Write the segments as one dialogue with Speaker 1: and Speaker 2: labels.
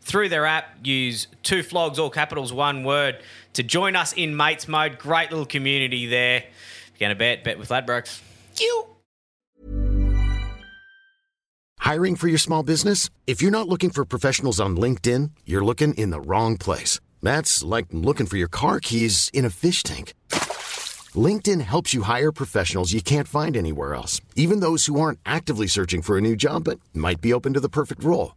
Speaker 1: through their app. Use two flogs, all capitals, one word, to join us in Mates Mode. Great little community there. If you're going to bet, bet with Ladbrokes. You.
Speaker 2: Hiring for your small business? If you're not looking for professionals on LinkedIn, you're looking in the wrong place. That's like looking for your car keys in a fish tank. LinkedIn helps you hire professionals you can't find anywhere else, even those who aren't actively searching for a new job but might be open to the perfect role.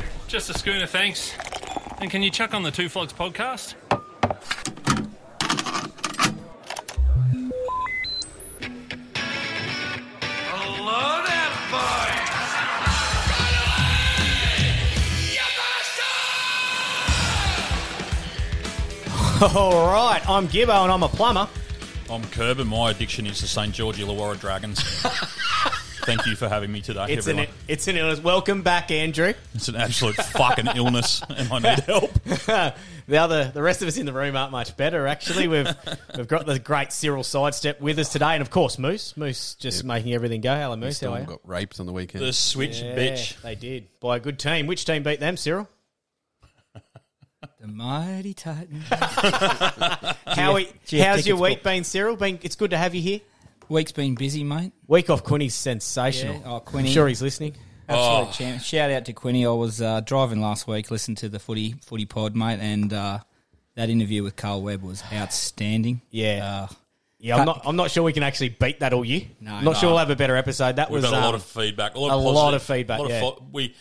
Speaker 3: just a schooner, thanks. And can you chuck on the Two Flogs podcast?
Speaker 4: Hello there, boys!
Speaker 1: All right, I'm Gibbo and I'm a plumber.
Speaker 5: I'm Kerb and my addiction is the St. George Illawarra Dragons. Thank you for having me today,
Speaker 1: It's an
Speaker 5: everyone.
Speaker 1: it's an illness. Welcome back, Andrew.
Speaker 5: it's an absolute fucking illness and I need help.
Speaker 1: The other the rest of us in the room aren't much better. Actually, we've we've got the great Cyril sidestep with us today, and of course Moose. Moose just making everything go. Hello, Moose. How are
Speaker 6: Storm
Speaker 1: you?
Speaker 6: got raped on the weekend.
Speaker 5: The switch, bitch.
Speaker 1: They did by a good team. Which team beat them, Cyril?
Speaker 7: The mighty Titan.
Speaker 1: How we-
Speaker 7: GF
Speaker 1: how's your
Speaker 7: Pickens
Speaker 1: week
Speaker 7: book.
Speaker 1: been, Cyril? Been it's good to have you here.
Speaker 7: Week's been busy, mate.
Speaker 1: Week off Quinny's sensational.
Speaker 7: Yeah. Oh, Quinny.
Speaker 1: I'm sure he's listening.
Speaker 7: Absolute champ. Shout out to Quinny. I was uh, driving last week, listened to the footy footy pod, mate, and uh, that interview with Carl Webb was outstanding.
Speaker 1: Yeah.
Speaker 7: Uh,
Speaker 1: Yeah, I'm not. I'm not sure we can actually beat that all year.
Speaker 7: No,
Speaker 1: I'm not
Speaker 7: no.
Speaker 1: sure we'll have a better episode. That
Speaker 5: We've
Speaker 1: was
Speaker 5: had a lot
Speaker 1: um,
Speaker 5: of feedback. A lot of,
Speaker 1: a
Speaker 5: positive,
Speaker 1: lot of feedback,
Speaker 5: lot of
Speaker 1: yeah.
Speaker 5: fo- we,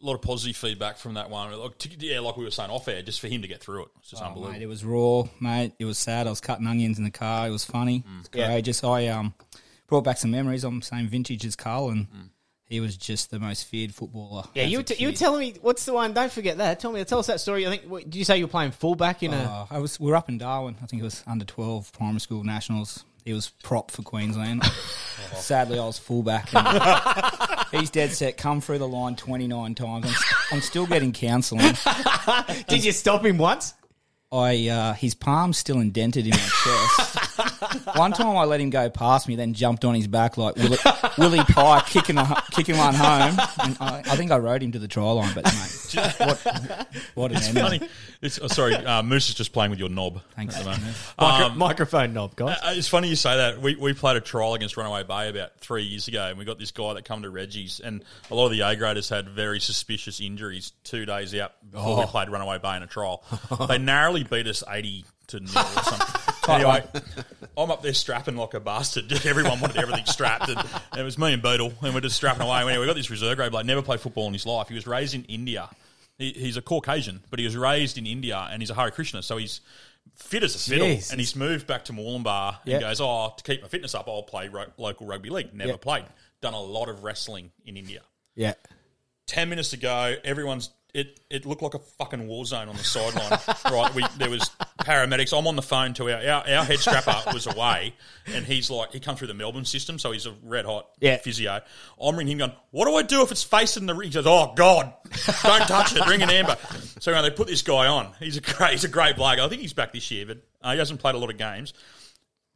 Speaker 5: a lot of positive feedback from that one. Like, t- yeah, like we were saying off air, just for him to get through it. It's just
Speaker 7: oh,
Speaker 5: unbelievable.
Speaker 7: mate, it was raw, mate. It was sad. I was cutting onions in the car. It was funny. It was
Speaker 1: Yeah.
Speaker 7: courageous. I um, brought back some memories. I'm the same vintage as Carl, and he was just the most feared footballer.
Speaker 1: Yeah,
Speaker 7: as
Speaker 1: you
Speaker 7: a
Speaker 1: were, t- you were
Speaker 7: kid.
Speaker 1: telling me what's the one? Don't forget that. Tell me, tell us that story. I think what, did you say you were playing fullback in a?
Speaker 7: Uh, I was we were up in Darwin. I think it was under twelve primary school nationals. He was prop for Queensland. Sadly, I was fullback. And he's dead set. Come through the line twenty nine times. I'm, I'm still getting counselling.
Speaker 1: Did you stop him once?
Speaker 7: I uh, his palm's still indented in my chest. One time I let him go past me, then jumped on his back like Willie, Willie Pye kicking a, kicking one home. And I, I think I rode him to the try line, but mate, what, what an
Speaker 5: Funny.
Speaker 7: end!
Speaker 5: It's, oh, sorry, uh, Moose is just playing with your knob.
Speaker 7: Thanks.
Speaker 5: at the moment.
Speaker 1: Micro-
Speaker 5: Um,
Speaker 1: microphone knob, guys.
Speaker 5: Uh, It's funny you say that. We, we played a trial against Runaway Bay about three years ago, and we got this guy that come to Reggie's, and a lot of the A graders had very suspicious injuries two days out before we played Runaway Bay in a trial. they narrowly beat us eighty to nil or something. anyway, I'm up there strapping like a bastard. Just everyone wanted everything strapped, and, and it was me and Boodle, and we're just strapping away. Anyway, we got this reserve grade bloke never played football in his life. He was raised in India. He, he's a Caucasian, but he was raised in India, and he's a Hare Krishna, so he's fit as a fiddle,
Speaker 1: Jeez.
Speaker 5: and he's moved back to Mooloolambar
Speaker 1: Yeah.
Speaker 5: and goes, "Oh, to keep my fitness up, I'll play ro- local rugby league." Never
Speaker 1: Yeah.
Speaker 5: played. Done a lot of wrestling in India.
Speaker 1: Yeah.
Speaker 5: Ten minutes to go. Everyone's it it looked like a fucking war zone on the sideline. right, we there was paramedics. I'm on the phone to our our, our head strapper was away, and he's like he come through the Melbourne system, so he's a red hot
Speaker 8: Yeah.
Speaker 5: physio. I'm ringing him, going, "What do I do if it's facing the ring?" He goes, "Oh God, don't touch it. Ring an amber." So anyway, they put this guy on. He's a great he's a great bloke. I think he's back this year, but uh, he hasn't played a lot of games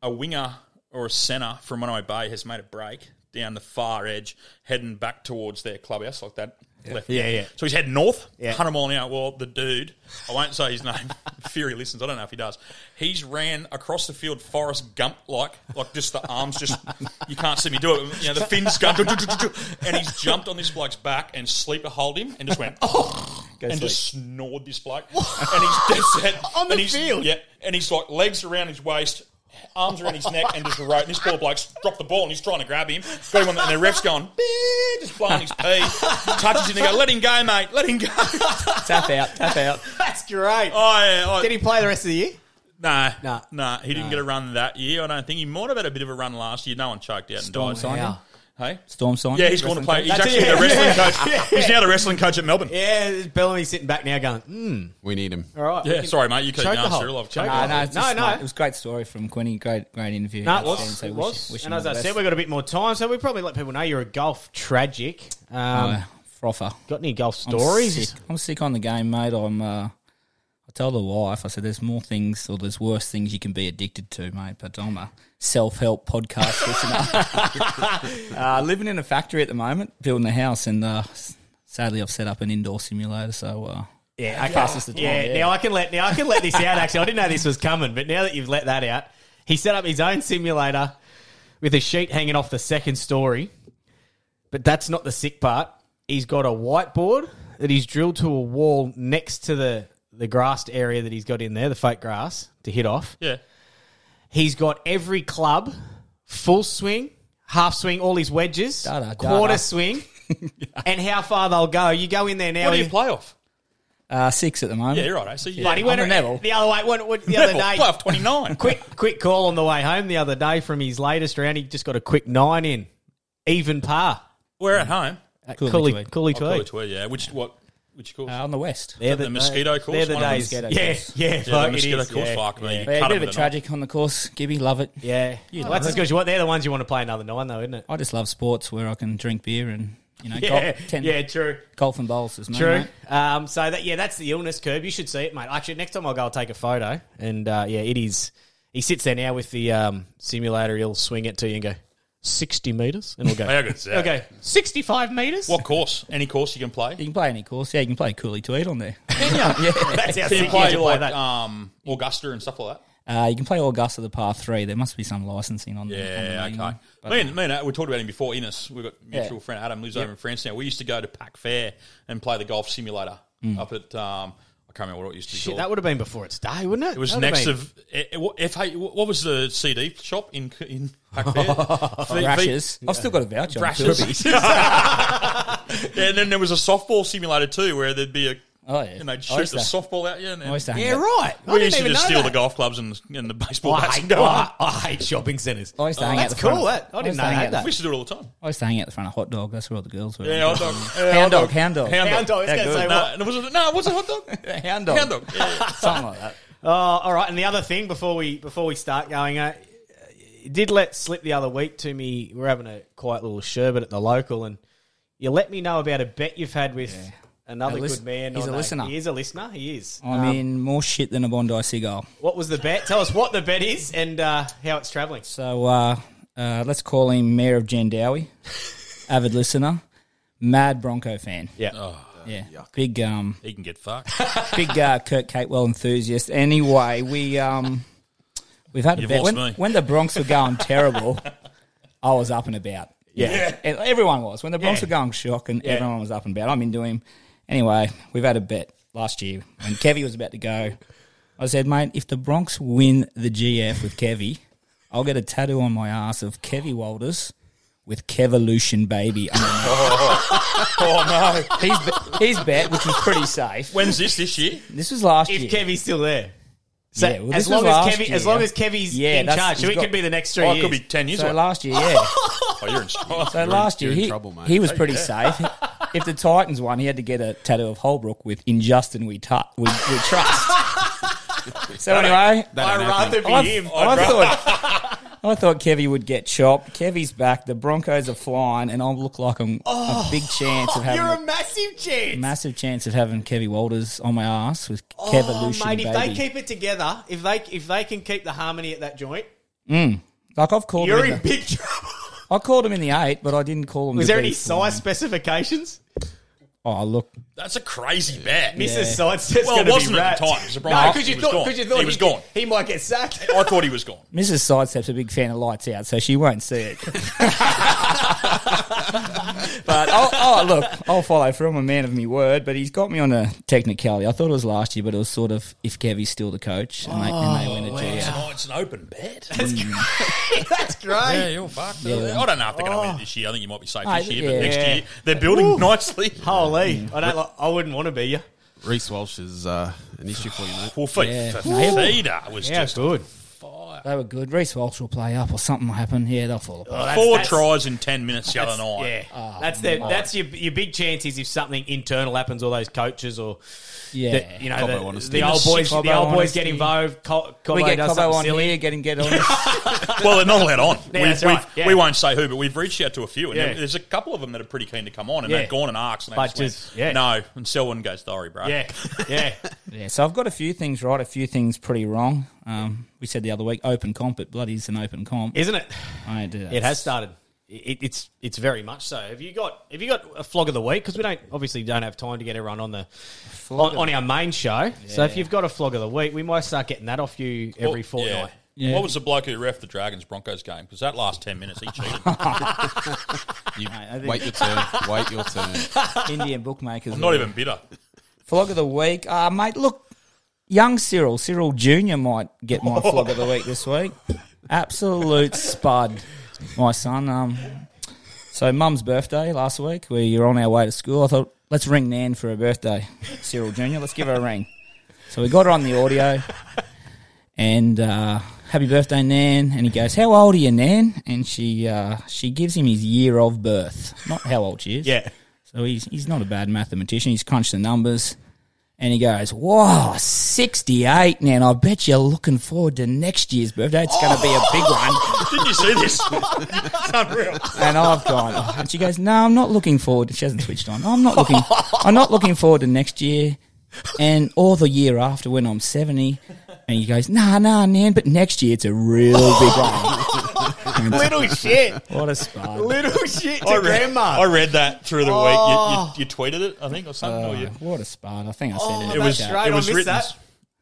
Speaker 5: a winger or a centre from Runaway Bay has made a break down the far edge, heading back towards their clubhouse like that. Left.
Speaker 8: Yeah, yeah.
Speaker 5: So he's heading north,
Speaker 8: Yeah.
Speaker 5: 100 mile an hour. Well, the dude, I won't say his name. Fury listens. I don't know if he does. He's ran across the field, Forrest Gump like, like just the arms, just you can't see me do it. You know, the fins go, do, do, do, do, do. and he's jumped on this bloke's back and sleeper hold him and just went. and just snored this bloke, and he's dead set
Speaker 8: On the
Speaker 5: and he's,
Speaker 8: field?
Speaker 5: Yeah, and he's like legs around his waist, arms around his neck, and just wrote. And this poor bloke's dropped the ball, and he's trying to grab him. Got him on, the, and the ref's going, "Beep," just blowing his pee, touches him, and go, "Let him go, mate, let him go."
Speaker 1: tap out, tap out.
Speaker 8: That's great.
Speaker 5: Oh, yeah, I-
Speaker 1: Did he play the rest of the year?
Speaker 5: Nah,
Speaker 1: Nah.
Speaker 5: nah, He didn't get a run that year. I don't think he might have had a bit of a run last year. No one choked out and died.
Speaker 7: signed him.
Speaker 5: Hey,
Speaker 7: Storm signed
Speaker 5: yeah,
Speaker 7: him,
Speaker 5: he's going to
Speaker 7: wrestling
Speaker 5: play.
Speaker 7: coach.
Speaker 5: He's actually the wrestling coach. He's now the wrestling coach at Melbourne. Yeah,
Speaker 1: Yeah, Bellamy's sitting back now going, mm,
Speaker 9: We need him.
Speaker 1: all right. we can-
Speaker 5: sorry, mate. You keep
Speaker 1: Choke
Speaker 5: going,
Speaker 1: the hole.
Speaker 5: Cyril. I've
Speaker 1: Choke
Speaker 5: choked.
Speaker 1: the
Speaker 7: Uh,
Speaker 5: it.
Speaker 7: no, it's
Speaker 1: No,
Speaker 7: just,
Speaker 1: no.
Speaker 7: It was a great story from Quinny. Great, great interview.
Speaker 1: No, it
Speaker 7: Thanks, Dan.
Speaker 1: was.
Speaker 7: So
Speaker 1: It
Speaker 7: wish-
Speaker 1: was.
Speaker 7: wish him
Speaker 1: and as
Speaker 7: all
Speaker 1: I
Speaker 7: the
Speaker 1: said,
Speaker 7: best.
Speaker 1: we've got a bit more time, so we probably let people know you're a golf tragic. Um,
Speaker 7: Uh, frother.
Speaker 1: got any golf
Speaker 7: I'm
Speaker 1: stories?
Speaker 7: sick. I'm sick on the game, mate. I'm. Uh, I tell the wife, I said, "There's more things, or there's worse things you can be addicted to, mate." But I'm a self-help podcast listener. uh, living in a factory at the moment, building a house, and uh, s- sadly, I've set up an indoor simulator. So uh,
Speaker 1: Yeah, okay.
Speaker 7: Passes the time,
Speaker 5: Oh,
Speaker 1: yeah,
Speaker 7: yeah.
Speaker 1: Now I can let now I can let this out. Actually, I didn't know this was coming, but now that you've let that out, he set up his own simulator with a sheet hanging off the second story. But that's not the sick part. He's got a whiteboard that he's drilled to a wall next to the the grassed area that he's got in there, the fake grass to hit off.
Speaker 5: Yeah,
Speaker 1: He's got every club, full swing, half swing, all his wedges,
Speaker 7: Da-da, da-da.
Speaker 1: quarter swing, and how far they'll go. You go in there now.
Speaker 5: what do you
Speaker 1: he-
Speaker 5: play off?
Speaker 7: uh, six at the moment.
Speaker 5: Yeah, you're right. I see.
Speaker 1: Bloody
Speaker 5: Yeah.
Speaker 1: went
Speaker 7: I'm a Neville.
Speaker 1: the other way. Went, went the other
Speaker 5: Neville,
Speaker 1: day.
Speaker 5: play off twenty nine.
Speaker 1: Quick, quick call on the way home the other day from his latest round. He just got a quick nine in, even par.
Speaker 5: We're at home.
Speaker 1: At
Speaker 7: Cooley
Speaker 1: Cooley,
Speaker 7: Tweed.
Speaker 1: Cooley
Speaker 5: I'll call
Speaker 1: Tweed.
Speaker 5: it to her, yeah. Which what? Which course?
Speaker 7: Uh, on the west.
Speaker 1: They're
Speaker 5: the mosquito course,
Speaker 1: They're the
Speaker 5: one of the
Speaker 1: days.
Speaker 7: mosquito
Speaker 1: yeah,
Speaker 7: course.
Speaker 1: yeah,
Speaker 5: yeah, the
Speaker 1: fuck, it
Speaker 5: mosquito
Speaker 1: is,
Speaker 5: course.
Speaker 1: yeah.
Speaker 5: Fuck, man, you
Speaker 7: Yeah, a
Speaker 5: cut them
Speaker 7: bit of a
Speaker 5: with a knife.
Speaker 7: tragic on the course. Gibby, love it.
Speaker 1: Yeah. Well, that's as good as you want. They're the ones you want to play another nine, though, isn't it?
Speaker 7: I just love sports where I can drink beer and you know
Speaker 1: Yeah,
Speaker 7: golf, ten,
Speaker 1: yeah, true.
Speaker 7: golf and bowls is me,
Speaker 1: True.
Speaker 7: mate.
Speaker 1: Um, so that yeah, that's the illness curve. You should see it, mate. Actually, next time I'll go, I'll take a photo. And uh, yeah, it is. He sits there now with the um, simulator. He'll swing it to you and go sixty meters, and we'll go.
Speaker 5: How good's that?
Speaker 1: Okay, sixty-five meters.
Speaker 5: What course? Any course you can play?
Speaker 7: You can play any course. Yeah, you can play Cooley Tweed on there.
Speaker 1: That's how
Speaker 5: Can you
Speaker 1: sick play,
Speaker 5: play
Speaker 1: you play
Speaker 5: like
Speaker 1: that.
Speaker 5: um, Augusta and stuff like that?
Speaker 7: Uh, you can play Augusta the par three. There must be some licensing on the on the main one. But
Speaker 5: Me and, me and Ad- we talked about him before. Innes, we've got mutual friend Adam lives over in France now. We used to go to Pack Fair and play the golf simulator
Speaker 7: Mm.
Speaker 5: up at um, I can't remember what it used to be
Speaker 1: Shit,
Speaker 5: called.
Speaker 1: that would have been before its day, wouldn't it?
Speaker 5: it was
Speaker 1: That would have
Speaker 5: next
Speaker 1: been-
Speaker 5: of eh, eh, what- FA. What was the CD shop in in Pack Fair? V- V-
Speaker 7: rashes. I've still got a voucher. on Cooley.
Speaker 5: Rashes. and then there was a softball simulator too, where there'd be a
Speaker 7: Oh yeah.
Speaker 5: and they'd
Speaker 7: I
Speaker 5: shoot
Speaker 7: used
Speaker 5: the
Speaker 7: to,
Speaker 5: softball out. Yeah, and
Speaker 7: I used to hang
Speaker 1: Yeah,
Speaker 7: out-
Speaker 1: right. I
Speaker 5: we
Speaker 1: didn't
Speaker 5: used to
Speaker 1: even
Speaker 5: just
Speaker 1: know
Speaker 5: steal
Speaker 1: that.
Speaker 5: the golf clubs and, and the baseball
Speaker 1: I
Speaker 5: bats.
Speaker 1: hate,
Speaker 5: and go
Speaker 1: I,
Speaker 5: on.
Speaker 1: I hate shopping centres.
Speaker 7: I used to hang out
Speaker 1: That's
Speaker 7: the front
Speaker 1: cool.
Speaker 7: of-
Speaker 1: That I
Speaker 7: I
Speaker 1: didn't
Speaker 7: used
Speaker 1: know
Speaker 7: to hang
Speaker 1: that.
Speaker 7: out the
Speaker 5: We used to do it all the time.
Speaker 7: I used to hang out the front of hot dog. That's where all the girls were.
Speaker 5: Yeah, hot dog. Yeah,
Speaker 7: Hound dog, hound dog.
Speaker 1: Hound dog, I was gonna say,
Speaker 5: No,
Speaker 1: what-
Speaker 5: and it was, no, it was a hot dog.
Speaker 7: hound dog.
Speaker 5: oh. Hound dog. Yeah.
Speaker 7: Something like that.
Speaker 1: Oh, all right. And the other thing before we before we start going, uh, you did let slip the other week to me. We're having a quiet little sherbet at the local, and you let me know about a bet you've had with another
Speaker 7: A lis-
Speaker 1: good man.
Speaker 7: he's
Speaker 1: on
Speaker 7: a listener. Oh,
Speaker 1: He is a listener. He is. Um,
Speaker 7: I'm in more shit than a Bondi cigar.
Speaker 1: What was the bet? Tell us what the bet is and uh, how it's travelling.
Speaker 7: So uh, uh, let's call him Mayor of Jandowie, avid listener, mad Bronco fan.
Speaker 1: Yeah.
Speaker 7: Yeah, big um,
Speaker 5: He can get fucked.
Speaker 7: big uh, Kurt Catewell enthusiast. Anyway, we um, we've had a
Speaker 5: You've
Speaker 7: bet.
Speaker 5: lost
Speaker 7: When,
Speaker 5: me.
Speaker 7: when the Bronx were going terrible, I was up and about.
Speaker 1: Yeah.
Speaker 7: And everyone was. When the Bronx
Speaker 1: Yeah.
Speaker 7: were going shock and everyone was up and about, I'm into him. Anyway, we've had a bet last year when Kevy was about to go. I said, mate, if the Bronx win the GF with Kevy, I'll get a tattoo on my ass of Kevy Walters with Kevolution Baby underneath.
Speaker 5: oh, no.
Speaker 7: his, be- his bet, which was pretty safe.
Speaker 5: When's this this year?
Speaker 7: This was last
Speaker 1: If
Speaker 7: year.
Speaker 1: Kevy's still there. So
Speaker 7: Yeah, well, this
Speaker 1: as long
Speaker 7: was
Speaker 1: as
Speaker 7: last
Speaker 1: Kevy, as
Speaker 7: year.
Speaker 1: long as Kevy's
Speaker 7: Yeah,
Speaker 1: in
Speaker 7: that's-
Speaker 1: charge, so
Speaker 7: he's
Speaker 1: it
Speaker 7: got-
Speaker 1: could be the next three
Speaker 5: Oh, it
Speaker 1: years.
Speaker 5: could be 10 years
Speaker 7: so
Speaker 5: away.
Speaker 7: last year, yeah.
Speaker 5: Oh, you're in
Speaker 7: So last year,
Speaker 9: you're in
Speaker 7: he,
Speaker 1: Oh,
Speaker 9: trouble, mate.
Speaker 7: he was pretty safe. if the Titans won, he had to get a tattoo of Holbrook with "In Justin We, tu- we, we Trust." so anyway,
Speaker 1: I'd rather be
Speaker 7: I,
Speaker 1: him.
Speaker 7: I thought I thought Kevy would get chopped. Kevy's back. The Broncos are flying, and I'll look like I'm a big chance of having
Speaker 1: Oh, You're a
Speaker 7: a
Speaker 1: massive chance.
Speaker 7: massive chance of having Kevy Walters on my ass with Kevolution,
Speaker 1: Oh, mate, if they
Speaker 7: baby.
Speaker 1: keep it together, if they if they can keep the harmony at that joint,
Speaker 7: like I've called
Speaker 1: you're
Speaker 7: him. in
Speaker 1: in
Speaker 7: the-
Speaker 1: big trouble.
Speaker 7: I called him in the eight, but I didn't call him.
Speaker 1: Was
Speaker 7: to
Speaker 1: there
Speaker 7: be
Speaker 1: any
Speaker 7: flying.
Speaker 1: size specifications?
Speaker 7: Oh look,
Speaker 5: That's a crazy bet.
Speaker 1: Mrs. Sidestep's
Speaker 5: Well, it
Speaker 1: going to be
Speaker 5: wasn't at the
Speaker 1: wrapped.
Speaker 5: time. It was a
Speaker 1: No,
Speaker 5: Bronco.
Speaker 1: because
Speaker 5: He
Speaker 1: you
Speaker 5: was
Speaker 1: thought
Speaker 5: gone.
Speaker 1: because you thought
Speaker 5: He was gone. Oh.
Speaker 1: He might get sacked.
Speaker 5: I thought he was gone.
Speaker 7: Mrs. Sidestep's a big fan of Lights Out, so she won't see it. but I'll, oh, look, I'll follow through. I'm a man of my word, but he's got me on a technicality. I thought it was last year, but it was sort of if Kevy's still the coach and, they,
Speaker 1: Oh,
Speaker 7: and they win it.
Speaker 5: It's,
Speaker 7: Yeah.
Speaker 5: an, it's an open bet.
Speaker 1: That's great.
Speaker 5: yeah, you're fucked. I don't know if they're going to win it this year. I think you might be safe
Speaker 7: Oh,
Speaker 5: this year, but
Speaker 7: yeah.
Speaker 5: next year they're building nicely.
Speaker 1: Holy, I don't. Like, I wouldn't want to be you.
Speaker 9: Reese Walsh is uh, an issue for you, mate.
Speaker 5: Well, Fe-
Speaker 7: Yeah.
Speaker 5: Fe-
Speaker 7: Ooh.
Speaker 5: Feeder was just
Speaker 1: good.
Speaker 7: They were good. Reese Walsh will play up or something will happen. Yeah, they'll fall apart.
Speaker 5: four
Speaker 1: that's-
Speaker 5: tries in ten minutes the other night.
Speaker 1: Yeah,
Speaker 7: Oh,
Speaker 1: that's their, that's your your big chances if something internal happens, all those coaches or
Speaker 7: Yeah.
Speaker 1: the, you know
Speaker 9: Cobbo
Speaker 1: the,
Speaker 9: honesty.
Speaker 1: the old boys,
Speaker 7: Cobbo
Speaker 1: the old boys
Speaker 7: honesty.
Speaker 1: get involved. Co- Cobbo
Speaker 7: we get
Speaker 1: does
Speaker 7: Cobo
Speaker 1: something
Speaker 7: on
Speaker 1: silly.
Speaker 7: here, get him, get on.
Speaker 5: Well, they're not allowed on.
Speaker 1: Yeah,
Speaker 5: we,
Speaker 1: that's right.
Speaker 5: we've-
Speaker 1: Yeah.
Speaker 5: we won't say who, but we've reached out to a few, and
Speaker 1: Yeah.
Speaker 5: there's a couple of them that are pretty keen to come on, and
Speaker 1: Yeah.
Speaker 5: they've gone and arcs, and they
Speaker 1: But
Speaker 5: just, went,
Speaker 1: just- yeah.
Speaker 5: no. And Selwyn goes, sorry, bro.
Speaker 1: Yeah, yeah.
Speaker 7: yeah, so I've got a few things right, a few things pretty wrong. Um, we said the other week, open comp, but bloody's an open comp.
Speaker 1: Isn't it?
Speaker 7: I don't do that.
Speaker 1: It has started. It, it's it's very much so. Have you got have you got a flog of the week? Because we don't obviously don't have time to get everyone on the on, on our main show. So if you've got a flog of the week, we might start getting that off you
Speaker 5: Well,
Speaker 1: every fortnight.
Speaker 5: yeah. What was the bloke who ref the Dragons Broncos game? Because that last ten minutes he cheated.
Speaker 9: You, wait your turn. Wait your turn.
Speaker 7: Indian bookmakers.
Speaker 5: I'm not even bitter.
Speaker 7: Flog of the week. Uh, mate, look, young Cyril, Cyril Jr. might get my flog of the week this week. Absolute spud, my son. Um, so, mum's birthday last week, we were on our way to school. I thought, let's ring Nan for her birthday, Cyril Jr. Let's give her a ring. So, we got her on the audio and uh, happy birthday, Nan. And he goes, How old are you, Nan? And she, uh, she gives him his year of birth, not how old she is.
Speaker 1: Yeah.
Speaker 7: So he's, he's not a bad mathematician. He's crunched the numbers and he goes, Whoa, 68 now. And I bet you're looking forward to next year's birthday. It's going to be a big one.
Speaker 5: Didn't you see this? it's unreal.
Speaker 7: And I've gone, "Oh." And she goes, No, I'm not looking forward. She hasn't switched on. I'm not looking, I'm not looking forward to next year and or the year after when I'm 70. And he goes, Nah, nah, Nan, but next year it's a real big one.
Speaker 1: Little shit,
Speaker 7: What a spot.
Speaker 1: little shit to
Speaker 5: I read,
Speaker 1: grandma.
Speaker 5: I read that through the week. You, you, you tweeted it, I think, or something. or you,
Speaker 7: What a spot. I think I
Speaker 1: Oh,
Speaker 7: said it.
Speaker 5: it was
Speaker 1: that's right.
Speaker 5: it was
Speaker 1: I missed
Speaker 5: written.
Speaker 1: that.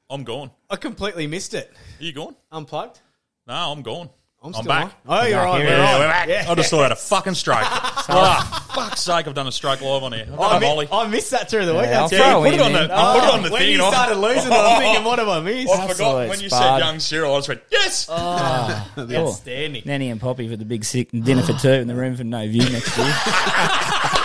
Speaker 5: I'm gone.
Speaker 1: I completely missed it.
Speaker 5: Are you gone?
Speaker 1: Unplugged.
Speaker 5: No, I'm gone. I'm,
Speaker 1: still
Speaker 5: back.
Speaker 1: on. Oh, you're on.
Speaker 5: Yeah,
Speaker 1: We're on.
Speaker 5: we're back.
Speaker 1: Yeah.
Speaker 5: I just thought I had a fucking stroke. Ah, fuck's sake, I've done a stroke live on here. I've
Speaker 1: I,
Speaker 5: done a
Speaker 1: mi-
Speaker 5: volley.
Speaker 1: I missed that through the week.
Speaker 7: Yeah,
Speaker 1: That's
Speaker 7: I'll
Speaker 1: good.
Speaker 7: throw
Speaker 5: put it on the,
Speaker 7: in. Oh.
Speaker 5: I put it on the
Speaker 1: when
Speaker 5: thing.
Speaker 1: you
Speaker 5: and I-
Speaker 1: started losing, I'm thinking, what have I missed?
Speaker 5: I forgot
Speaker 7: Absolute
Speaker 5: when you said
Speaker 7: spud.
Speaker 5: young Cyril. I just went yes.
Speaker 1: Uh, Outstanding.
Speaker 7: Nanny and Poppy for the big sick dinner for two in the room for no view next year.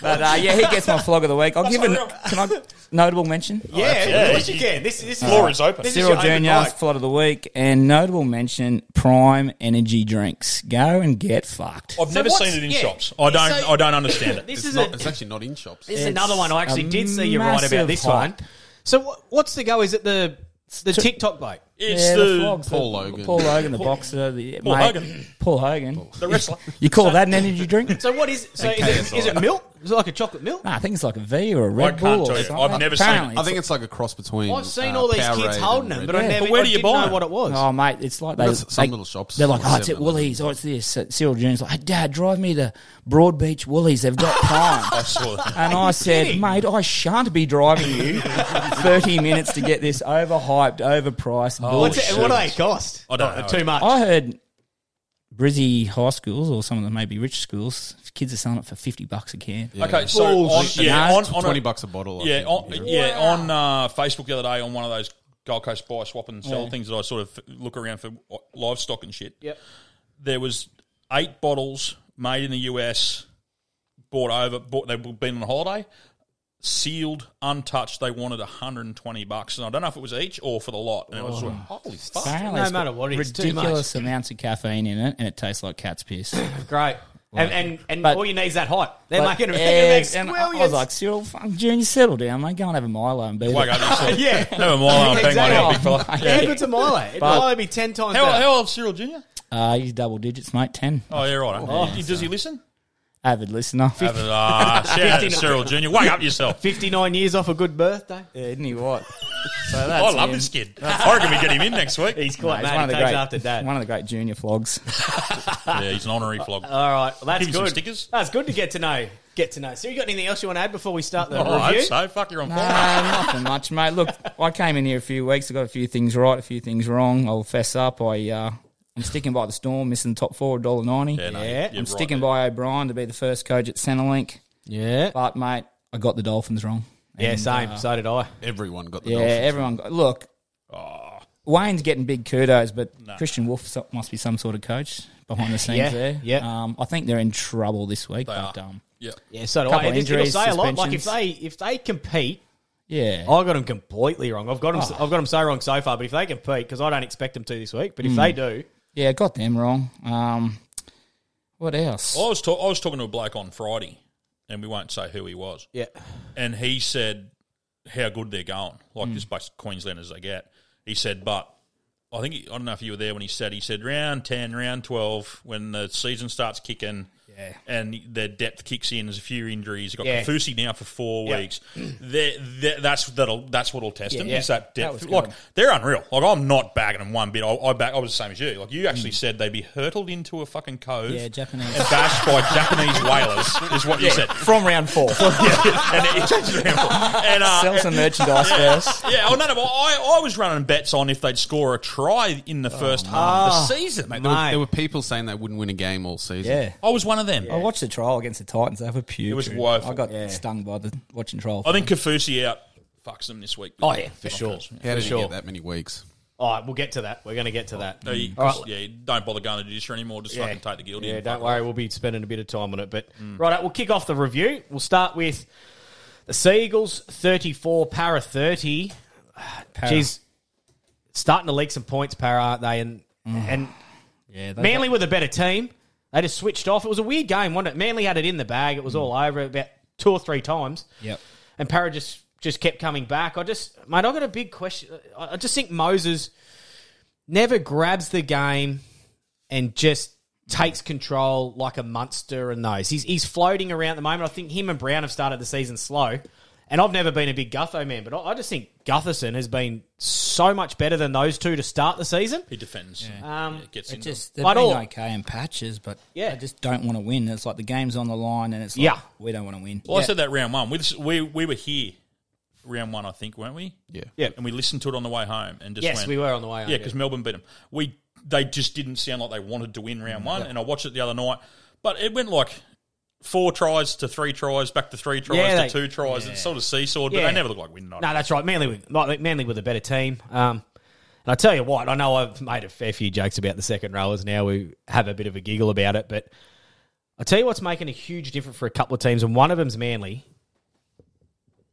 Speaker 7: but uh, yeah, he gets my flog of the week. I'll give it. Can I notable mention?
Speaker 1: Yeah, of
Speaker 5: Yeah,
Speaker 1: course you,
Speaker 5: you-
Speaker 1: can. This, this
Speaker 5: Floor
Speaker 1: is,
Speaker 5: is open.
Speaker 1: This is
Speaker 7: Cyril
Speaker 1: your open mic.
Speaker 7: Junior's flog of the week and notable mention: Prime Energy drinks. Go and get fucked.
Speaker 5: I've never
Speaker 1: what's-
Speaker 5: seen it in
Speaker 1: yeah.
Speaker 5: shops. I don't.
Speaker 1: So-
Speaker 5: I don't understand it.
Speaker 1: This
Speaker 9: It's,
Speaker 1: is
Speaker 9: not,
Speaker 1: a,
Speaker 9: it's actually not in shops.
Speaker 1: this is another one I actually
Speaker 7: a
Speaker 1: did see you right about
Speaker 7: massive
Speaker 1: this one.
Speaker 7: hype.
Speaker 1: So what, what's the go? Is it the the TikTok bloke?
Speaker 5: It's
Speaker 7: Yeah, the
Speaker 5: the,
Speaker 7: flogs,
Speaker 9: Paul
Speaker 7: the-
Speaker 9: Logan.
Speaker 7: Paul Logan, the boxer. The,
Speaker 5: Paul
Speaker 7: mate,
Speaker 5: Hogan.
Speaker 7: Paul Hogan.
Speaker 5: the wrestler.
Speaker 7: You call that an energy drink?
Speaker 1: So what is? So is it,
Speaker 9: KSI.
Speaker 1: is it milk? Is it like a chocolate milk?
Speaker 7: Nah, I think it's like a V or a
Speaker 5: can't
Speaker 7: Red Bull.
Speaker 5: tell
Speaker 7: Or
Speaker 5: you.
Speaker 7: something.
Speaker 5: I've never seen it.
Speaker 7: Apparently
Speaker 9: I think it's like a cross between.
Speaker 1: I've seen
Speaker 9: uh,
Speaker 1: all these
Speaker 9: Powerade
Speaker 1: kids
Speaker 9: and
Speaker 1: holding them,
Speaker 9: Red
Speaker 1: but I
Speaker 9: Bull.
Speaker 1: never.
Speaker 5: But where
Speaker 1: I
Speaker 5: do you
Speaker 1: didn't
Speaker 5: buy
Speaker 1: know
Speaker 5: it?
Speaker 1: what it was.
Speaker 7: Oh, mate, it's like they,
Speaker 9: That's some
Speaker 7: they-
Speaker 9: little shops.
Speaker 7: They're like, oh, it's at
Speaker 9: 7-Eleven.
Speaker 7: Woolies, oh, it's this. At Cyril Junior's like, Dad, drive me to Broadbeach Woolies. They've got
Speaker 5: I
Speaker 7: time.
Speaker 5: saw that.
Speaker 7: and I said, mate, I shan't be driving you 30 minutes to get this overhyped, overpriced
Speaker 9: Oh,
Speaker 1: What's
Speaker 7: bullshit.
Speaker 1: it, what do they cost?
Speaker 5: Oh, I don't
Speaker 1: Uh,
Speaker 5: know.
Speaker 1: Too much.
Speaker 7: I heard Brizzy high schools or some of the maybe rich schools, kids are selling it for 50 bucks a can.
Speaker 5: Okay, so on,
Speaker 9: Bullshit.
Speaker 5: yeah, on, on a-
Speaker 9: Twenty bucks a bottle. I
Speaker 5: Yeah,
Speaker 9: think,
Speaker 5: on,
Speaker 9: you know.
Speaker 5: yeah. On uh, Facebook the other day, on one of those Gold Coast buy swap and sell things that I sort of look around for livestock and shit.
Speaker 1: Yep.
Speaker 5: there was eight bottles made in the US, bought over, bought, they've been on holiday, sealed, untouched. They wanted 120 bucks, and I don't know if it was each or for the lot. And it was like, holy fuck.
Speaker 7: Apparently
Speaker 1: No
Speaker 7: it's got
Speaker 1: matter what, it's too
Speaker 7: ridiculous amounts of caffeine in it, and it tastes like cat's piss.
Speaker 1: Great. and and, and
Speaker 7: But-
Speaker 1: all you need is that height. They're
Speaker 7: But
Speaker 1: making a
Speaker 7: ev-
Speaker 1: make
Speaker 7: and I was like, Cyril, fuck, Junior, settle down, mate. Go and have a Milo and beat
Speaker 5: Wake up
Speaker 7: it.
Speaker 5: yourself.
Speaker 1: Yeah.
Speaker 5: Have a Milo and bang one out, big fella.
Speaker 1: How good's a Milo? A
Speaker 7: But-
Speaker 1: Milo be ten times
Speaker 5: How,
Speaker 1: better.
Speaker 5: how old's Cyril Junior?
Speaker 7: Uh, he's double digits, mate. Ten.
Speaker 5: Oh, yeah, right. Oh, does he listen?
Speaker 7: Avid listener.
Speaker 5: Have a- Ah, shout out to Cyril Junior. Wake up yourself.
Speaker 1: Fifty nine years off a good birthday.
Speaker 7: Yeah, isn't he what? So that's
Speaker 5: I love
Speaker 7: him.
Speaker 5: this kid. I reckon we get him in next week.
Speaker 1: He's quite
Speaker 7: He's
Speaker 1: mad.
Speaker 7: one
Speaker 1: He
Speaker 7: of the
Speaker 1: takes
Speaker 7: great,
Speaker 1: after dad.
Speaker 7: one of the great junior flogs.
Speaker 5: Yeah, he's an honorary flog.
Speaker 1: All right, well, that's
Speaker 5: Give me some
Speaker 1: good.
Speaker 5: stickers.
Speaker 1: That's good to get to know. Get to know. So, you got anything else you want to add before we start the
Speaker 5: Oh, I hope
Speaker 1: review?
Speaker 5: so. Fuck, you're on form.
Speaker 7: Uh, nothing much, mate. Look, I came in here a few weeks. I got a few things right, a few things wrong. I'll fess up. I uh, I'm sticking by the storm, missing the top four, dollar ninety.
Speaker 5: Yeah, no,
Speaker 1: Yeah,
Speaker 5: you're
Speaker 7: I'm
Speaker 5: right
Speaker 7: sticking
Speaker 5: there.
Speaker 7: by O'Brien to be the first coach at Centrelink.
Speaker 1: Yeah.
Speaker 7: But mate, I got the Dolphins wrong.
Speaker 1: Yeah, same. so did I.
Speaker 9: Everyone got the
Speaker 7: Yeah,
Speaker 9: Dolphins.
Speaker 7: everyone. Got, look, Wayne's getting big kudos, but Christian Wolf so- must be some sort of coach behind the scenes
Speaker 1: Yeah,
Speaker 7: there.
Speaker 1: yeah.
Speaker 7: Um, I think they're in trouble this week.
Speaker 5: They
Speaker 7: but,
Speaker 5: are.
Speaker 7: Um,
Speaker 5: Yeah.
Speaker 1: Yeah, so do
Speaker 7: Couple
Speaker 1: I. And it's- it'll
Speaker 7: injuries,
Speaker 1: say a lot. Like if Oh.
Speaker 7: suspensions.
Speaker 1: they if they compete,
Speaker 7: yeah.
Speaker 1: I got them completely wrong. I've got them.
Speaker 5: Oh.
Speaker 1: I've got them so wrong so far. But if they compete, because I don't expect them to this week. But if
Speaker 5: Hmm.
Speaker 1: they do,
Speaker 7: Yeah, got them wrong. Um, what else?
Speaker 5: I was, ta- I was talking to a bloke on Friday, and we won't say who he was.
Speaker 1: yeah,
Speaker 5: and he said how good they're going, like just basic Queenslanders they get. He said, but I think he, I don't know if you were there when he said he said round ten, round twelve, when the season starts kicking, yeah, and their depth kicks in. There's a few injuries. You've got
Speaker 1: Yeah.
Speaker 5: Kafusi now for four
Speaker 1: Yeah.
Speaker 5: weeks. They're, they're- that's that'll that's what'll test them.
Speaker 1: yeah.
Speaker 5: Is that depth?
Speaker 7: was
Speaker 5: like
Speaker 7: good.
Speaker 5: they're unreal. Like I'm not bagging them one bit. I, I back. I was the same as you. Like you actually said they'd be hurtled into a fucking cove.
Speaker 7: Yeah, Japanese.
Speaker 5: And bashed by Japanese whalers is what you said
Speaker 7: From round four.
Speaker 5: yeah, and it, it changes around. And, uh,
Speaker 7: Sell some merchandise first.
Speaker 5: yeah, oh, no, no, but I, I was running bets on if they'd score a try in the first half of the season.
Speaker 9: There, were,
Speaker 1: Mate.
Speaker 9: there were people saying they wouldn't win a game all season.
Speaker 7: Yeah.
Speaker 5: I was one of them.
Speaker 7: I watched the trial against the Titans. They were putrid.
Speaker 5: It was woeful.
Speaker 7: I got stung by the watching trial.
Speaker 5: I think Kafusi out fucks them this week.
Speaker 1: Oh, yeah, for sure.
Speaker 9: How did
Speaker 1: sure.
Speaker 9: you get that many weeks?
Speaker 1: all right, we'll get to that. We're going to get to that.
Speaker 5: No, you,
Speaker 1: All right.
Speaker 5: yeah, you don't bother going to the judiciary anymore. Just fucking take the guilty.
Speaker 1: Yeah,
Speaker 5: and
Speaker 1: don't
Speaker 5: fuck
Speaker 1: worry. We'll be spending a bit of time on it. But right, we'll kick off the review. We'll start with the Seagulls 34, Para 30.
Speaker 7: Para.
Speaker 1: Jeez, starting to leak some points, Para, aren't they? And, and
Speaker 7: yeah, they
Speaker 1: Manly were the better team. They just switched off. It was a weird game, wasn't it? Manly had it in the bag. It was all over about two or three times.
Speaker 7: Yep.
Speaker 1: And Para just, just kept coming back. I just, mate, I got a big question. I I just think Moses never grabs the game and just takes control like a monster and those. He's he's floating around at the moment. I think him and Brown have started the season slow. And I've never been a big Gutho man, but I I just think Gutherson has been so much better than those two to start the season.
Speaker 5: He defends. Yeah, it gets
Speaker 7: It
Speaker 5: into
Speaker 7: just they've
Speaker 1: But
Speaker 7: been
Speaker 1: all-
Speaker 7: okay in patches, but
Speaker 1: Yeah.
Speaker 7: yeah, they just don't want to win. It's like the game's on the line, and it's like,
Speaker 1: Yeah.
Speaker 7: we don't want to win.
Speaker 5: Well, I said that round one. We, we we were here round one, I think, weren't we?
Speaker 9: Yeah.
Speaker 1: Yeah.
Speaker 5: And we listened to it on the way home and just
Speaker 1: Yes,
Speaker 5: went,
Speaker 1: we were on the way. home,
Speaker 5: yeah, because Melbourne beat them. We they just didn't sound like they wanted to win round one, and I watched it the other night, but it went like four tries to three tries, back to three tries
Speaker 1: Yeah,
Speaker 5: to
Speaker 1: they-
Speaker 5: two tries. It sort of seesawed, but
Speaker 1: Yeah.
Speaker 5: they never looked like winning.
Speaker 1: No, that's right. Manly, were- like Manly with a better team. Um, and I tell you what, I know I've made a fair few jokes about the second rollers. Now we have a bit of a giggle about it, but I tell you what's making a huge difference for a couple of teams, and one of them's Manly.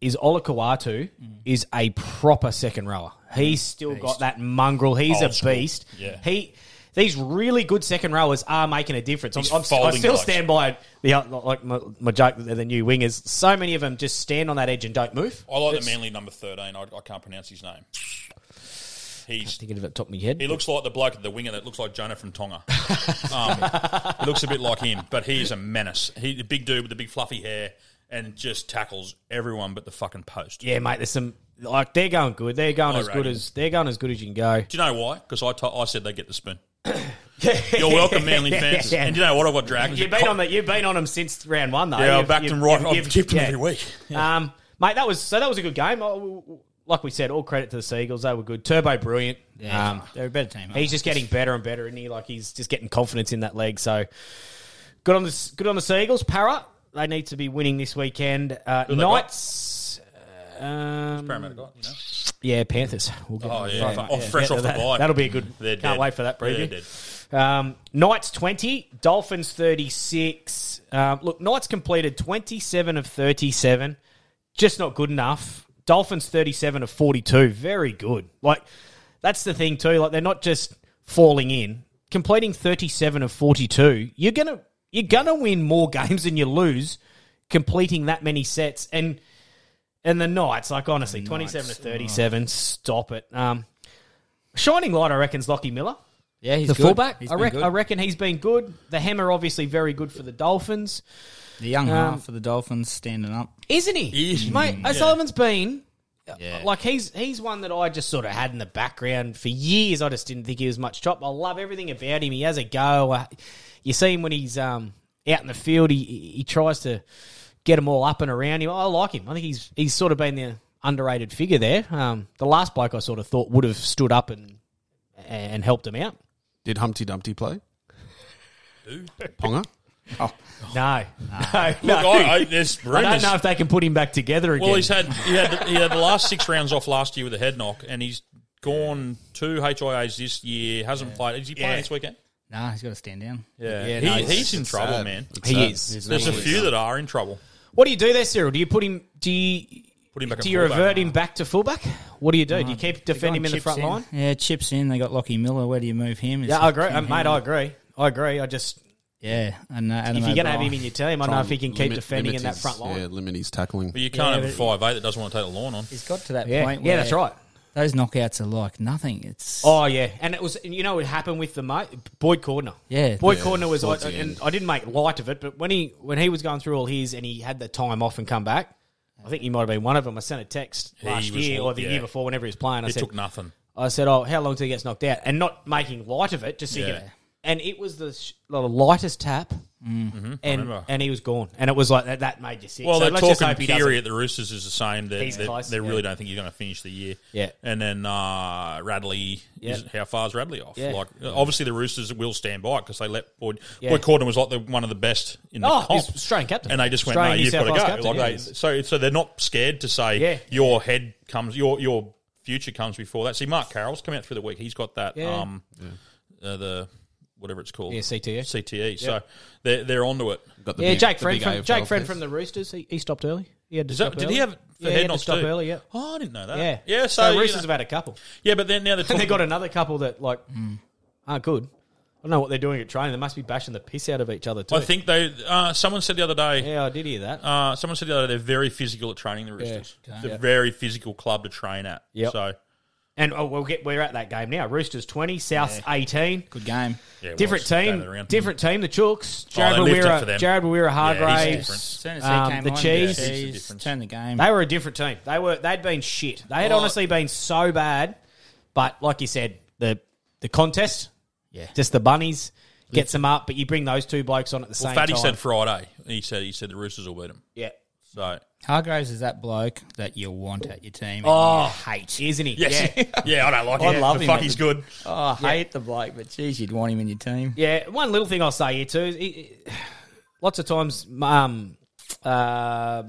Speaker 1: Is
Speaker 5: Mm.
Speaker 1: Olakawatu is a proper second rower. He's still got that mongrel. He's
Speaker 5: Old
Speaker 1: a
Speaker 5: school.
Speaker 1: beast.
Speaker 5: Yeah.
Speaker 1: He. These really good second rowers are making a difference. I'm,
Speaker 5: He's
Speaker 1: I'm, I
Speaker 5: folding
Speaker 1: still
Speaker 5: blokes.
Speaker 1: stand by the like my, my joke that they're the new wingers. So many of them just stand on that edge and don't move.
Speaker 5: I like the Manly number thirteen. I, I can't pronounce his name. He's
Speaker 1: thinking of it top of my head.
Speaker 5: he looks like the bloke at the winger that looks like Jonah from Tonga. Um, he looks a bit like him, but he is a menace. He the big dude with the big fluffy hair and just tackles everyone but the fucking post.
Speaker 1: yeah, mate. There's some like they're going good. They're going
Speaker 5: I
Speaker 1: as good
Speaker 5: reckon.
Speaker 1: as they're going as good as you can go.
Speaker 5: Do you know why? Because I to- I said they get the spoon. You're welcome, Manly fans.
Speaker 1: Yeah.
Speaker 5: And do you know what? I've got Dragons.
Speaker 1: You've been on that. You've been on them since round one, though.
Speaker 5: Yeah, I
Speaker 1: You've-
Speaker 5: backed
Speaker 1: you've-
Speaker 5: them right.
Speaker 1: you've-
Speaker 5: I've
Speaker 1: you've-
Speaker 5: kept them
Speaker 1: yeah.
Speaker 5: every week.
Speaker 1: Um, mate, that was so that was a good game. Oh, Like we said, all credit to the Seagulls. They were good. Turbo, brilliant. Um,
Speaker 7: They're a better team. aren't
Speaker 1: he's just getting better and better, isn't he? Like he's just getting confidence in that leg. So good on the good on the Seagulls. Para, they need to be winning this weekend. Uh,
Speaker 5: they got?
Speaker 1: Knights. Um,
Speaker 5: Parramatta got, you know.
Speaker 1: Yeah, Panthers. We'll get
Speaker 5: Oh
Speaker 1: to
Speaker 5: yeah,
Speaker 1: that.
Speaker 5: Oh, fresh
Speaker 1: Yeah,
Speaker 5: off
Speaker 1: that-
Speaker 5: the bike.
Speaker 1: That'll be a good.
Speaker 5: They're
Speaker 1: can't
Speaker 5: dead.
Speaker 1: wait for that
Speaker 5: They're
Speaker 1: preview.
Speaker 5: dead.
Speaker 1: Um, Knights twenty, Dolphins thirty six. Um, look, Knights completed twenty seven of thirty seven, just not good enough. Dolphins thirty seven of forty two, very good. Like that's the thing too. Like they're not just falling in. Completing thirty seven of forty two, you're gonna. You're gonna win more games than you lose completing that many sets and and the Knights, like honestly, twenty seven to
Speaker 7: Knights,
Speaker 1: thirty seven, stop it. Um, shining light, I reckon's Lockie Miller.
Speaker 7: Yeah, he's
Speaker 1: the
Speaker 7: good.
Speaker 1: fullback.
Speaker 7: He's
Speaker 1: I,
Speaker 7: been
Speaker 1: reckon.
Speaker 7: good.
Speaker 1: I reckon he's been good. The hammer, obviously, very good for the Dolphins.
Speaker 7: The young
Speaker 1: Um,
Speaker 7: half for the Dolphins standing up.
Speaker 1: Isn't he?
Speaker 5: Is-
Speaker 1: Mate,
Speaker 7: Mm.
Speaker 5: Yeah.
Speaker 1: O'Sullivan's been like he's he's one that I just sort of had in the background for years. I just didn't think he was much top. I love everything about him. He has a go. Uh, You see him when he's um, out in the field. He he tries to get them all up and around him. I like him. I think he's he's sort of been the underrated figure there. Um, the last bloke I sort of thought would have stood up and and helped him out.
Speaker 10: Did Humpty Dumpty play? Ponga?
Speaker 1: No, no, no.
Speaker 5: Look, I, I, there's
Speaker 1: I
Speaker 5: rumours.
Speaker 1: don't know if they can put him back together again.
Speaker 5: Well, he's had he had he had the last six rounds off last year with a head knock, and he's gone two HIAs this year. Hasn't played. Is he playing this weekend?
Speaker 7: Nah, he's got to stand down.
Speaker 5: Yeah,
Speaker 7: Yeah,
Speaker 5: he,
Speaker 7: no, it's-
Speaker 5: he's in
Speaker 10: it's
Speaker 5: trouble,
Speaker 10: sad.
Speaker 5: man.
Speaker 10: It's
Speaker 1: He
Speaker 10: sad.
Speaker 1: is.
Speaker 10: It's
Speaker 5: There's a
Speaker 10: really
Speaker 5: few
Speaker 10: sad.
Speaker 5: that are in trouble.
Speaker 1: What do you do there, Cyril? Do you put him? Do you
Speaker 5: Put him back.
Speaker 1: do
Speaker 5: at
Speaker 1: you
Speaker 5: fullback.
Speaker 1: revert him back to fullback? What do you do? Do you keep
Speaker 7: They got
Speaker 1: defend him in the
Speaker 7: chips
Speaker 1: front line?
Speaker 7: Yeah, chips in. They got Lockie Miller. Where do you move him? It's
Speaker 1: Yeah, I
Speaker 7: like
Speaker 1: agree,
Speaker 7: Tim
Speaker 1: Uh, mate. I
Speaker 7: Henry.
Speaker 1: agree. I agree. I just
Speaker 7: Yeah, and uh, Adam
Speaker 1: if you're going to have
Speaker 7: O'Brien.
Speaker 1: him in your team, I don't know if he can keep
Speaker 10: Limit-
Speaker 1: defending
Speaker 10: limit
Speaker 1: in that
Speaker 10: his-
Speaker 1: front line.
Speaker 10: Yeah, limit his tackling.
Speaker 5: But you can't
Speaker 7: Yeah,
Speaker 5: have a five eight that doesn't want to take the lawn on.
Speaker 7: He's got to that
Speaker 1: Yeah,
Speaker 7: point.
Speaker 1: yeah,
Speaker 7: where
Speaker 1: that's right.
Speaker 7: Those knockouts are like nothing. It's
Speaker 1: Oh yeah, and it was and you know what happened with the mate Boyd Cordner.
Speaker 7: Yeah.
Speaker 1: Boyd
Speaker 7: Yeah,
Speaker 1: Cordner was
Speaker 10: towards
Speaker 1: I,
Speaker 10: the
Speaker 1: and
Speaker 10: end.
Speaker 1: I didn't make light of it, but when he when he was going through all his and he had the time off and come back, I think he might have been one of them. I sent a text
Speaker 5: He
Speaker 1: last
Speaker 5: was
Speaker 1: year
Speaker 5: all-
Speaker 1: or the
Speaker 5: yeah.
Speaker 1: year before, whenever he was playing. I
Speaker 5: It
Speaker 1: said,
Speaker 5: took nothing.
Speaker 1: I said, "Oh, how long till he gets knocked out?" And not making light of it, just so you
Speaker 5: Yeah.
Speaker 1: can- and it was the, sh- the lightest tap, and
Speaker 5: Mm-hmm. remember.
Speaker 1: and he was gone, and it was like that. That made you sick.
Speaker 5: Well,
Speaker 1: so
Speaker 5: they're
Speaker 1: let's just
Speaker 5: talking
Speaker 1: hope he
Speaker 5: Peary
Speaker 1: doesn't.
Speaker 5: at the Roosters is the same. They,
Speaker 1: He's
Speaker 5: they,
Speaker 1: close,
Speaker 5: they
Speaker 1: yeah.
Speaker 5: really don't think he's going to finish the year.
Speaker 1: Yeah.
Speaker 5: And then uh, Radley,
Speaker 1: Yeah.
Speaker 5: is, how far is Radley off?
Speaker 1: Yeah.
Speaker 5: Like obviously the Roosters will stand by because they let Boyd.
Speaker 1: Yeah.
Speaker 5: Boyd Corden was like the, one of the best in the
Speaker 1: Oh,
Speaker 5: comp.
Speaker 1: he's Australian captain.
Speaker 5: and they just went,
Speaker 1: Australian
Speaker 5: no,
Speaker 1: New
Speaker 5: you've
Speaker 1: South
Speaker 5: got to
Speaker 1: Wales
Speaker 5: go.
Speaker 1: captain,
Speaker 5: like
Speaker 1: yeah,
Speaker 5: they-
Speaker 1: he's-
Speaker 5: so, so they're not scared to say
Speaker 1: Yeah.
Speaker 5: your head comes, your your future comes before that. See, Mark Carroll's come out through the week. He's got that,
Speaker 1: Yeah.
Speaker 5: um, uh, the whatever it's called,
Speaker 1: Yeah, CTE.
Speaker 5: CTE. So they're they're onto it.
Speaker 10: Got the
Speaker 1: yeah,
Speaker 10: big-
Speaker 1: Jake
Speaker 10: the
Speaker 1: Friend
Speaker 10: big
Speaker 1: from
Speaker 10: AFL
Speaker 1: Jake Friend
Speaker 10: players.
Speaker 1: from the Roosters. He, he stopped early. He had to
Speaker 5: Is that-
Speaker 1: stop
Speaker 5: did
Speaker 1: early.
Speaker 5: he have
Speaker 1: yeah,
Speaker 5: for
Speaker 1: he
Speaker 5: head
Speaker 1: had to
Speaker 5: knocks
Speaker 1: stop
Speaker 5: too?
Speaker 1: early? Yeah,
Speaker 5: Oh, I didn't know that.
Speaker 1: yeah,
Speaker 5: yeah. So, you
Speaker 1: Roosters
Speaker 5: know-
Speaker 1: have had a couple,
Speaker 5: yeah, but then now they're
Speaker 1: and they
Speaker 5: talking,
Speaker 1: got another couple that like
Speaker 5: Mm.
Speaker 1: aren't good. I don't know what they're doing at training. They must be bashing the piss out of each other too.
Speaker 5: I think they. Uh, someone said the other day.
Speaker 1: Yeah, I did hear that.
Speaker 5: Uh, someone said the other day they're very physical at training. The Roosters. It's a very physical club to train at.
Speaker 1: Yep.
Speaker 5: So
Speaker 1: And oh, we'll get we're at that game now. Roosters twenty, Souths eighteen.
Speaker 7: good game.
Speaker 5: yeah, well,
Speaker 1: Different
Speaker 5: it's down to the
Speaker 1: team,
Speaker 5: round.
Speaker 1: different team. The Chooks,
Speaker 5: Oh, they
Speaker 1: Jared
Speaker 5: lived it for
Speaker 1: Weir,
Speaker 5: them.
Speaker 1: Jared Weir,
Speaker 5: Yeah, he's
Speaker 1: Hargraves.
Speaker 5: different.
Speaker 7: As soon as he
Speaker 1: Um,
Speaker 7: came
Speaker 1: the
Speaker 7: on,
Speaker 1: cheese-
Speaker 5: Yeah, he's the
Speaker 7: cheese
Speaker 5: difference.
Speaker 7: turned the game.
Speaker 1: they were a different team. They were they'd been shit. They had honestly been so bad, but like you said, the the contest,
Speaker 7: Yeah.
Speaker 1: just the bunnies gets them up. But you bring those two blokes on at the
Speaker 5: Well,
Speaker 1: same
Speaker 5: Fatty
Speaker 1: time.
Speaker 5: said Friday. He said he said the Roosters will beat them.
Speaker 1: yeah,
Speaker 5: So
Speaker 7: Hargraves is that bloke that you want at your team. and
Speaker 1: Oh.
Speaker 7: you hate.
Speaker 1: isn't he?
Speaker 5: yes,
Speaker 1: Yeah.
Speaker 5: yeah, I don't like
Speaker 1: I
Speaker 5: him.
Speaker 1: love
Speaker 5: but
Speaker 1: him,
Speaker 5: Fuck,
Speaker 1: mate.
Speaker 5: he's good.
Speaker 7: Oh, I hate the bloke, but geez, you'd want him in your team.
Speaker 1: Yeah, one little thing I'll say here too. Is it, lots of times, um, uh,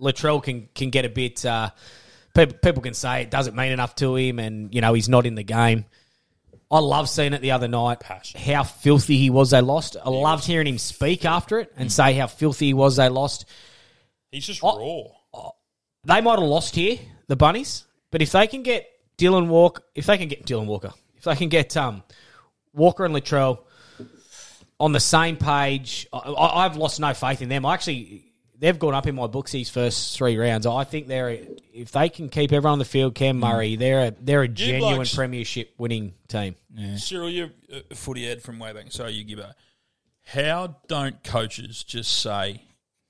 Speaker 1: Latrell can can get a bit. Uh, people, people can say it doesn't mean enough to him, and you know he's not in the game. I love seeing it the other night. How filthy he was. They lost. I loved hearing him speak after it and say how filthy he was. They lost.
Speaker 5: He's just
Speaker 1: Oh.
Speaker 5: raw.
Speaker 1: They might have lost here, the bunnies, but if they can get Dylan Walker, if they can get Dylan Walker, if they can get um, Walker and Latrell on the same page, I, I, I've lost no faith in them. I actually, they've gone up in my books these first three rounds. I think they're if they can keep everyone on the field, Cam Murray, they're a, they're a genuine
Speaker 5: blokes-
Speaker 1: premiership winning team.
Speaker 5: Cyril, you're a footy head from way back. Sorry, you give up. How don't coaches just say,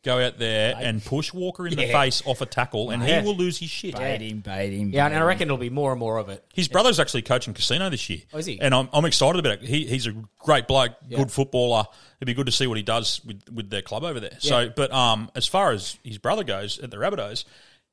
Speaker 5: go out there and push Walker in the face off a tackle and
Speaker 1: Yeah.
Speaker 5: he will lose his shit?
Speaker 7: Bait him, bait him.
Speaker 1: Yeah,
Speaker 7: bait
Speaker 1: and I
Speaker 7: him.
Speaker 1: reckon it'll be more and more of it.
Speaker 5: His brother's actually coaching Casino this year.
Speaker 1: Oh, is he?
Speaker 5: And I'm, I'm excited about it. He, he's a great bloke, good footballer. It'd be good to see what he does with, with their club over there. So, but um, as far as his brother goes at the Rabbitohs,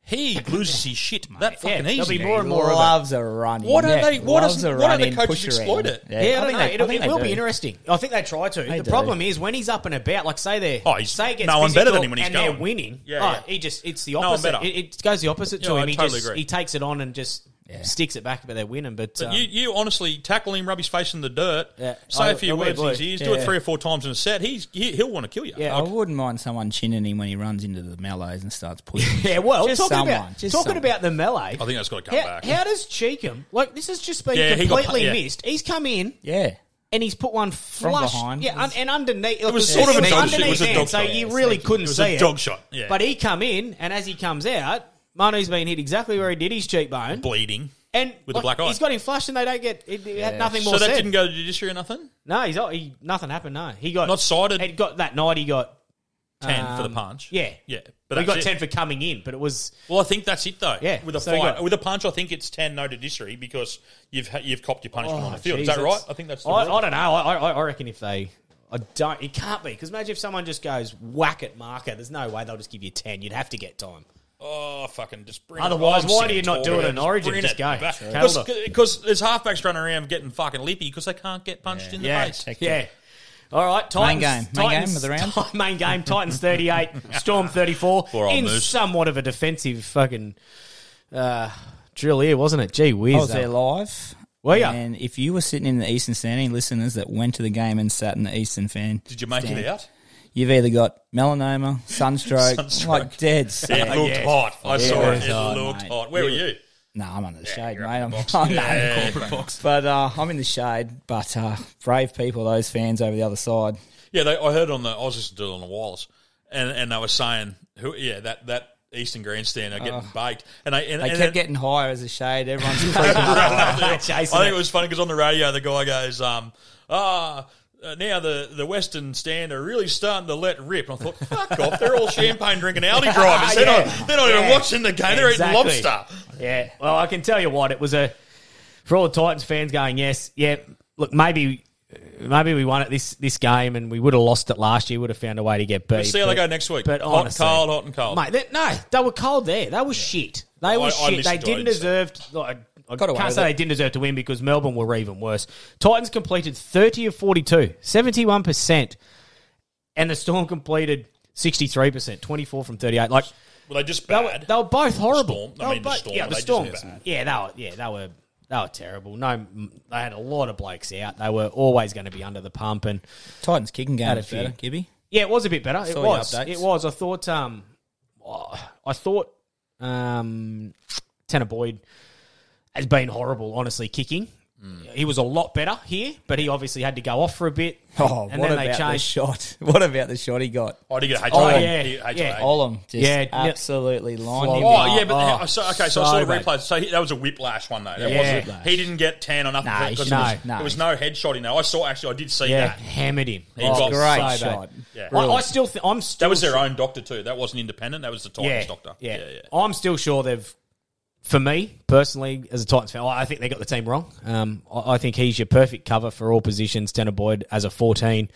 Speaker 5: he loses his shit that
Speaker 1: Yeah,
Speaker 5: fucking
Speaker 1: there'll
Speaker 5: easy.
Speaker 1: be more and more of it.
Speaker 7: loves a run.
Speaker 5: Why don't
Speaker 7: Yeah,
Speaker 5: they- why
Speaker 7: loves
Speaker 5: doesn't-
Speaker 7: a
Speaker 5: why don't
Speaker 7: run
Speaker 5: the
Speaker 7: in,
Speaker 5: coaches
Speaker 7: push around.
Speaker 5: exploit it?
Speaker 1: Yeah, I,
Speaker 7: think
Speaker 1: don't
Speaker 7: they-
Speaker 1: know. It'll,
Speaker 7: think
Speaker 1: it
Speaker 7: they
Speaker 1: will
Speaker 7: do.
Speaker 1: be interesting. I think they try to. the
Speaker 7: do.
Speaker 1: problem is when he's up and about, like say they're
Speaker 5: Oh, he's
Speaker 1: say it gets
Speaker 5: no one better than
Speaker 1: physical
Speaker 5: him when he's
Speaker 1: and they're
Speaker 5: going.
Speaker 1: winning.
Speaker 5: Yeah,
Speaker 1: oh,
Speaker 5: yeah.
Speaker 1: he just it's the
Speaker 5: one
Speaker 1: opposite.
Speaker 5: better.
Speaker 1: it, it goes the opposite to
Speaker 5: Yeah, I
Speaker 1: him. he
Speaker 5: totally
Speaker 1: just
Speaker 5: agree.
Speaker 1: he takes it on and just sticks it back, but they're winning. But,
Speaker 5: But
Speaker 1: um,
Speaker 5: you, you honestly tackle him, rub his face in the dirt,
Speaker 1: Yeah. Oh,
Speaker 5: say
Speaker 1: I-
Speaker 5: a few
Speaker 1: I would,
Speaker 5: words in his
Speaker 1: would.
Speaker 5: ears, do it
Speaker 7: Yeah.
Speaker 5: three or four times in a set. He's he, he'll want to kill you. Uh,
Speaker 1: Yeah.
Speaker 7: I wouldn't mind someone chinning him when he runs into the mellows and starts pushing.
Speaker 1: yeah, well,
Speaker 7: Just
Speaker 1: talking
Speaker 7: someone,
Speaker 1: about
Speaker 7: just
Speaker 1: talking
Speaker 7: someone.
Speaker 1: about the melee.
Speaker 5: I think
Speaker 1: and he's put one flush,
Speaker 7: behind.
Speaker 1: yeah, un- and underneath. It
Speaker 5: was sort of a dog shot. It
Speaker 1: underneath
Speaker 5: was a
Speaker 1: hand,
Speaker 5: dog
Speaker 1: so
Speaker 5: shot.
Speaker 1: you
Speaker 5: Yeah,
Speaker 1: really
Speaker 5: sneaky.
Speaker 1: couldn't
Speaker 5: It was
Speaker 1: see
Speaker 5: a
Speaker 1: it.
Speaker 5: dog shot, yeah.
Speaker 1: But he come in, and as he comes out, Manu's been hit exactly where he did his cheekbone,
Speaker 5: bleeding,
Speaker 1: and
Speaker 5: with
Speaker 1: like,
Speaker 5: a black eye.
Speaker 1: He's got him flushed, and they don't get. It, it had nothing more.
Speaker 5: So that
Speaker 1: said.
Speaker 5: didn't go to judiciary or nothing.
Speaker 1: No, he's not, he, nothing happened. No, he got
Speaker 5: not cited.
Speaker 1: He got that night. He got
Speaker 5: Ten for the
Speaker 1: um,
Speaker 5: punch.
Speaker 1: Yeah,
Speaker 5: yeah.
Speaker 1: But he got
Speaker 5: that's it.
Speaker 1: ten for coming in, but it was
Speaker 5: Well, I think that's it though.
Speaker 1: Yeah,
Speaker 5: with a
Speaker 1: so he
Speaker 5: fight,
Speaker 1: got-
Speaker 5: with a punch, I think it's ten no judiciary because you've ha- you've copped your punishment
Speaker 1: Oh,
Speaker 5: on the field.
Speaker 1: geez,
Speaker 5: Is that right? I think that's. The
Speaker 1: I,
Speaker 5: rule.
Speaker 1: I don't know. I, I, I reckon if they, I don't. It can't be because imagine if someone just goes whack at marker. There's no way they'll just give you ten. You'd have to get time.
Speaker 5: Oh, fucking just bring
Speaker 1: Otherwise,
Speaker 5: it.
Speaker 1: why
Speaker 5: I'm
Speaker 1: do you
Speaker 5: sick of
Speaker 1: not do it
Speaker 5: talking.
Speaker 1: in Origin?
Speaker 5: bring
Speaker 1: Just
Speaker 5: it
Speaker 1: go.
Speaker 5: back.
Speaker 1: Sure.
Speaker 5: Because there's halfbacks running around getting fucking lippy because they can't get punched in the
Speaker 1: yeah,
Speaker 5: face.
Speaker 1: yeah. All right,
Speaker 5: Main
Speaker 1: Titans.
Speaker 5: game. Main
Speaker 1: Titans-
Speaker 5: game of the round?
Speaker 1: main game. Titans thirty-eight, Storm thirty-four.
Speaker 5: Poor old
Speaker 1: in
Speaker 5: Moose.
Speaker 1: somewhat of a defensive fucking uh, drill here, wasn't it? Gee whiz!
Speaker 7: I was
Speaker 1: that-
Speaker 7: there live.
Speaker 1: Were ya?
Speaker 7: And if you were sitting in the Eastern stand, any listeners that went to the game and sat in the Eastern fan,
Speaker 5: Did you make it
Speaker 7: stand,
Speaker 5: out?
Speaker 7: You've either got melanoma, sunstroke,
Speaker 5: Sunstroke.
Speaker 7: like dead.
Speaker 5: Yeah, it looked hot. I saw it. It looked hot. Where were you?
Speaker 7: No, I'm under the shade, mate.
Speaker 5: in
Speaker 7: I'm,
Speaker 5: the box.
Speaker 7: I'm
Speaker 5: Yeah,
Speaker 7: not in
Speaker 5: yeah,
Speaker 7: the corporate box. But uh, I'm in the shade. But uh, brave people, those fans over the other side.
Speaker 5: Yeah, they, I heard on the I was listening to it on the wireless, and and they were saying who yeah that that Eastern grandstand are getting
Speaker 7: Oh.
Speaker 5: baked, and they and,
Speaker 7: they
Speaker 5: and
Speaker 7: kept getting higher as a shade. Everyone's
Speaker 5: Right,
Speaker 7: creeping up.
Speaker 5: I think it was funny because on the radio the guy goes, um, ah. uh, now the, the Western stand are really starting to let rip. And I thought, fuck off! They're all champagne drinking Audi drivers. They're not, they're not even
Speaker 1: Ah, Yeah.
Speaker 5: watching the game. They're
Speaker 1: Exactly.
Speaker 5: eating lobster.
Speaker 1: Yeah. Well, I can tell you what, it was a for all the Titans fans going, yes, yeah. Look, maybe maybe we won it this this game, and we would have lost it last year. Would have found a way to get beat.
Speaker 5: We'll see how they
Speaker 1: but-
Speaker 5: go next week.
Speaker 1: But
Speaker 5: Hot and
Speaker 1: honestly,
Speaker 5: cold, hot and cold.
Speaker 1: mate. They, no, they were cold there. They were shit. They
Speaker 5: Oh. I-
Speaker 1: were
Speaker 5: I
Speaker 1: shit.
Speaker 5: listened
Speaker 1: They
Speaker 5: to
Speaker 1: didn't
Speaker 5: it, I
Speaker 1: deserve. Like, I
Speaker 7: Got away
Speaker 1: can't
Speaker 7: with
Speaker 1: say
Speaker 7: it.
Speaker 1: they didn't deserve to win because Melbourne were even worse. Titans completed thirty of 42, 71 percent, and the Storm completed sixty three percent, twenty four from thirty eight. Like
Speaker 5: Well, they just
Speaker 1: they were, they were both horrible.
Speaker 5: Storm. I
Speaker 1: They were
Speaker 5: mean, the
Speaker 1: both-
Speaker 5: Storm.
Speaker 1: Yeah, the
Speaker 5: They just
Speaker 1: storm.
Speaker 5: bad.
Speaker 1: Yeah, they were. Yeah, they were. They were terrible. No, mm, they had a lot of blokes out. They were always going to be under the pump, and
Speaker 7: Titans kicking game
Speaker 1: Had a
Speaker 7: was
Speaker 1: few.
Speaker 7: better, Gibby.
Speaker 1: yeah, it was a bit better. It
Speaker 7: Saw your
Speaker 1: was.
Speaker 7: updates.
Speaker 1: It was. I thought. Um, oh, I thought. Um, Tanner Boyd has been horrible. Honestly, kicking.
Speaker 5: Mm.
Speaker 1: He was a lot better here, but he obviously had to go off for a bit.
Speaker 7: Oh,
Speaker 1: and
Speaker 7: what
Speaker 1: then
Speaker 7: about
Speaker 1: they
Speaker 7: the
Speaker 1: changed.
Speaker 7: shot? What about the shot he got?
Speaker 5: Oh, did he get a HIA?
Speaker 7: Olam.
Speaker 5: Yeah, He- HIA. yeah.
Speaker 7: Olam just
Speaker 5: Yeah, yeah.
Speaker 7: absolutely lined him
Speaker 5: Oh,
Speaker 7: up.
Speaker 5: yeah, but
Speaker 7: Oh,
Speaker 5: so, okay, so, I saw the
Speaker 7: bad.
Speaker 5: replays. So he, that was a whiplash one though. That
Speaker 7: Yeah.
Speaker 5: wasn't-
Speaker 7: Whiplash.
Speaker 5: he didn't get ten or nothing.
Speaker 7: Nah, he
Speaker 5: because
Speaker 7: should-
Speaker 5: it was,
Speaker 7: no, no.
Speaker 5: it was no headshot in there. I saw actually. I did see
Speaker 1: Yeah,
Speaker 5: that.
Speaker 1: hammered him.
Speaker 5: He
Speaker 1: Oh,
Speaker 5: got
Speaker 1: great
Speaker 5: so
Speaker 1: shot.
Speaker 5: bad. Yeah.
Speaker 1: I, I still, th- I'm still
Speaker 5: that was their own doctor too. That wasn't independent. That was the Titans doctor.
Speaker 1: Yeah. I'm still sure they've. For me personally, as a Titans fan, I I think they got the team wrong. Um, I I think he's your perfect cover for all positions. Tanner Boyd as a fourteen.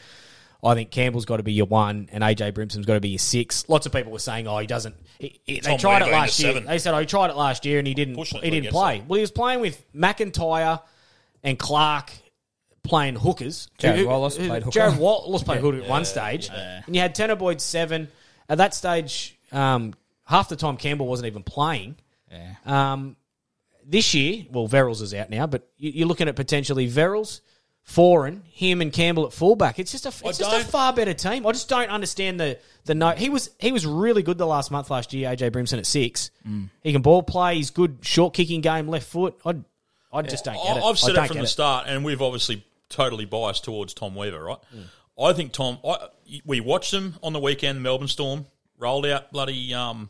Speaker 1: I think Campbell's got to be your one, and AJ Brimson's got to be your six. Lots of people were saying, "Oh, he doesn't." he- he- they
Speaker 5: Tom
Speaker 1: tried
Speaker 5: Reed
Speaker 1: it
Speaker 5: got
Speaker 1: last
Speaker 5: into
Speaker 1: year.
Speaker 5: seven.
Speaker 1: They said, "Oh, he tried it last year, and he didn't.
Speaker 5: Unfortunately,
Speaker 1: He didn't
Speaker 5: against
Speaker 1: play."
Speaker 5: them.
Speaker 1: Well, he was playing with McIntyre and Clark playing hookers.
Speaker 7: Jared
Speaker 1: Who- who-
Speaker 7: Wallace
Speaker 1: who-
Speaker 7: played hooker.
Speaker 1: Jared Wallace played
Speaker 7: Yeah.
Speaker 1: hooker at one
Speaker 7: Yeah,
Speaker 1: stage,
Speaker 7: yeah.
Speaker 1: and you had Tanner Boyd seven. At that stage, um, half the time Campbell wasn't even playing.
Speaker 7: Yeah.
Speaker 1: Um, this year, well, Verrills is out now, but you- you're looking at potentially Verrills, Foran, him, and Campbell at fullback. It's just a it's just a far better team. I just don't understand the the no. He was he was really good the last month last year. AJ Brimson at six.
Speaker 7: Mm.
Speaker 1: He can ball play. He's good short kicking game, left foot. I I just don't get it.
Speaker 5: I, have said
Speaker 1: I don't
Speaker 5: it from
Speaker 1: get
Speaker 5: the start, and we've obviously totally biased towards Tom Weaver, right? I think Tom. I, we watched him on the weekend. Melbourne Storm rolled out bloody um,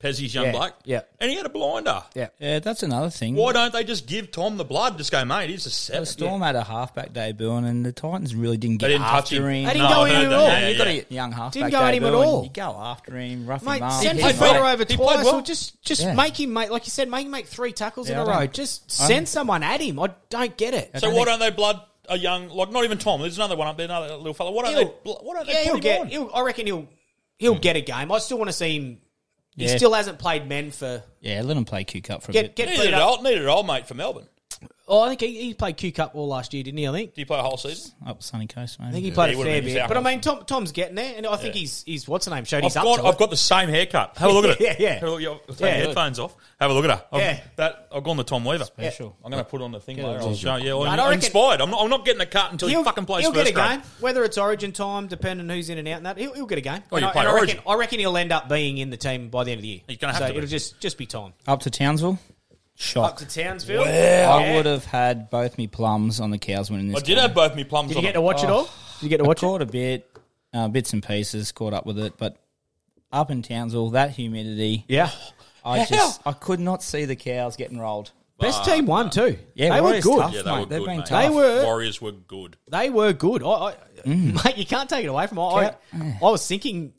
Speaker 5: Pezzy's young
Speaker 7: Yeah,
Speaker 5: bloke,
Speaker 7: yeah.
Speaker 5: and he had a blinder.
Speaker 1: Yeah,
Speaker 7: yeah, that's another thing.
Speaker 5: Why don't they just give Tom the blood? Just go, mate. He's a seven.
Speaker 7: The Storm had a halfback debut, and the Titans really didn't
Speaker 5: They
Speaker 7: get
Speaker 5: didn't touch
Speaker 7: after
Speaker 5: him.
Speaker 7: him.
Speaker 5: They didn't No, go I in heard at that. all. Yeah,
Speaker 7: you got
Speaker 5: yeah.
Speaker 7: a young halfback
Speaker 1: Didn't go at him
Speaker 7: debut,
Speaker 1: at
Speaker 7: and
Speaker 1: all.
Speaker 7: You go after him, rough
Speaker 1: Mate,
Speaker 7: him up.
Speaker 1: send
Speaker 7: He played
Speaker 1: Fafita
Speaker 7: well.
Speaker 1: over
Speaker 7: He played
Speaker 1: twice,
Speaker 7: well.
Speaker 1: or just just
Speaker 7: Yeah.
Speaker 1: make him make like you said, make him make three tackles
Speaker 7: Yeah,
Speaker 1: in a
Speaker 7: I
Speaker 1: row.
Speaker 7: don't-
Speaker 1: Just
Speaker 7: I
Speaker 1: send
Speaker 7: don't-
Speaker 1: someone at him. I don't get it.
Speaker 5: So why don't they blood a young like not even Tom? There's another one up there, another little fella. Why don't
Speaker 1: He'll-
Speaker 5: they? bl- Why don't they
Speaker 1: yeah,
Speaker 5: put
Speaker 1: he'll
Speaker 5: him
Speaker 1: get.
Speaker 5: on?
Speaker 1: He'll, I reckon he'll he'll get a game. I still want to see him. He
Speaker 7: Hmm. Yeah.
Speaker 1: still hasn't played men for.
Speaker 7: Yeah, let him play Q Cup for a
Speaker 1: Get-
Speaker 7: bit.
Speaker 1: get-
Speaker 5: Needed
Speaker 1: put it
Speaker 5: an
Speaker 1: up.
Speaker 5: old, needed an old mate for Melbourne.
Speaker 1: Oh, I think he, he played Q Cup all last year, didn't he? I think.
Speaker 5: Did he play a whole season?
Speaker 7: Up Sunny Coast, mate.
Speaker 1: I think he
Speaker 5: Yeah,
Speaker 1: played
Speaker 5: he
Speaker 1: a
Speaker 5: would've
Speaker 1: fair
Speaker 5: been
Speaker 1: bit,
Speaker 5: South
Speaker 1: but I mean, Tom Tom's getting there, and I think he's he's what's the name showed
Speaker 5: I've
Speaker 1: he's up
Speaker 5: got,
Speaker 1: to
Speaker 5: I've
Speaker 1: it.
Speaker 5: got the same haircut. Have a look at it.
Speaker 1: Yeah, yeah.
Speaker 5: Have a look- I'll I'll take my
Speaker 1: Yeah.
Speaker 5: headphones off. Have a look at her. I've,
Speaker 1: Yeah.
Speaker 5: that, I've gone the Tom Weaver.
Speaker 1: Special.
Speaker 5: I'm going to put on the thing
Speaker 1: Yeah,
Speaker 5: later.
Speaker 1: it
Speaker 5: I'll
Speaker 1: is
Speaker 5: show
Speaker 1: your-
Speaker 5: you.
Speaker 1: Mate,
Speaker 5: I'm,
Speaker 1: I
Speaker 5: I'm
Speaker 1: reckon-
Speaker 5: inspired. I'm not, I'm not getting a cut until he
Speaker 1: He'll-
Speaker 5: fucking plays
Speaker 1: He'll
Speaker 5: first
Speaker 1: get a
Speaker 5: grade.
Speaker 1: game, whether it's Origin time, depending who's in and out. And that he'll, he'll get a game.
Speaker 5: Oh,
Speaker 1: And
Speaker 5: you
Speaker 1: I,
Speaker 5: play
Speaker 1: and I reckon,
Speaker 5: Origin.
Speaker 1: I reckon he'll end up being in the team by the end of the year.
Speaker 5: He's gonna have
Speaker 1: so
Speaker 5: to be.
Speaker 1: It'll just just be time.
Speaker 7: Up to Townsville. Shock.
Speaker 8: Up to Townsville?
Speaker 7: I
Speaker 8: Wow. Yeah.
Speaker 7: would have had both me plums on the cows winning this.
Speaker 5: I Oh, did have both me plums Did you on get them. to watch it all?
Speaker 7: Did you get to watch I it? Caught a bit, uh, bits and pieces. Caught up with it, but up in Townsville, that humidity.
Speaker 1: Yeah.
Speaker 7: I
Speaker 1: Hell.
Speaker 7: just I could not see the cows getting rolled.
Speaker 1: Best team won too.
Speaker 7: Yeah,
Speaker 1: they were
Speaker 7: Warriors
Speaker 1: good.
Speaker 7: tough, Yeah, they mate. were They've good, been mate. tough.
Speaker 1: They were.
Speaker 5: Warriors were good.
Speaker 1: They were good. I, I,
Speaker 5: Mm.
Speaker 1: Mate, you can't take it away from. I, I, I was thinking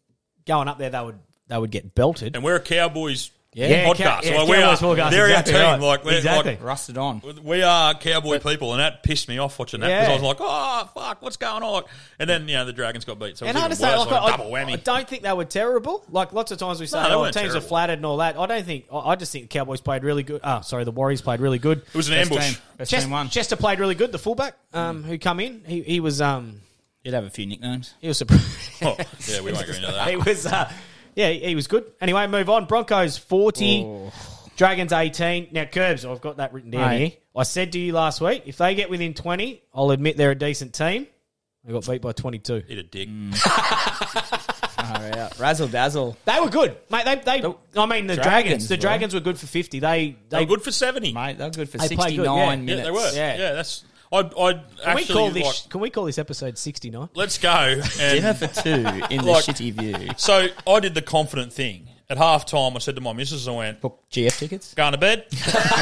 Speaker 1: going up there they would they would get belted.
Speaker 5: And we're a Cowboys
Speaker 1: Yeah,
Speaker 5: podcast.
Speaker 1: Cow- yeah,
Speaker 5: like we are,
Speaker 1: Cowboys podcast,
Speaker 5: they're
Speaker 1: exactly
Speaker 5: our team.
Speaker 1: right.
Speaker 5: Like, we're,
Speaker 1: Exactly.
Speaker 5: like
Speaker 7: rusted on.
Speaker 5: We are Cowboy people, and that pissed me off watching that because
Speaker 1: Yeah.
Speaker 5: I was like, oh fuck, what's going on? And then you know the Dragons got beat, so it was
Speaker 1: And I
Speaker 5: even worse.
Speaker 1: understand,
Speaker 5: like,
Speaker 1: like, I,
Speaker 5: a double
Speaker 1: I
Speaker 5: whammy.
Speaker 1: don't think they were terrible. Like lots of times we say,
Speaker 5: No, they
Speaker 1: oh,
Speaker 5: weren't
Speaker 1: teams are
Speaker 5: terrible.
Speaker 1: flattered and all that. I don't think. I I just think the Cowboys played really good. Oh, sorry, the Warriors played really good. It
Speaker 5: was an Best ambush. team. Best
Speaker 1: Chester,
Speaker 5: team won.
Speaker 1: Chester played really good. The fullback um, who come in, he, he was. Um,
Speaker 7: He'd have a few nicknames.
Speaker 1: He was surprised.
Speaker 5: Oh, yeah, we won't go into that.
Speaker 1: he was. Uh, yeah, he was good. Anyway, move on. Broncos forty, Dragons eighteen. Now, Curbs, I've got that written down
Speaker 7: Mate.
Speaker 1: here. I said to you last week, if they get within twenty, I'll admit they're a decent team. They got beat by twenty-two.
Speaker 5: Eat a dick.
Speaker 7: Razzle dazzle.
Speaker 1: They were good, mate. They, they I mean, the dragons.
Speaker 7: Dragons
Speaker 1: the
Speaker 7: were.
Speaker 1: dragons were good for fifty. They, they,
Speaker 5: They were good for seventy,
Speaker 7: mate. They were good for
Speaker 1: They played good, yeah.
Speaker 5: Yeah, they were. Yeah, that's. I, I can
Speaker 1: Can
Speaker 5: actually
Speaker 1: we call
Speaker 5: like,
Speaker 1: this? can we call this episode sixty nine?
Speaker 5: Let's go. And
Speaker 1: Dinner for two in the
Speaker 7: shitty view.
Speaker 5: So I did the confident thing. At half time, I said to my missus, I went,
Speaker 7: GF tickets?
Speaker 5: Going to bed.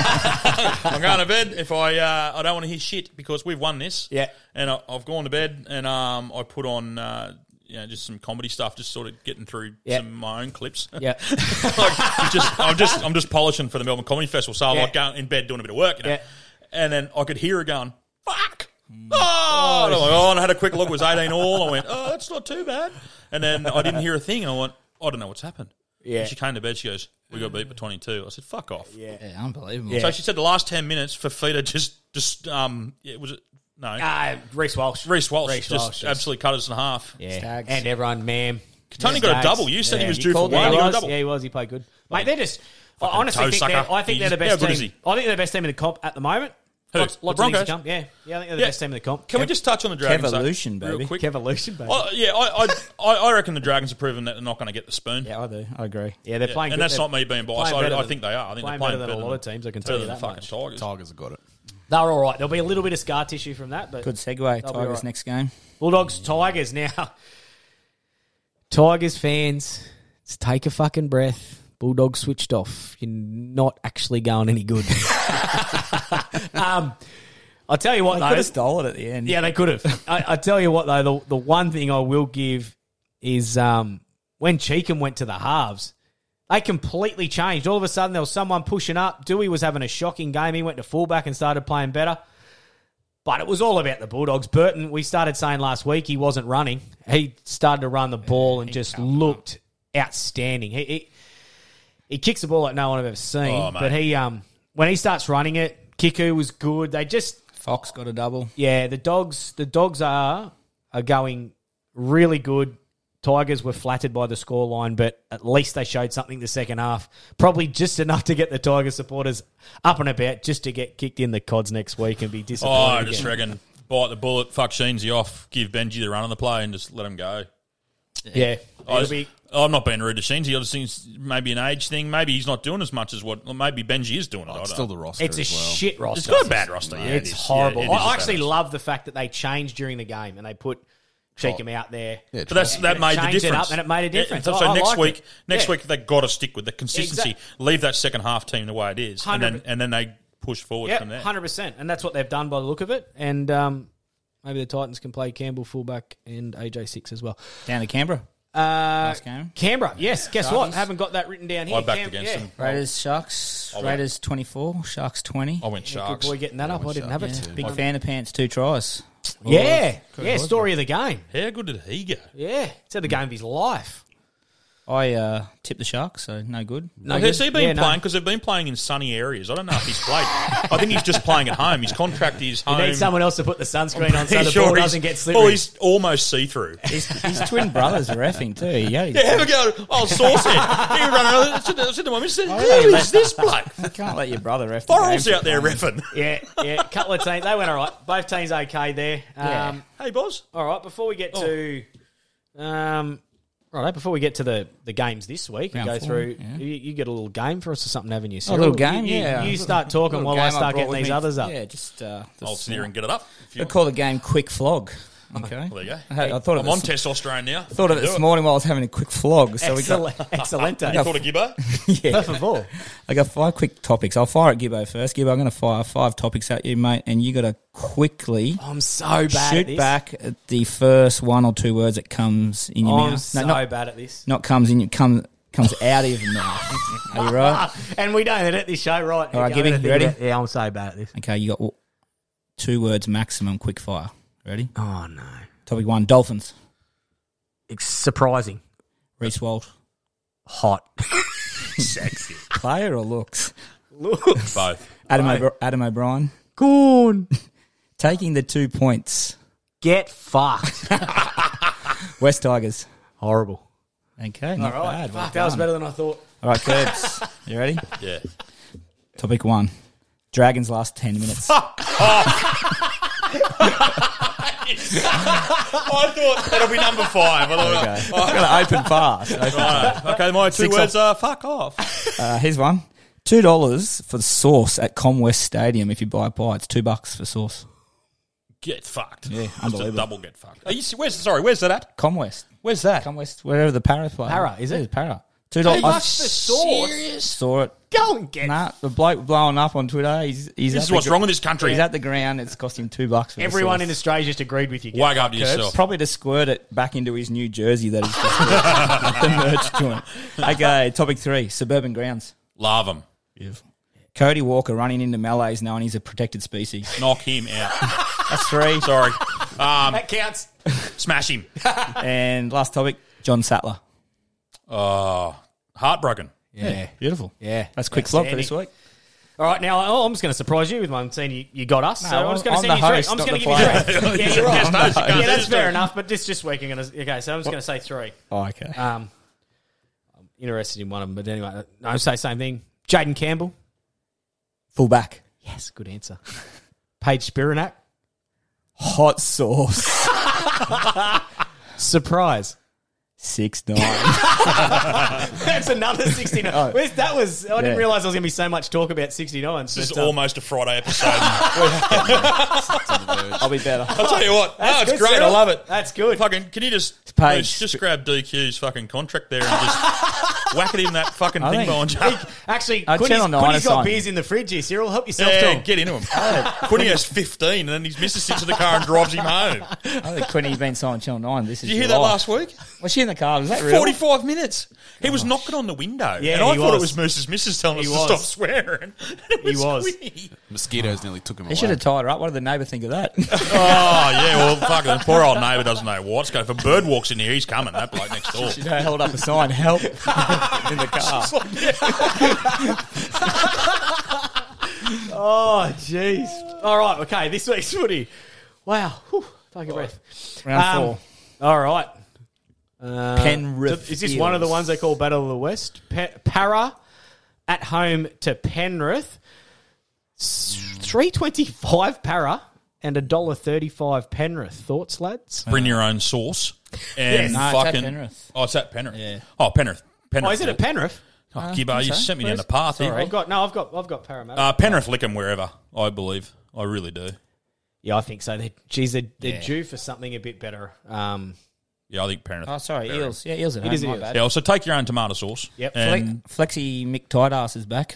Speaker 5: I'm going to bed if I uh, I don't want to hear shit because we've won this.
Speaker 1: Yeah.
Speaker 5: And I, I've gone to bed and um, I put on uh, you know just some comedy stuff, just sort of getting through
Speaker 1: Yeah.
Speaker 5: some of my own clips.
Speaker 1: Yeah.
Speaker 5: It's just I'm just I'm just polishing for the Melbourne Comedy Festival, so I'm
Speaker 1: Yeah.
Speaker 5: like going in bed doing a bit of work, you know.
Speaker 1: Yeah. Mm.
Speaker 5: And then I could hear her going, "Fuck." Oh, and I'm like, oh, and I had a quick look. It was 18 all. I went, oh, that's not too bad. And then I didn't hear a thing. I went, I don't know what's happened.
Speaker 7: Yeah.
Speaker 5: And she came to bed. She goes, we got beat by 22. I said, fuck off.
Speaker 7: Yeah, unbelievable.
Speaker 5: So she said the last 10 minutes, Fafita just, just um, yeah, was it? No.
Speaker 1: Uh, Reese Walsh.
Speaker 5: Reese Walsh
Speaker 1: Reece
Speaker 5: just
Speaker 1: Walsh, yes.
Speaker 5: absolutely cut us in half.
Speaker 1: Yeah. And everyone, ma'am.
Speaker 5: Tony got a double. You said he was due for one. He got a double.
Speaker 1: Yeah, he was. He played good. Mate, they're just. I
Speaker 5: Fucking
Speaker 1: honestly
Speaker 5: toe
Speaker 1: think they're,
Speaker 5: sucker.
Speaker 1: I think
Speaker 5: He's-
Speaker 1: they're the best
Speaker 5: how good is
Speaker 1: team.
Speaker 5: he?
Speaker 1: I think they're the best team in the comp at the moment.
Speaker 5: Who?
Speaker 1: Lots,
Speaker 5: The
Speaker 1: lots of things to
Speaker 5: Broncos?
Speaker 1: come. Yeah, yeah. I think they're the
Speaker 5: Yeah.
Speaker 1: best team in the comp.
Speaker 5: Can we just touch on the Dragons? though,
Speaker 7: Kevolution, baby.
Speaker 5: Real quick.
Speaker 1: Kevolution, baby.
Speaker 5: Oh, yeah, I, I, I- I reckon the Dragons have proven that they're not going to get the spoon.
Speaker 7: Yeah, I do. I agree.
Speaker 1: Yeah, they're playing
Speaker 5: And
Speaker 1: good.
Speaker 5: that's
Speaker 1: They're
Speaker 5: not me being biased.
Speaker 1: playing
Speaker 5: I,
Speaker 1: better
Speaker 5: I
Speaker 1: than-
Speaker 5: think they are. I think
Speaker 1: playing
Speaker 5: they're playing
Speaker 1: better than a lot of teams, I can tell
Speaker 5: better
Speaker 1: you
Speaker 5: than
Speaker 1: that
Speaker 5: the fucking
Speaker 1: much.
Speaker 5: Tigers.
Speaker 10: Tigers have got it.
Speaker 1: They're all right. There'll be a little bit of scar tissue from that, but
Speaker 7: Good segue.
Speaker 1: they'll be
Speaker 7: Tigers
Speaker 1: all right.
Speaker 7: next game.
Speaker 1: Bulldogs, Tigers now. Tigers fans, just take a fucking breath. Bulldog switched off. You're not actually going any good. um, I'll tell you what,
Speaker 7: They
Speaker 1: though.
Speaker 7: could have stolen at the end.
Speaker 1: Yeah, they could have. Um, I, I tell you what, though, the, the one thing I will give is um, when Cheekham went to the halves, they completely changed. All of a sudden, there was someone pushing up. Dewey was having a shocking game. He went to fullback and started playing better. But it was all about the Bulldogs. Burton, we started saying last week he wasn't running. He started to run the ball and just looked outstanding. He, he he kicks the ball like no one I've ever seen.
Speaker 5: Oh, mate.
Speaker 1: but he um when he starts running it, Kiku was good. They just
Speaker 7: Fox got a double.
Speaker 1: yeah, the dogs the dogs are are going really good. Tigers were flattered by the scoreline, but at least they showed something the second half. Probably just enough to get the Tiger supporters up and about, just to get kicked in the cods next week and be
Speaker 5: Oh,
Speaker 1: disappointed.
Speaker 5: I just
Speaker 1: again.
Speaker 5: reckon bite the bullet, fuck Sheensy off, give Benji the run on the play, and just let him go.
Speaker 1: Yeah,
Speaker 5: I
Speaker 1: it'll be
Speaker 5: am not being rude to Sheensy. I just think it's maybe an age thing. Maybe he's not doing as much as what. well, Maybe Benji is doing it. I don't
Speaker 10: It's still
Speaker 5: know.
Speaker 10: the roster.
Speaker 1: Oh, it's a
Speaker 10: as well.
Speaker 1: shit roster.
Speaker 5: It's got a bad roster. Yeah,
Speaker 1: it's
Speaker 5: it is.
Speaker 1: horrible.
Speaker 5: Yeah, it is a
Speaker 1: I
Speaker 5: bad
Speaker 1: actually
Speaker 5: roster.
Speaker 1: love the fact that they changed during the game and they put
Speaker 5: Oh.
Speaker 1: Cheekham out there.
Speaker 10: Yeah,
Speaker 5: But that's that
Speaker 1: it
Speaker 5: made the
Speaker 1: changed it
Speaker 5: difference,
Speaker 1: up and it made a
Speaker 5: Yeah,
Speaker 1: difference.
Speaker 5: so
Speaker 1: I- I
Speaker 5: next
Speaker 1: liked
Speaker 5: week,
Speaker 1: it.
Speaker 5: next
Speaker 1: Yeah.
Speaker 5: week they got to stick with the consistency. Leave that second half team the way it is, and then
Speaker 1: 100%.
Speaker 5: and then they push forward from
Speaker 1: Yeah,
Speaker 5: there.
Speaker 1: hundred percent, and that's what they've done by the look of it. And um, maybe the Titans can play Campbell fullback and AJ six as well.
Speaker 7: Down to Canberra.
Speaker 1: Uh,
Speaker 7: Last game.
Speaker 1: Canberra, yes. Guess what?
Speaker 7: Titans.
Speaker 1: Haven't got that written down here.
Speaker 5: I backed
Speaker 1: Cam-
Speaker 5: against
Speaker 1: yeah.
Speaker 5: them.
Speaker 7: Raiders, Sharks.
Speaker 1: Oh,
Speaker 5: I went-
Speaker 7: Raiders 24, Sharks 20.
Speaker 5: I went
Speaker 1: Good
Speaker 5: sharks.
Speaker 1: boy, getting that up. I didn't have it.
Speaker 7: Big fan of Pants, two tries.
Speaker 1: Yeah, yeah. Story of the game.
Speaker 5: How good did he go?
Speaker 1: Yeah, it's had the game of his life.
Speaker 7: I uh, tipped the Sharks, so no good.
Speaker 1: No,
Speaker 5: Has
Speaker 1: good.
Speaker 5: he been
Speaker 1: Yeah, no.
Speaker 5: playing? Because they've been playing in sunny areas. I don't know if he's played. I think he's just playing at home. His contract is home.
Speaker 1: You need someone else to put the sunscreen on so the
Speaker 5: Sure,
Speaker 1: ball
Speaker 5: he's-
Speaker 1: doesn't get slippery.
Speaker 5: Well, he's almost see through.
Speaker 7: His, his twin brothers are effing too. Yeah,
Speaker 5: Yeah, have a go. Oh, sauce it. He run over. Sit, sit to my missus.
Speaker 1: Oh,
Speaker 5: Who is this bloke?
Speaker 7: You can't let your brother ref. the
Speaker 5: Borrell's
Speaker 7: game for
Speaker 5: out there
Speaker 7: fun.
Speaker 5: reffing.
Speaker 1: yeah, yeah. Couple of teams. They went all right. Both teams okay there. Um,
Speaker 5: Hey, Boz.
Speaker 1: All right. Before we get to um, Right, before we get to the, the games this week and go
Speaker 7: Round four,
Speaker 1: through,
Speaker 7: yeah.
Speaker 1: you, you get a little game for us or something, haven't you?
Speaker 7: Oh, a little game,
Speaker 1: You- you-
Speaker 7: yeah.
Speaker 1: You,
Speaker 7: Little-
Speaker 1: start talking
Speaker 7: little
Speaker 1: while I
Speaker 7: game I
Speaker 1: start
Speaker 7: brought
Speaker 1: getting
Speaker 7: with
Speaker 1: these
Speaker 7: me.
Speaker 1: others up.
Speaker 7: Yeah, just. Uh,
Speaker 5: I'll sit here and get it up. if you
Speaker 7: I
Speaker 5: want.
Speaker 7: call the game quick flog. Okay.
Speaker 5: Well, there you go.
Speaker 7: I, had- I thought
Speaker 5: I'm
Speaker 7: of
Speaker 5: on
Speaker 7: it this,
Speaker 5: testosterone now.
Speaker 7: Thought of it
Speaker 5: Can do
Speaker 7: this morning while I was having a quick flog. So
Speaker 5: Excellent-
Speaker 7: we got
Speaker 5: excellent.
Speaker 7: I
Speaker 5: You thought of Gibbo?
Speaker 7: yeah.
Speaker 5: Per favor.
Speaker 7: I got five quick topics. I'll fire at Gibbo first. Gibbo, I'm going to fire five topics at you, mate, and you got to quickly.
Speaker 1: I'm so bad
Speaker 7: Shoot
Speaker 1: at this.
Speaker 7: back at the first one or two words that comes in your
Speaker 1: Oh, I'm
Speaker 7: mouth.
Speaker 1: so
Speaker 7: not-
Speaker 1: bad at this.
Speaker 7: Not comes in. Comes comes out of your mouth. Are you right?
Speaker 1: and we don't edit this show, right?
Speaker 7: All right,
Speaker 1: Here we go.
Speaker 7: Gibby, you ready?
Speaker 1: Yeah, I'm so bad at this.
Speaker 7: Okay, you got w- two words maximum quick fire. Ready?
Speaker 1: Oh, no.
Speaker 7: Topic one Dolphins.
Speaker 1: It's surprising.
Speaker 7: Reese Walt.
Speaker 1: Hot.
Speaker 7: Sexy. Player or looks?
Speaker 5: Looks. Both.
Speaker 7: Adam,
Speaker 5: Both.
Speaker 7: O'Br- Adam O'Brien. Gone. Taking the two points.
Speaker 1: Get fucked.
Speaker 7: West Tigers.
Speaker 1: Horrible.
Speaker 7: Okay,
Speaker 1: All
Speaker 7: not
Speaker 1: right.
Speaker 7: bad.
Speaker 1: Fuck,
Speaker 7: Well
Speaker 1: that was
Speaker 7: done.
Speaker 1: better than I thought.
Speaker 7: All right, Curbs. you ready?
Speaker 5: Yeah.
Speaker 7: Topic one Dragons last 10 minutes.
Speaker 5: I thought that'll be number five. I thought,
Speaker 7: Okay. Gotta open fast. Open
Speaker 5: Right.
Speaker 7: fast.
Speaker 5: Okay, my two
Speaker 7: Six
Speaker 5: words
Speaker 7: off.
Speaker 5: are fuck off.
Speaker 7: Uh, here's one. Two dollars for the sauce at Comwest Stadium. If you buy a pie, it's two bucks for sauce.
Speaker 5: Get fucked.
Speaker 7: Yeah,
Speaker 5: Just a
Speaker 7: unbelievable.
Speaker 5: double get fucked. Are you, where's sorry? Where's that at?
Speaker 7: Comwest.
Speaker 5: Where's that?
Speaker 7: Comwest, wherever the para play.
Speaker 5: Para, is it?
Speaker 7: Yeah, para. Two
Speaker 5: Two
Speaker 7: dollars. I
Speaker 5: bucks for sauce? Serious?
Speaker 7: Saw it.
Speaker 1: Go and get.
Speaker 7: Nah, the bloke blowing up on Twitter. He's, he's
Speaker 5: This
Speaker 7: at
Speaker 5: is
Speaker 7: the
Speaker 5: what's
Speaker 7: gr-
Speaker 5: wrong with this country.
Speaker 7: He's at the ground. It's cost him two bucks. For the
Speaker 1: Everyone
Speaker 7: sauce.
Speaker 1: in Australia just agreed with you. Get
Speaker 5: Wag up to
Speaker 1: fucked, Curbs.
Speaker 5: yourself.
Speaker 7: Probably to squirt it back into his new jersey that he's just at the merch joint. Okay, topic three: suburban grounds.
Speaker 5: Love him.
Speaker 7: Cody Walker running into melees, knowing he's a protected species.
Speaker 5: Knock him out.
Speaker 7: That's three.
Speaker 5: Sorry. Um,
Speaker 1: That counts.
Speaker 5: smash him.
Speaker 7: and last topic: John Sattler.
Speaker 5: Oh, heartbroken.
Speaker 7: beautiful.
Speaker 1: Yeah,
Speaker 7: that's quick flog for this week.
Speaker 1: All right, now oh, I'm just going to surprise you with one. I'm saying you, you got us,
Speaker 7: No,
Speaker 1: so I'm, just going to
Speaker 7: I'm
Speaker 1: send
Speaker 7: the
Speaker 1: you three.
Speaker 7: host,
Speaker 1: I'm just
Speaker 7: not
Speaker 1: going to
Speaker 7: the
Speaker 1: give you three.
Speaker 7: player.
Speaker 1: yeah, you're right.
Speaker 7: I'm the host, you can't
Speaker 1: yeah,
Speaker 7: do
Speaker 1: that's
Speaker 7: this
Speaker 1: fair
Speaker 7: too.
Speaker 1: enough. But this this week I'm going to okay. So I'm just going to say three.
Speaker 7: Oh, okay.
Speaker 1: Um, I'm interested in one of them, but anyway, no, I'll say same thing. Jaden Campbell.
Speaker 7: Full back.
Speaker 1: Yes, good answer. Paige Spiranak.
Speaker 7: Hot sauce.
Speaker 1: Surprise.
Speaker 7: Six nine.
Speaker 1: That's another 69.
Speaker 7: Oh.
Speaker 1: Where's- That was, I
Speaker 7: Yeah.
Speaker 1: didn't realise there was going to be so much talk about 69.
Speaker 5: This is
Speaker 1: but, um,
Speaker 5: almost a Friday episode.
Speaker 7: I'll be better.
Speaker 5: I'll tell you what. No,
Speaker 1: That's
Speaker 5: it's
Speaker 1: good,
Speaker 5: great.
Speaker 1: Cyril.
Speaker 5: I love it.
Speaker 1: That's good.
Speaker 5: Fucking, can you just
Speaker 7: Paige.
Speaker 5: Bruce, just grab DQ's fucking contract there and just whack it in that fucking
Speaker 7: I
Speaker 5: thing
Speaker 7: think-
Speaker 5: on
Speaker 1: Actually,
Speaker 7: Uh,
Speaker 1: uh, Quinny's,
Speaker 7: Channel nine
Speaker 1: Quinny's
Speaker 7: is
Speaker 1: got
Speaker 7: on.
Speaker 1: beers in the fridge here, Cyril. Help yourself
Speaker 5: Yeah,
Speaker 1: to 'em.
Speaker 5: get into him. Quinny has 15 and then his missus sits in the car and drives him home.
Speaker 7: I think Quinny's been signed Channel 9. This is
Speaker 5: Did you hear that
Speaker 7: July.
Speaker 5: last week?
Speaker 7: Was she in the car? Was that real?
Speaker 5: 45 minutes. He was knocking on the window.
Speaker 1: Oh, Yeah,
Speaker 5: and I
Speaker 1: he
Speaker 5: thought
Speaker 1: was.
Speaker 5: it was Moose's missus telling
Speaker 1: He
Speaker 5: us
Speaker 1: was.
Speaker 5: to stop swearing. It
Speaker 1: He was.
Speaker 5: Quinny.
Speaker 10: Mosquitoes nearly took him
Speaker 7: He
Speaker 10: away.
Speaker 7: should have tied her up. What did the neighbour think of that?
Speaker 5: Oh, yeah, well, fucking the poor old neighbour doesn't know what's going If a bird walks in here, he's coming, that bloke next door.
Speaker 7: she held up a sign, help, in the car.
Speaker 1: Oh, jeez. All right, okay. This week's footy. Wow. Whew, take a breath.
Speaker 7: Round
Speaker 1: Um, All right. Uh,
Speaker 7: Penrith
Speaker 1: Is this one of the
Speaker 7: Eels.
Speaker 1: ones they call Battle of the West? Pe- para at home to Penrith. Three twenty-five para and a dollar thirty-five Penrith. Thoughts, lads?
Speaker 5: Bring your own sauce. And
Speaker 7: Yes. No, it's at
Speaker 5: fucking.
Speaker 7: Penrith.
Speaker 5: Oh, it's at Penrith.
Speaker 7: Yeah.
Speaker 5: Oh, Penrith. Penrith.
Speaker 1: Oh, is it at Penrith?
Speaker 5: Oh, Gibbo, you sent me down the path here.
Speaker 1: I've got no. I've got. I've got Parramatta.
Speaker 5: Uh, Penrith lick 'em wherever, I believe. I really do.
Speaker 1: yeah, I think so. They're, geez, they're, they're due for something a bit better. Um,
Speaker 5: Yeah, I think Penrith.
Speaker 7: Oh, sorry, eels. Yeah, eels at
Speaker 1: It
Speaker 7: home.
Speaker 1: is
Speaker 7: my
Speaker 1: eels.
Speaker 7: bad.
Speaker 5: Yeah, so take your own tomato sauce.
Speaker 1: Yep.
Speaker 5: And,
Speaker 7: Fle- Flexi Mick Tightass is back.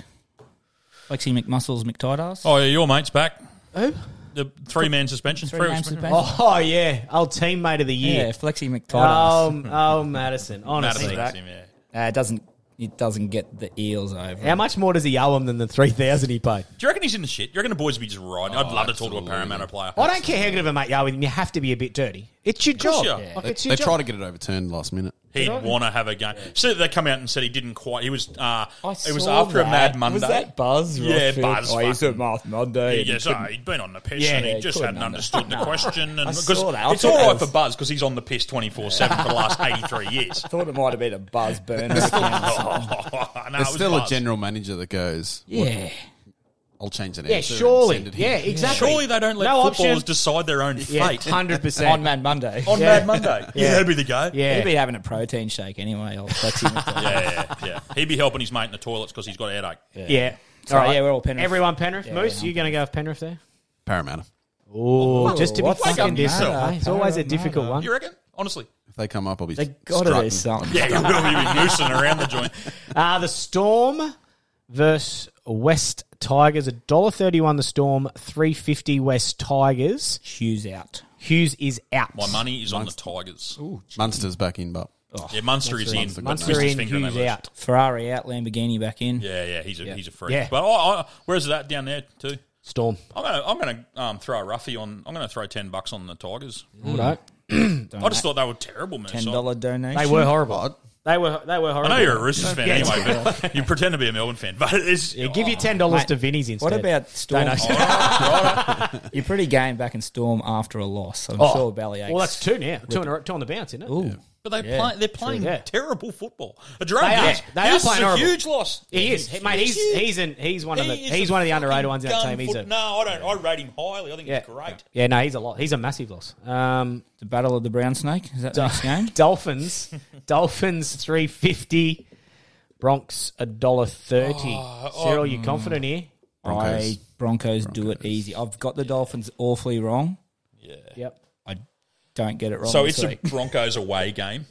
Speaker 7: Flexi McMuscles McTightass.
Speaker 5: oh, yeah, your mate's back. Who? The three man suspension.
Speaker 7: Three
Speaker 5: Three
Speaker 7: man
Speaker 5: weeks-
Speaker 7: suspension.
Speaker 1: oh yeah, old teammate of the
Speaker 7: yeah,
Speaker 1: year.
Speaker 7: Flexi McTightass.
Speaker 1: Um, oh, Madison. Honestly,
Speaker 5: Madison Maxim, yeah.
Speaker 7: Uh, it doesn't it doesn't get the eels over.
Speaker 1: how much more does he owe him than the three thousand he paid?
Speaker 5: Do you reckon he's in the shit? Do you reckon the boys would be just riding?
Speaker 7: Oh,
Speaker 5: I'd love to talk to a Parramatta player.
Speaker 1: I don't care how good of a mate you are with him. You have to be a bit dirty. It's your
Speaker 5: course
Speaker 1: job.
Speaker 5: you are. Yeah.
Speaker 1: Like,
Speaker 10: They,
Speaker 1: it's your
Speaker 10: they
Speaker 1: job.
Speaker 10: tried to get it overturned last minute.
Speaker 5: He'd want to have a game. So they come out and said he didn't quite. He was. Uh, it was
Speaker 7: saw
Speaker 5: after a
Speaker 7: that.
Speaker 5: Mad Monday.
Speaker 7: Was that Buzz?
Speaker 5: Yeah,
Speaker 7: Rothfield?
Speaker 5: Buzz
Speaker 7: Oh, he's
Speaker 5: fucking-
Speaker 7: at Mad Monday.
Speaker 5: Yes,
Speaker 7: and he
Speaker 5: oh,
Speaker 7: couldn't-
Speaker 5: he'd been on the piss
Speaker 7: Yeah,
Speaker 5: and he
Speaker 7: yeah,
Speaker 5: just
Speaker 7: couldn't
Speaker 5: hadn't understood the question. And because
Speaker 7: saw that. I
Speaker 5: it's
Speaker 7: thought
Speaker 5: all
Speaker 7: that
Speaker 5: right
Speaker 7: was-
Speaker 5: for Buzz because he's on the piss twenty four seven for the last eighty three years.
Speaker 7: thought it might have been a Buzz burner. account.
Speaker 5: Oh, no, it
Speaker 10: There's
Speaker 5: was
Speaker 10: still a
Speaker 5: Buzz.
Speaker 10: general manager that goes,
Speaker 7: yeah.
Speaker 10: I'll change the name.
Speaker 1: Yeah, surely. Yeah, exactly.
Speaker 5: Surely they don't let
Speaker 1: No
Speaker 5: footballers
Speaker 1: option.
Speaker 5: decide their own
Speaker 1: Yeah,
Speaker 5: fate.
Speaker 1: 100%.
Speaker 7: On Mad Monday.
Speaker 5: On
Speaker 7: Yeah.
Speaker 5: Mad Monday. Yeah, that'd be the go.
Speaker 7: He'd be having a protein shake anyway. I'll flex him.
Speaker 5: yeah, yeah, yeah. He'd be helping his mate in the toilets because he's got a headache.
Speaker 1: Yeah.
Speaker 7: So, yeah, we're all Penrith.
Speaker 1: Everyone Penrith.
Speaker 7: Yeah,
Speaker 1: Moose,
Speaker 7: yeah.
Speaker 1: you going to go with Penrith there?
Speaker 10: Parramatta.
Speaker 1: Oh, just to be
Speaker 10: what's
Speaker 1: fucking
Speaker 10: up,
Speaker 1: different.
Speaker 10: Matter?
Speaker 1: eh? It's always a difficult one.
Speaker 5: You reckon? Honestly.
Speaker 10: If they come up, I'll be.
Speaker 1: They
Speaker 10: gotta do
Speaker 1: gotta do
Speaker 10: strutting.
Speaker 1: something.
Speaker 10: something.
Speaker 5: Yeah, you will. You'll be moosing around the joint.
Speaker 1: Uh, the Storm versus West Tigers. $1.31 the Storm, three fifty West Tigers.
Speaker 7: Hughes out.
Speaker 1: Hughes is out.
Speaker 5: My money is on the Tigers.
Speaker 10: Munster's back in, but
Speaker 5: yeah, Munster is in.
Speaker 10: Munster got
Speaker 5: Munster
Speaker 10: no-
Speaker 5: is finger and they lose.
Speaker 7: Ferrari out. Lamborghini back in.
Speaker 5: Yeah, yeah, he's a he's a freak.
Speaker 7: Yeah.
Speaker 5: But I, I, where's that down there too?
Speaker 1: Storm.
Speaker 5: I'm gonna I'm gonna um, throw a roughie on. I'm gonna throw ten bucks on the Tigers.
Speaker 1: Righto.
Speaker 5: I just thought they were terrible. Man,
Speaker 7: Ten dollar donation.
Speaker 1: They were horrible. They were they were
Speaker 5: I
Speaker 1: horrible.
Speaker 5: know you're a Roosters fan
Speaker 1: Yeah.
Speaker 5: anyway, but you pretend to be a Melbourne fan. But it's Oh,
Speaker 1: Yeah, give your ten dollars
Speaker 7: Mate,
Speaker 1: to Vinny's instead.
Speaker 7: What about Storm? Oh,
Speaker 1: Don't know.
Speaker 7: You're pretty game back in Storm after a loss. I'm
Speaker 1: Oh.
Speaker 7: sure Bellyache.
Speaker 1: Well, that's two now. Two on, a- two on the bounce, isn't it?
Speaker 7: Ooh.
Speaker 5: But they
Speaker 7: Yeah,
Speaker 5: play, they're
Speaker 7: true
Speaker 5: playing
Speaker 7: that.
Speaker 5: terrible football.
Speaker 1: They
Speaker 5: A drone
Speaker 1: are,
Speaker 5: is-
Speaker 1: they are
Speaker 5: this
Speaker 1: playing
Speaker 5: is a
Speaker 1: horrible.
Speaker 5: huge loss.
Speaker 1: He is, He- mate. He's he's in, he's one of the
Speaker 5: He is
Speaker 1: he's
Speaker 5: a
Speaker 1: one of the underrated
Speaker 5: fucking
Speaker 1: ones in that
Speaker 5: gun
Speaker 1: team. He's
Speaker 5: foot-
Speaker 1: a
Speaker 5: no, I don't. I rate him highly. I think
Speaker 1: Yeah.
Speaker 5: he's great.
Speaker 1: yeah. No, he's a lot. He's a massive loss. Um,
Speaker 7: the Battle of the Brown Snake. Is that the next game?
Speaker 1: Dolphins, Dolphins three fifty, Bronx a dollar thirty.
Speaker 5: Oh,
Speaker 1: Cyril, you confident here?
Speaker 5: mm.
Speaker 7: I Broncos, do it easy. I've got the Dolphins awfully wrong.
Speaker 1: Yep.
Speaker 7: I don't get it wrong.
Speaker 5: So
Speaker 7: this
Speaker 5: it's a
Speaker 7: week.
Speaker 5: Broncos away game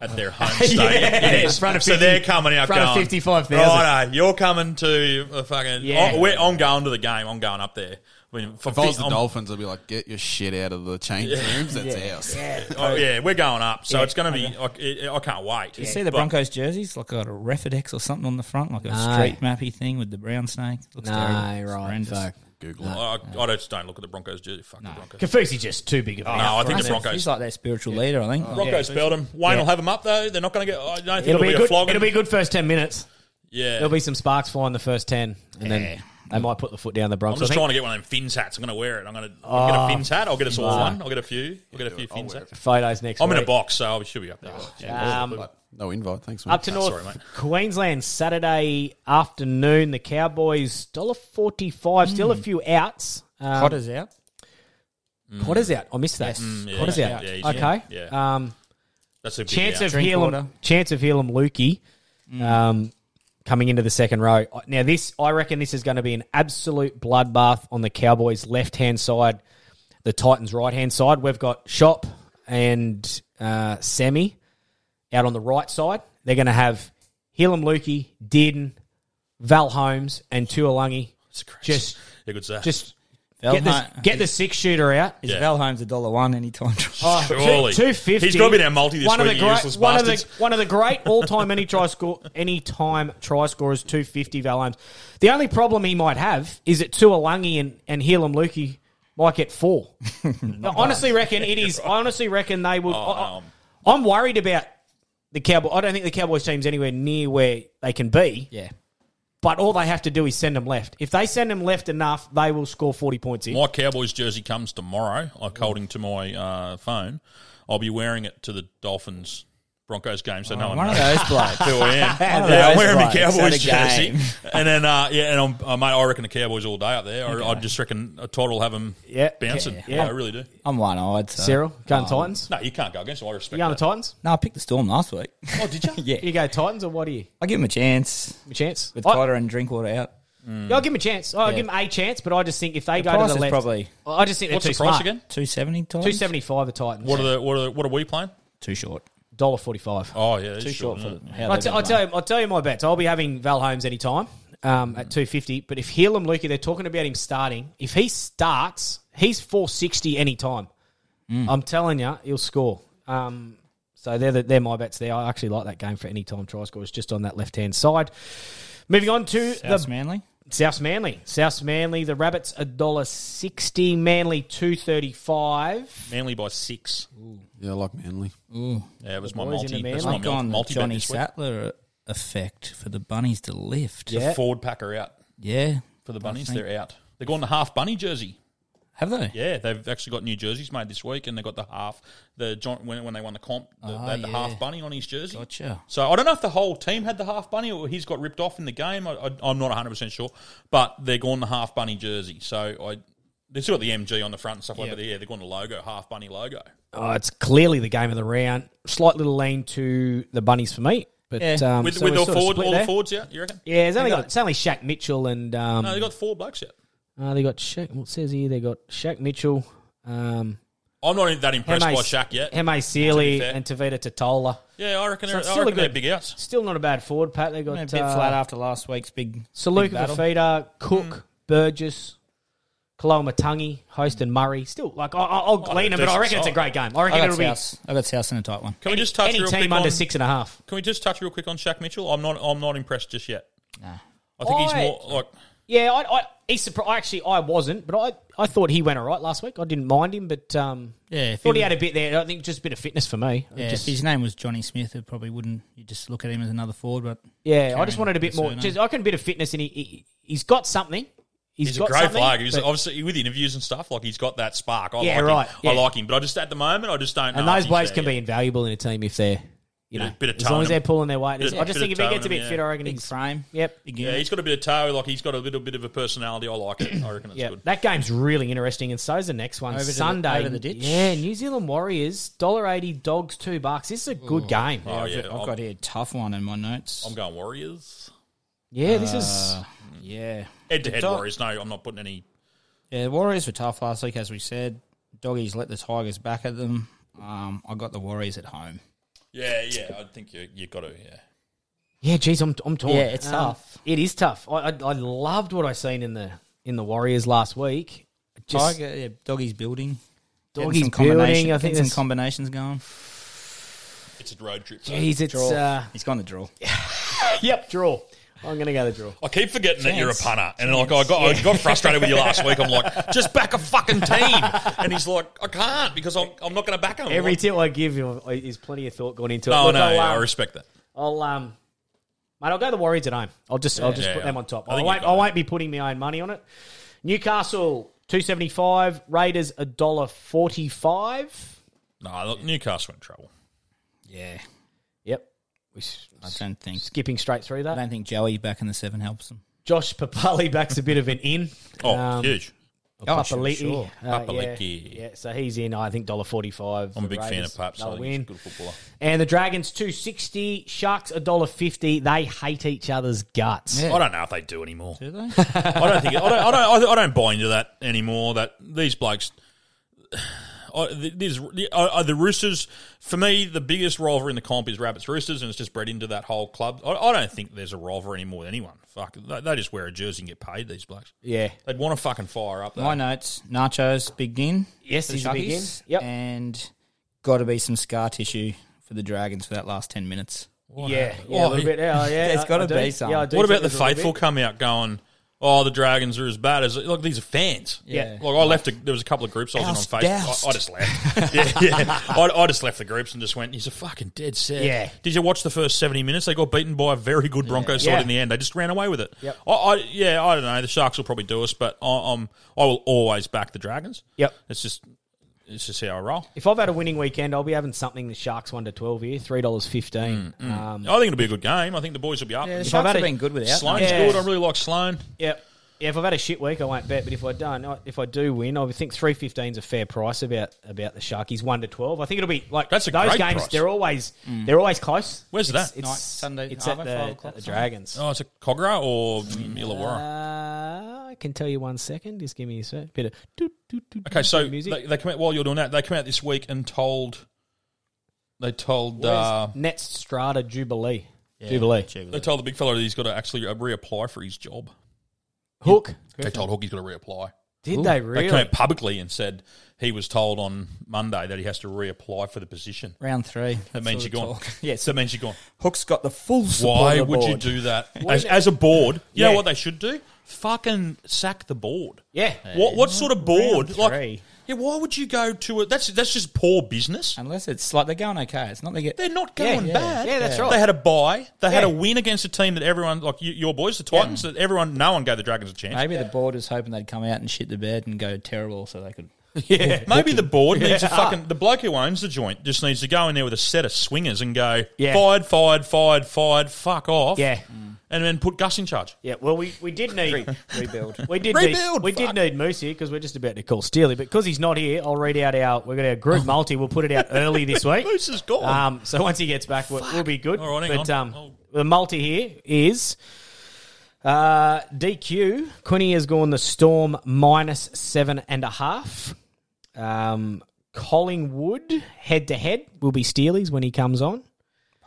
Speaker 5: at their home stadium.
Speaker 1: Yeah.
Speaker 5: It is.
Speaker 1: Front of
Speaker 5: so
Speaker 1: 50
Speaker 5: they're coming out
Speaker 1: front of
Speaker 5: going
Speaker 1: 55,000.
Speaker 5: Righto, you're coming to a fucking.
Speaker 1: Yeah.
Speaker 5: Oh, we're, I'm going to the game. I'm going up there. I mean, for
Speaker 10: If I was
Speaker 5: fi-
Speaker 10: the
Speaker 5: I'm-
Speaker 10: Dolphins, I'd be like, get your shit out of the change rooms. That's ours.
Speaker 5: oh, yeah, we're going up. So it's going to be. I, I can't wait.
Speaker 7: You see the
Speaker 5: But-
Speaker 7: Broncos jerseys? Like got a Refidex or something on the front, like a
Speaker 1: No.
Speaker 7: street mappy thing with the brown snake. Looks terrible. It's horrendous.
Speaker 10: Google it.
Speaker 5: I, I just don't look at the Broncos. jersey. Fuck the Broncos.
Speaker 1: Kafusi just too big of a.
Speaker 5: No, Oh, I think the
Speaker 7: He's-
Speaker 5: Broncos.
Speaker 7: He's like their spiritual leader, I think.
Speaker 5: Broncos failed him. Wayne will have him up though. They're not going to get. I don't think
Speaker 1: It'll be a
Speaker 5: a
Speaker 1: good.
Speaker 5: flogging.
Speaker 1: It'll be a good first ten minutes.
Speaker 5: Yeah.
Speaker 1: There'll be some sparks flying the first ten, and then they might put the foot down the
Speaker 5: I'm
Speaker 1: Bronx.
Speaker 5: just
Speaker 1: I think- Ah.
Speaker 5: trying to get one of them fins hats. I'm going to wear it. I'm going to I'll get a fins hat. I'll get us all one. I'll get a few. I'll get a few fins hats.
Speaker 1: photos next.
Speaker 5: I'm in a
Speaker 1: week.
Speaker 5: box, so I should be up there. Yeah.
Speaker 1: Um,
Speaker 10: But no invite. Thanks.
Speaker 1: Up to
Speaker 10: mate.
Speaker 1: North
Speaker 5: sorry, mate.
Speaker 1: Queensland Saturday afternoon. The Cowboys dollar forty five. Still a few outs. Um,
Speaker 7: Potter's out.
Speaker 1: Potter's out. I missed that.
Speaker 5: Mm, yeah,
Speaker 1: Potter's
Speaker 5: yeah,
Speaker 1: out.
Speaker 5: yeah, he's
Speaker 1: okay.
Speaker 5: in. Yeah.
Speaker 1: Um,
Speaker 5: That's a big
Speaker 1: chance
Speaker 5: out.
Speaker 1: of
Speaker 7: Drink
Speaker 1: Helam,
Speaker 7: water. Mm.
Speaker 1: chance of Helam Lukey, um, coming into the second row. Now this, I reckon, this is going to be an absolute bloodbath on the Cowboys' left hand side, the Titans' right hand side. We've got Shop and uh, Semi out on the right side. They're going to have Helam Lukey, Dearden, Val Holmes, and Tuolungi.
Speaker 5: It's crazy.
Speaker 1: Just,
Speaker 5: yeah, good stuff.
Speaker 1: just
Speaker 7: Val
Speaker 1: get, the,
Speaker 7: Hol-
Speaker 1: get the six shooter out.
Speaker 7: Is
Speaker 5: Yeah.
Speaker 7: Val Holmes a dollar one anytime?
Speaker 1: Oh,
Speaker 5: Surely.
Speaker 1: two fifty.
Speaker 5: He's gotta be in our multi this
Speaker 1: one
Speaker 5: week,
Speaker 1: Of
Speaker 5: you
Speaker 1: the great,
Speaker 5: useless
Speaker 1: one of the
Speaker 5: bastards.
Speaker 1: one of the great all time any try score any time try scorers. Two fifty Val Holmes. The only problem he might have is that Tuolungi and and Helam Lukey might get four. I honestly reckon it is. I honestly reckon they would. I,
Speaker 5: um,
Speaker 1: am worried about the Cowboy. I don't think the Cowboys team's anywhere near where they can be.
Speaker 7: yeah.
Speaker 1: But all they have to do is send them left. If they send them left enough, they will score forty points. Here.
Speaker 5: my Cowboys jersey comes tomorrow. I'm holding to my uh, phone. I'll be wearing it to the Dolphins Broncos game, so no one
Speaker 7: Oh, One of
Speaker 5: knows.
Speaker 7: those blokes.
Speaker 5: who I am.
Speaker 7: One of
Speaker 5: yeah, I'm
Speaker 7: those
Speaker 5: wearing my
Speaker 7: blokes at
Speaker 5: Cowboys
Speaker 7: a
Speaker 5: jersey.
Speaker 7: game.
Speaker 5: And then, uh, yeah, and I'm, uh, mate, I reckon the Cowboys all day up there. I, I just reckon a Todd will have them
Speaker 1: Yeah.
Speaker 5: bouncing.
Speaker 1: Yeah.
Speaker 5: Yeah,
Speaker 1: Yeah.
Speaker 5: I really do.
Speaker 7: I'm one eyed. So.
Speaker 1: Cyril, going Titans.
Speaker 5: Oh. No, you can't go against them. I respect
Speaker 1: You going
Speaker 5: that.
Speaker 1: to Titans?
Speaker 7: No, I picked the Storm last week.
Speaker 5: Oh, did you?
Speaker 7: yeah.
Speaker 1: You go Titans or what are you?
Speaker 7: I give him a chance
Speaker 1: A chance.
Speaker 7: with
Speaker 1: I-
Speaker 7: Potter and Drinkwater out.
Speaker 1: Yeah, I'll give him a chance. I'll give him a chance, but I just think if they go
Speaker 7: price
Speaker 1: to the left,
Speaker 7: is probably-
Speaker 1: I just think they're
Speaker 5: What's
Speaker 1: too
Speaker 5: the price
Speaker 1: smart.
Speaker 5: again?
Speaker 7: 270 times?
Speaker 1: Two seventy five the Titans.
Speaker 5: What are the what are the, what are we playing?
Speaker 7: Too short.
Speaker 1: dollar forty five?
Speaker 5: Oh yeah,
Speaker 7: Too short for how
Speaker 1: I
Speaker 7: they
Speaker 1: t-
Speaker 7: do
Speaker 1: I
Speaker 7: it,
Speaker 1: tell
Speaker 7: mate.
Speaker 1: you, I'll tell you my bets. I'll be having Val Holmes anytime um, at two fifty. But if Helam Lukey, they're talking about him starting. If he starts, he's four sixty anytime.
Speaker 5: Mm.
Speaker 1: I'm telling you, he'll score. Um, so they're the, they're my bets there. I actually like that game for any time try scores just on that left hand side. Moving on to the
Speaker 7: South Manly.
Speaker 1: South Manly. South Manly, the Rabbits a dollar sixty, Manly two thirty five.
Speaker 5: Manly by six.
Speaker 10: Yeah, I like Manly.
Speaker 5: Yeah, it was my
Speaker 1: boys into
Speaker 5: multi.
Speaker 1: Manly.
Speaker 5: That's my
Speaker 7: I've gone the
Speaker 5: multi bet
Speaker 7: Johnny
Speaker 5: this week.
Speaker 7: Sattler effect for the bunnies to lift.
Speaker 1: Yeah.
Speaker 5: Forward packer out
Speaker 7: Yeah.
Speaker 5: for the bunnies. They're out. They're going to half bunny jersey.
Speaker 7: Have they?
Speaker 5: Yeah, they've actually got new jerseys made this week, and they got the half the joint when, when they won the comp, the,
Speaker 7: Ah,
Speaker 5: they had the
Speaker 7: yeah.
Speaker 5: half bunny on his jersey.
Speaker 7: Gotcha.
Speaker 5: So I don't know if the whole team had the half bunny or he's got ripped off in the game. I, I, am not 100 percent sure, but they're going the half bunny jersey. So I they still got the MG on the front and stuff like
Speaker 1: Yeah.
Speaker 5: that. Yeah, they're going the logo, half bunny logo.
Speaker 1: Oh, it's clearly the game of the round. Slight little lean to the bunnies for me, but um,
Speaker 5: with,
Speaker 1: so
Speaker 5: with
Speaker 1: we're
Speaker 5: all
Speaker 1: sort of
Speaker 5: forward,
Speaker 1: split
Speaker 5: all
Speaker 1: there.
Speaker 5: the forwards out, you reckon?
Speaker 1: Yeah, it's
Speaker 5: They
Speaker 1: only
Speaker 5: got
Speaker 1: got,
Speaker 5: it.
Speaker 1: it's only Shaq Mitchell and um,
Speaker 5: no, they got four blokes out.
Speaker 1: uh, they got Shaq. What it says here? They got Shaq Mitchell. Um,
Speaker 5: I'm not that impressed
Speaker 1: Heme-
Speaker 5: by Shaq yet.
Speaker 1: Heme
Speaker 5: To be
Speaker 1: Sealy
Speaker 5: fair.
Speaker 1: and Tavita Totola.
Speaker 5: Yeah, I reckon they're-
Speaker 1: it's
Speaker 5: I
Speaker 1: still a
Speaker 5: reckon they're
Speaker 1: good-
Speaker 5: big outs.
Speaker 1: Still not a bad forward pat. They got
Speaker 7: a bit
Speaker 1: uh,
Speaker 7: flat after last week's big. big
Speaker 1: Saluka
Speaker 7: battle.
Speaker 1: Fafita, Cook, Burgess, Kaloma Tungi, Host, and Murray. Still, like I, I- I'll glean them, but I reckon it's a great game. Oh, I reckon
Speaker 7: got
Speaker 1: it'll be
Speaker 7: South. I got South in a tight one.
Speaker 5: Can we just touch
Speaker 1: any
Speaker 5: real
Speaker 1: team
Speaker 5: quick
Speaker 1: under
Speaker 5: on-
Speaker 1: six and a half.
Speaker 5: Can we just touch real quick on Shaq Mitchell? I'm not. I'm not impressed just yet. I think he's
Speaker 1: I-
Speaker 5: more like
Speaker 1: Yeah, I, I, he's surprised. Actually, I wasn't, but I, I thought he went all right last week. I didn't mind him, but um,
Speaker 7: Yeah, if
Speaker 1: thought
Speaker 7: he
Speaker 1: he had a bit there. I think just a bit of fitness for me.
Speaker 7: Yeah,
Speaker 1: Just-
Speaker 7: if his name was Johnny Smith, it probably wouldn't. You just look at him as another forward, but
Speaker 1: yeah, I
Speaker 7: carrying
Speaker 1: just wanted a bit
Speaker 7: the
Speaker 1: more.
Speaker 7: surname.
Speaker 1: Just, I can a bit of fitness, and he, he he's got something.
Speaker 5: He's, a
Speaker 1: got
Speaker 5: great
Speaker 1: something,
Speaker 5: flag. He's
Speaker 1: but-
Speaker 5: obviously with interviews and stuff. Like he's got that spark. I
Speaker 1: Yeah,
Speaker 5: like
Speaker 1: right,
Speaker 5: Him.
Speaker 1: yeah.
Speaker 5: I like him, but I just at the moment I just don't.
Speaker 1: and
Speaker 5: know if
Speaker 1: those
Speaker 5: he's
Speaker 1: blokes
Speaker 5: there
Speaker 1: can
Speaker 5: yet.
Speaker 1: be invaluable in a team if they're you know
Speaker 5: Bit of- bit of
Speaker 1: as long as
Speaker 5: tone.
Speaker 1: they're pulling their weight.
Speaker 5: Bit of-
Speaker 1: I just
Speaker 5: bit
Speaker 1: think
Speaker 5: of
Speaker 1: if he
Speaker 5: tone
Speaker 1: gets a
Speaker 5: in
Speaker 1: bit
Speaker 5: him,
Speaker 1: fit,
Speaker 5: yeah.
Speaker 1: I reckon
Speaker 5: Big
Speaker 1: he's
Speaker 7: frame.
Speaker 1: Yep.
Speaker 5: Yeah, he's got a bit of toe. Like he's got a little bit of a personality. I like it. I reckon it's
Speaker 1: Yeah,
Speaker 5: good.
Speaker 1: that game's really interesting, and so's the next one
Speaker 7: Over to the-
Speaker 1: Sunday.
Speaker 7: over the ditch.
Speaker 1: Yeah, New Zealand Warriors dollar eighty, dogs two bucks. This is a good game.
Speaker 7: Yeah, I've, I've got here a tough one in my notes.
Speaker 5: oh, I'm going Warriors.
Speaker 1: Yeah, this is
Speaker 7: Uh, yeah
Speaker 5: Head to head
Speaker 7: Dog-
Speaker 5: Warriors. No, I'm not putting any.
Speaker 7: Yeah, the Warriors were tough last week, as we said. Doggies let the Tigers back at them. Um, I got the Warriors at home.
Speaker 5: Yeah, yeah. I think you you got to. Yeah.
Speaker 1: yeah. Geez, I'm I'm torn. Um,
Speaker 7: Yeah, it's tough.
Speaker 1: It is tough. I, I I loved what I seen in the in the Warriors last week. Just
Speaker 7: Tiger, yeah, Doggies building. Getting
Speaker 1: Doggies
Speaker 7: some combination-
Speaker 1: building, I think
Speaker 7: getting
Speaker 1: there's-
Speaker 7: some combinations going.
Speaker 5: It's a road trip.
Speaker 1: Jeez, it's,
Speaker 7: Draw.
Speaker 1: uh,
Speaker 7: He's gone the draw.
Speaker 1: yep, draw. I'm gonna go the draw.
Speaker 5: I keep forgetting that you're a
Speaker 7: Chance.
Speaker 5: punter, and like I got, I got frustrated with you last week. I'm like, just back a fucking team, and he's like, I can't because I'm, I'm not going to back him.
Speaker 1: Every
Speaker 5: like,
Speaker 1: tip I give you is plenty of thought gone
Speaker 7: Oh,
Speaker 1: into it.
Speaker 5: no,
Speaker 1: Look,
Speaker 5: no,
Speaker 1: I'll,
Speaker 5: yeah, I
Speaker 1: um,
Speaker 5: respect that.
Speaker 1: I'll um, mate, I'll go the Warriors at home. I'll just I'll just
Speaker 5: Yeah,
Speaker 1: put
Speaker 5: yeah.
Speaker 1: them on top.
Speaker 5: I
Speaker 1: I,
Speaker 5: think
Speaker 1: won't
Speaker 5: you've got
Speaker 1: I won't be putting my own money on it. Newcastle two seventy five, Raiders a dollar forty five.
Speaker 5: No, look, Newcastle in trouble.
Speaker 7: Yeah,
Speaker 1: Yep, we s-
Speaker 7: I don't think.
Speaker 1: skipping straight through
Speaker 7: I
Speaker 1: that.
Speaker 7: don't think Joey back in the seven helps them.
Speaker 1: Josh Papali backs a bit of an in.
Speaker 5: Oh,
Speaker 1: Um,
Speaker 5: huge.
Speaker 7: Oh, sure,
Speaker 1: Papali'i,
Speaker 7: sure.
Speaker 1: uh,
Speaker 5: Papali'i.
Speaker 1: yeah, yeah, so he's in. I think dollar forty five.
Speaker 5: I'm a big fan of Paps. I
Speaker 1: Another
Speaker 5: think he's a
Speaker 1: win.
Speaker 5: good footballer.
Speaker 1: And the Dragons two sixty, Sharks a dollar fifty. They hate each other's guts.
Speaker 5: I don't know if they do anymore.
Speaker 7: Do they?
Speaker 5: I don't think I don't, I don't I don't buy into that anymore. That these blokes, I, th- these the, uh, the Roosters for me the biggest rivalry in the comp is Rabbits Roosters, and it's just bred into that whole club. I, I don't think there's a rivalry anymore with anyone. Fuck, they, they just wear a jersey and get paid. These blokes,
Speaker 1: Yeah,
Speaker 5: they'd want to fucking fire up.
Speaker 7: My
Speaker 5: Though.
Speaker 7: notes: Nachos, big in.
Speaker 1: Yes,
Speaker 7: for the
Speaker 1: he's a big
Speaker 7: Sharkies,
Speaker 1: in. Yep.
Speaker 7: and got to be some scar tissue for the Dragons for that last ten minutes.
Speaker 1: yeah, yeah, a
Speaker 5: Oh,
Speaker 1: little bit. Yeah, yeah,
Speaker 7: There's
Speaker 1: I-
Speaker 7: gotta
Speaker 1: I do.
Speaker 7: be some.
Speaker 1: Yeah, I do
Speaker 5: What
Speaker 1: think
Speaker 5: about the
Speaker 1: there's a little
Speaker 5: faithful
Speaker 1: bit.
Speaker 5: come out going? Oh, the Dragons are as bad as look. These are fans.
Speaker 7: Yeah.
Speaker 5: Like I left. A, there was a couple of groups I was
Speaker 7: Oust,
Speaker 5: in on
Speaker 7: doused.
Speaker 5: Facebook. I, I just left. yeah, yeah. I, I just left the groups and just went. He's a fucking dead set.
Speaker 1: Yeah.
Speaker 5: Did you watch the first seventy minutes? They got beaten by a very good Broncos side
Speaker 1: Yeah.
Speaker 5: in the end. They just ran away with it.
Speaker 1: Yep.
Speaker 5: I, I yeah. I don't know. The Sharks will probably do us, but I, I'm I will always back the Dragons.
Speaker 1: Yep.
Speaker 5: It's just it's just how I roll.
Speaker 1: If I've had a winning weekend, I'll be having something. The Sharks one to twelve here, three dollars fifteen.
Speaker 5: Mm,
Speaker 1: Um,
Speaker 5: I think it'll be a good game. I think the boys will be up.
Speaker 7: Yeah, the
Speaker 5: And
Speaker 7: Sharks
Speaker 1: had
Speaker 7: have
Speaker 1: it-
Speaker 7: been good without.
Speaker 5: Sloan's
Speaker 7: Nachos.
Speaker 1: Yeah.
Speaker 5: good. I really like Sloan.
Speaker 1: Yep. Yeah, if I've had a shit week, I won't bet. But if I don't, I- if I do win, I think three fifteen is a fair price about about the Sharkies one to twelve. I think it'll be like
Speaker 5: That's a
Speaker 1: those
Speaker 5: great
Speaker 1: games.
Speaker 5: price. Mm.
Speaker 1: They're always they're always close.
Speaker 5: Where's
Speaker 1: It's-
Speaker 5: that?
Speaker 1: It's
Speaker 7: Night, Sunday,
Speaker 1: It's at the,
Speaker 7: Arvo, five
Speaker 1: at
Speaker 7: o'clock
Speaker 1: the
Speaker 7: something?
Speaker 1: Dragons.
Speaker 5: Oh, it's a Cogra or Illawarra.
Speaker 1: Uh, I can tell you one second. Just give me a sec. Bit of doot, doot, doot,
Speaker 5: Okay,
Speaker 1: doot,
Speaker 5: so
Speaker 1: doot music.
Speaker 5: they, they come out while you're doing that. They come out this week and told they told uh,
Speaker 1: Net Strata Jubilee.
Speaker 7: Yeah,
Speaker 1: Jubilee.
Speaker 5: they told the big fella that he's got to actually uh, reapply for his job.
Speaker 1: Hook.
Speaker 5: They told Hook he's got to reapply.
Speaker 1: Did they
Speaker 5: They
Speaker 1: really?
Speaker 5: came out publicly and said he was told on Monday that he has to reapply for the position.
Speaker 7: Round three.
Speaker 5: That
Speaker 7: That's
Speaker 5: means
Speaker 7: all
Speaker 5: you're
Speaker 7: the
Speaker 5: gone.
Speaker 7: talk. Yes.
Speaker 5: that means you're gone.
Speaker 7: Hook's got the full
Speaker 5: Why would you do that as, as a board? You know what they should do? fucking sack the board.
Speaker 1: Yeah.
Speaker 5: What what
Speaker 1: Yeah.
Speaker 5: sort of board?
Speaker 1: Round
Speaker 5: Like,
Speaker 1: three.
Speaker 5: yeah, why would you go to it? That's that's just poor business.
Speaker 7: Unless it's like they're going okay. It's not they get
Speaker 5: they're not going bad.
Speaker 7: Yeah, that's right.
Speaker 5: They had a buy. They had a
Speaker 7: Yeah.
Speaker 5: win against a team that everyone like you, your boys, the Titans. That everyone, no one gave the Dragons a chance.
Speaker 7: Maybe the board was hoping they'd come out and shit the bed and go terrible, so they could.
Speaker 5: Yeah. Maybe the board needs to
Speaker 7: Yeah.
Speaker 5: fucking the bloke who owns the joint just needs to go in there with a set of swingers and go
Speaker 1: Yeah.
Speaker 5: fired, fired, fired, fired, fuck off. Mm.
Speaker 1: Yeah.
Speaker 5: And then put Gus in charge.
Speaker 1: Yeah, well, we, we did need
Speaker 5: rebuild.
Speaker 1: We did
Speaker 5: Rebuild,
Speaker 1: Need, we did need Moose here because we're just about to call Steely, but because he's not here, I'll read out our we've got our group multi. We'll put it out early this week.
Speaker 5: Oh. Moose is gone.
Speaker 1: Um, so once he gets back, we'll, we'll be good.
Speaker 5: All right, hang
Speaker 1: but
Speaker 5: on.
Speaker 1: um, the multi here is uh, DQ. Quinny has gone the Storm minus seven and a half. Um, Collingwood head to head will be Steely's when he comes on.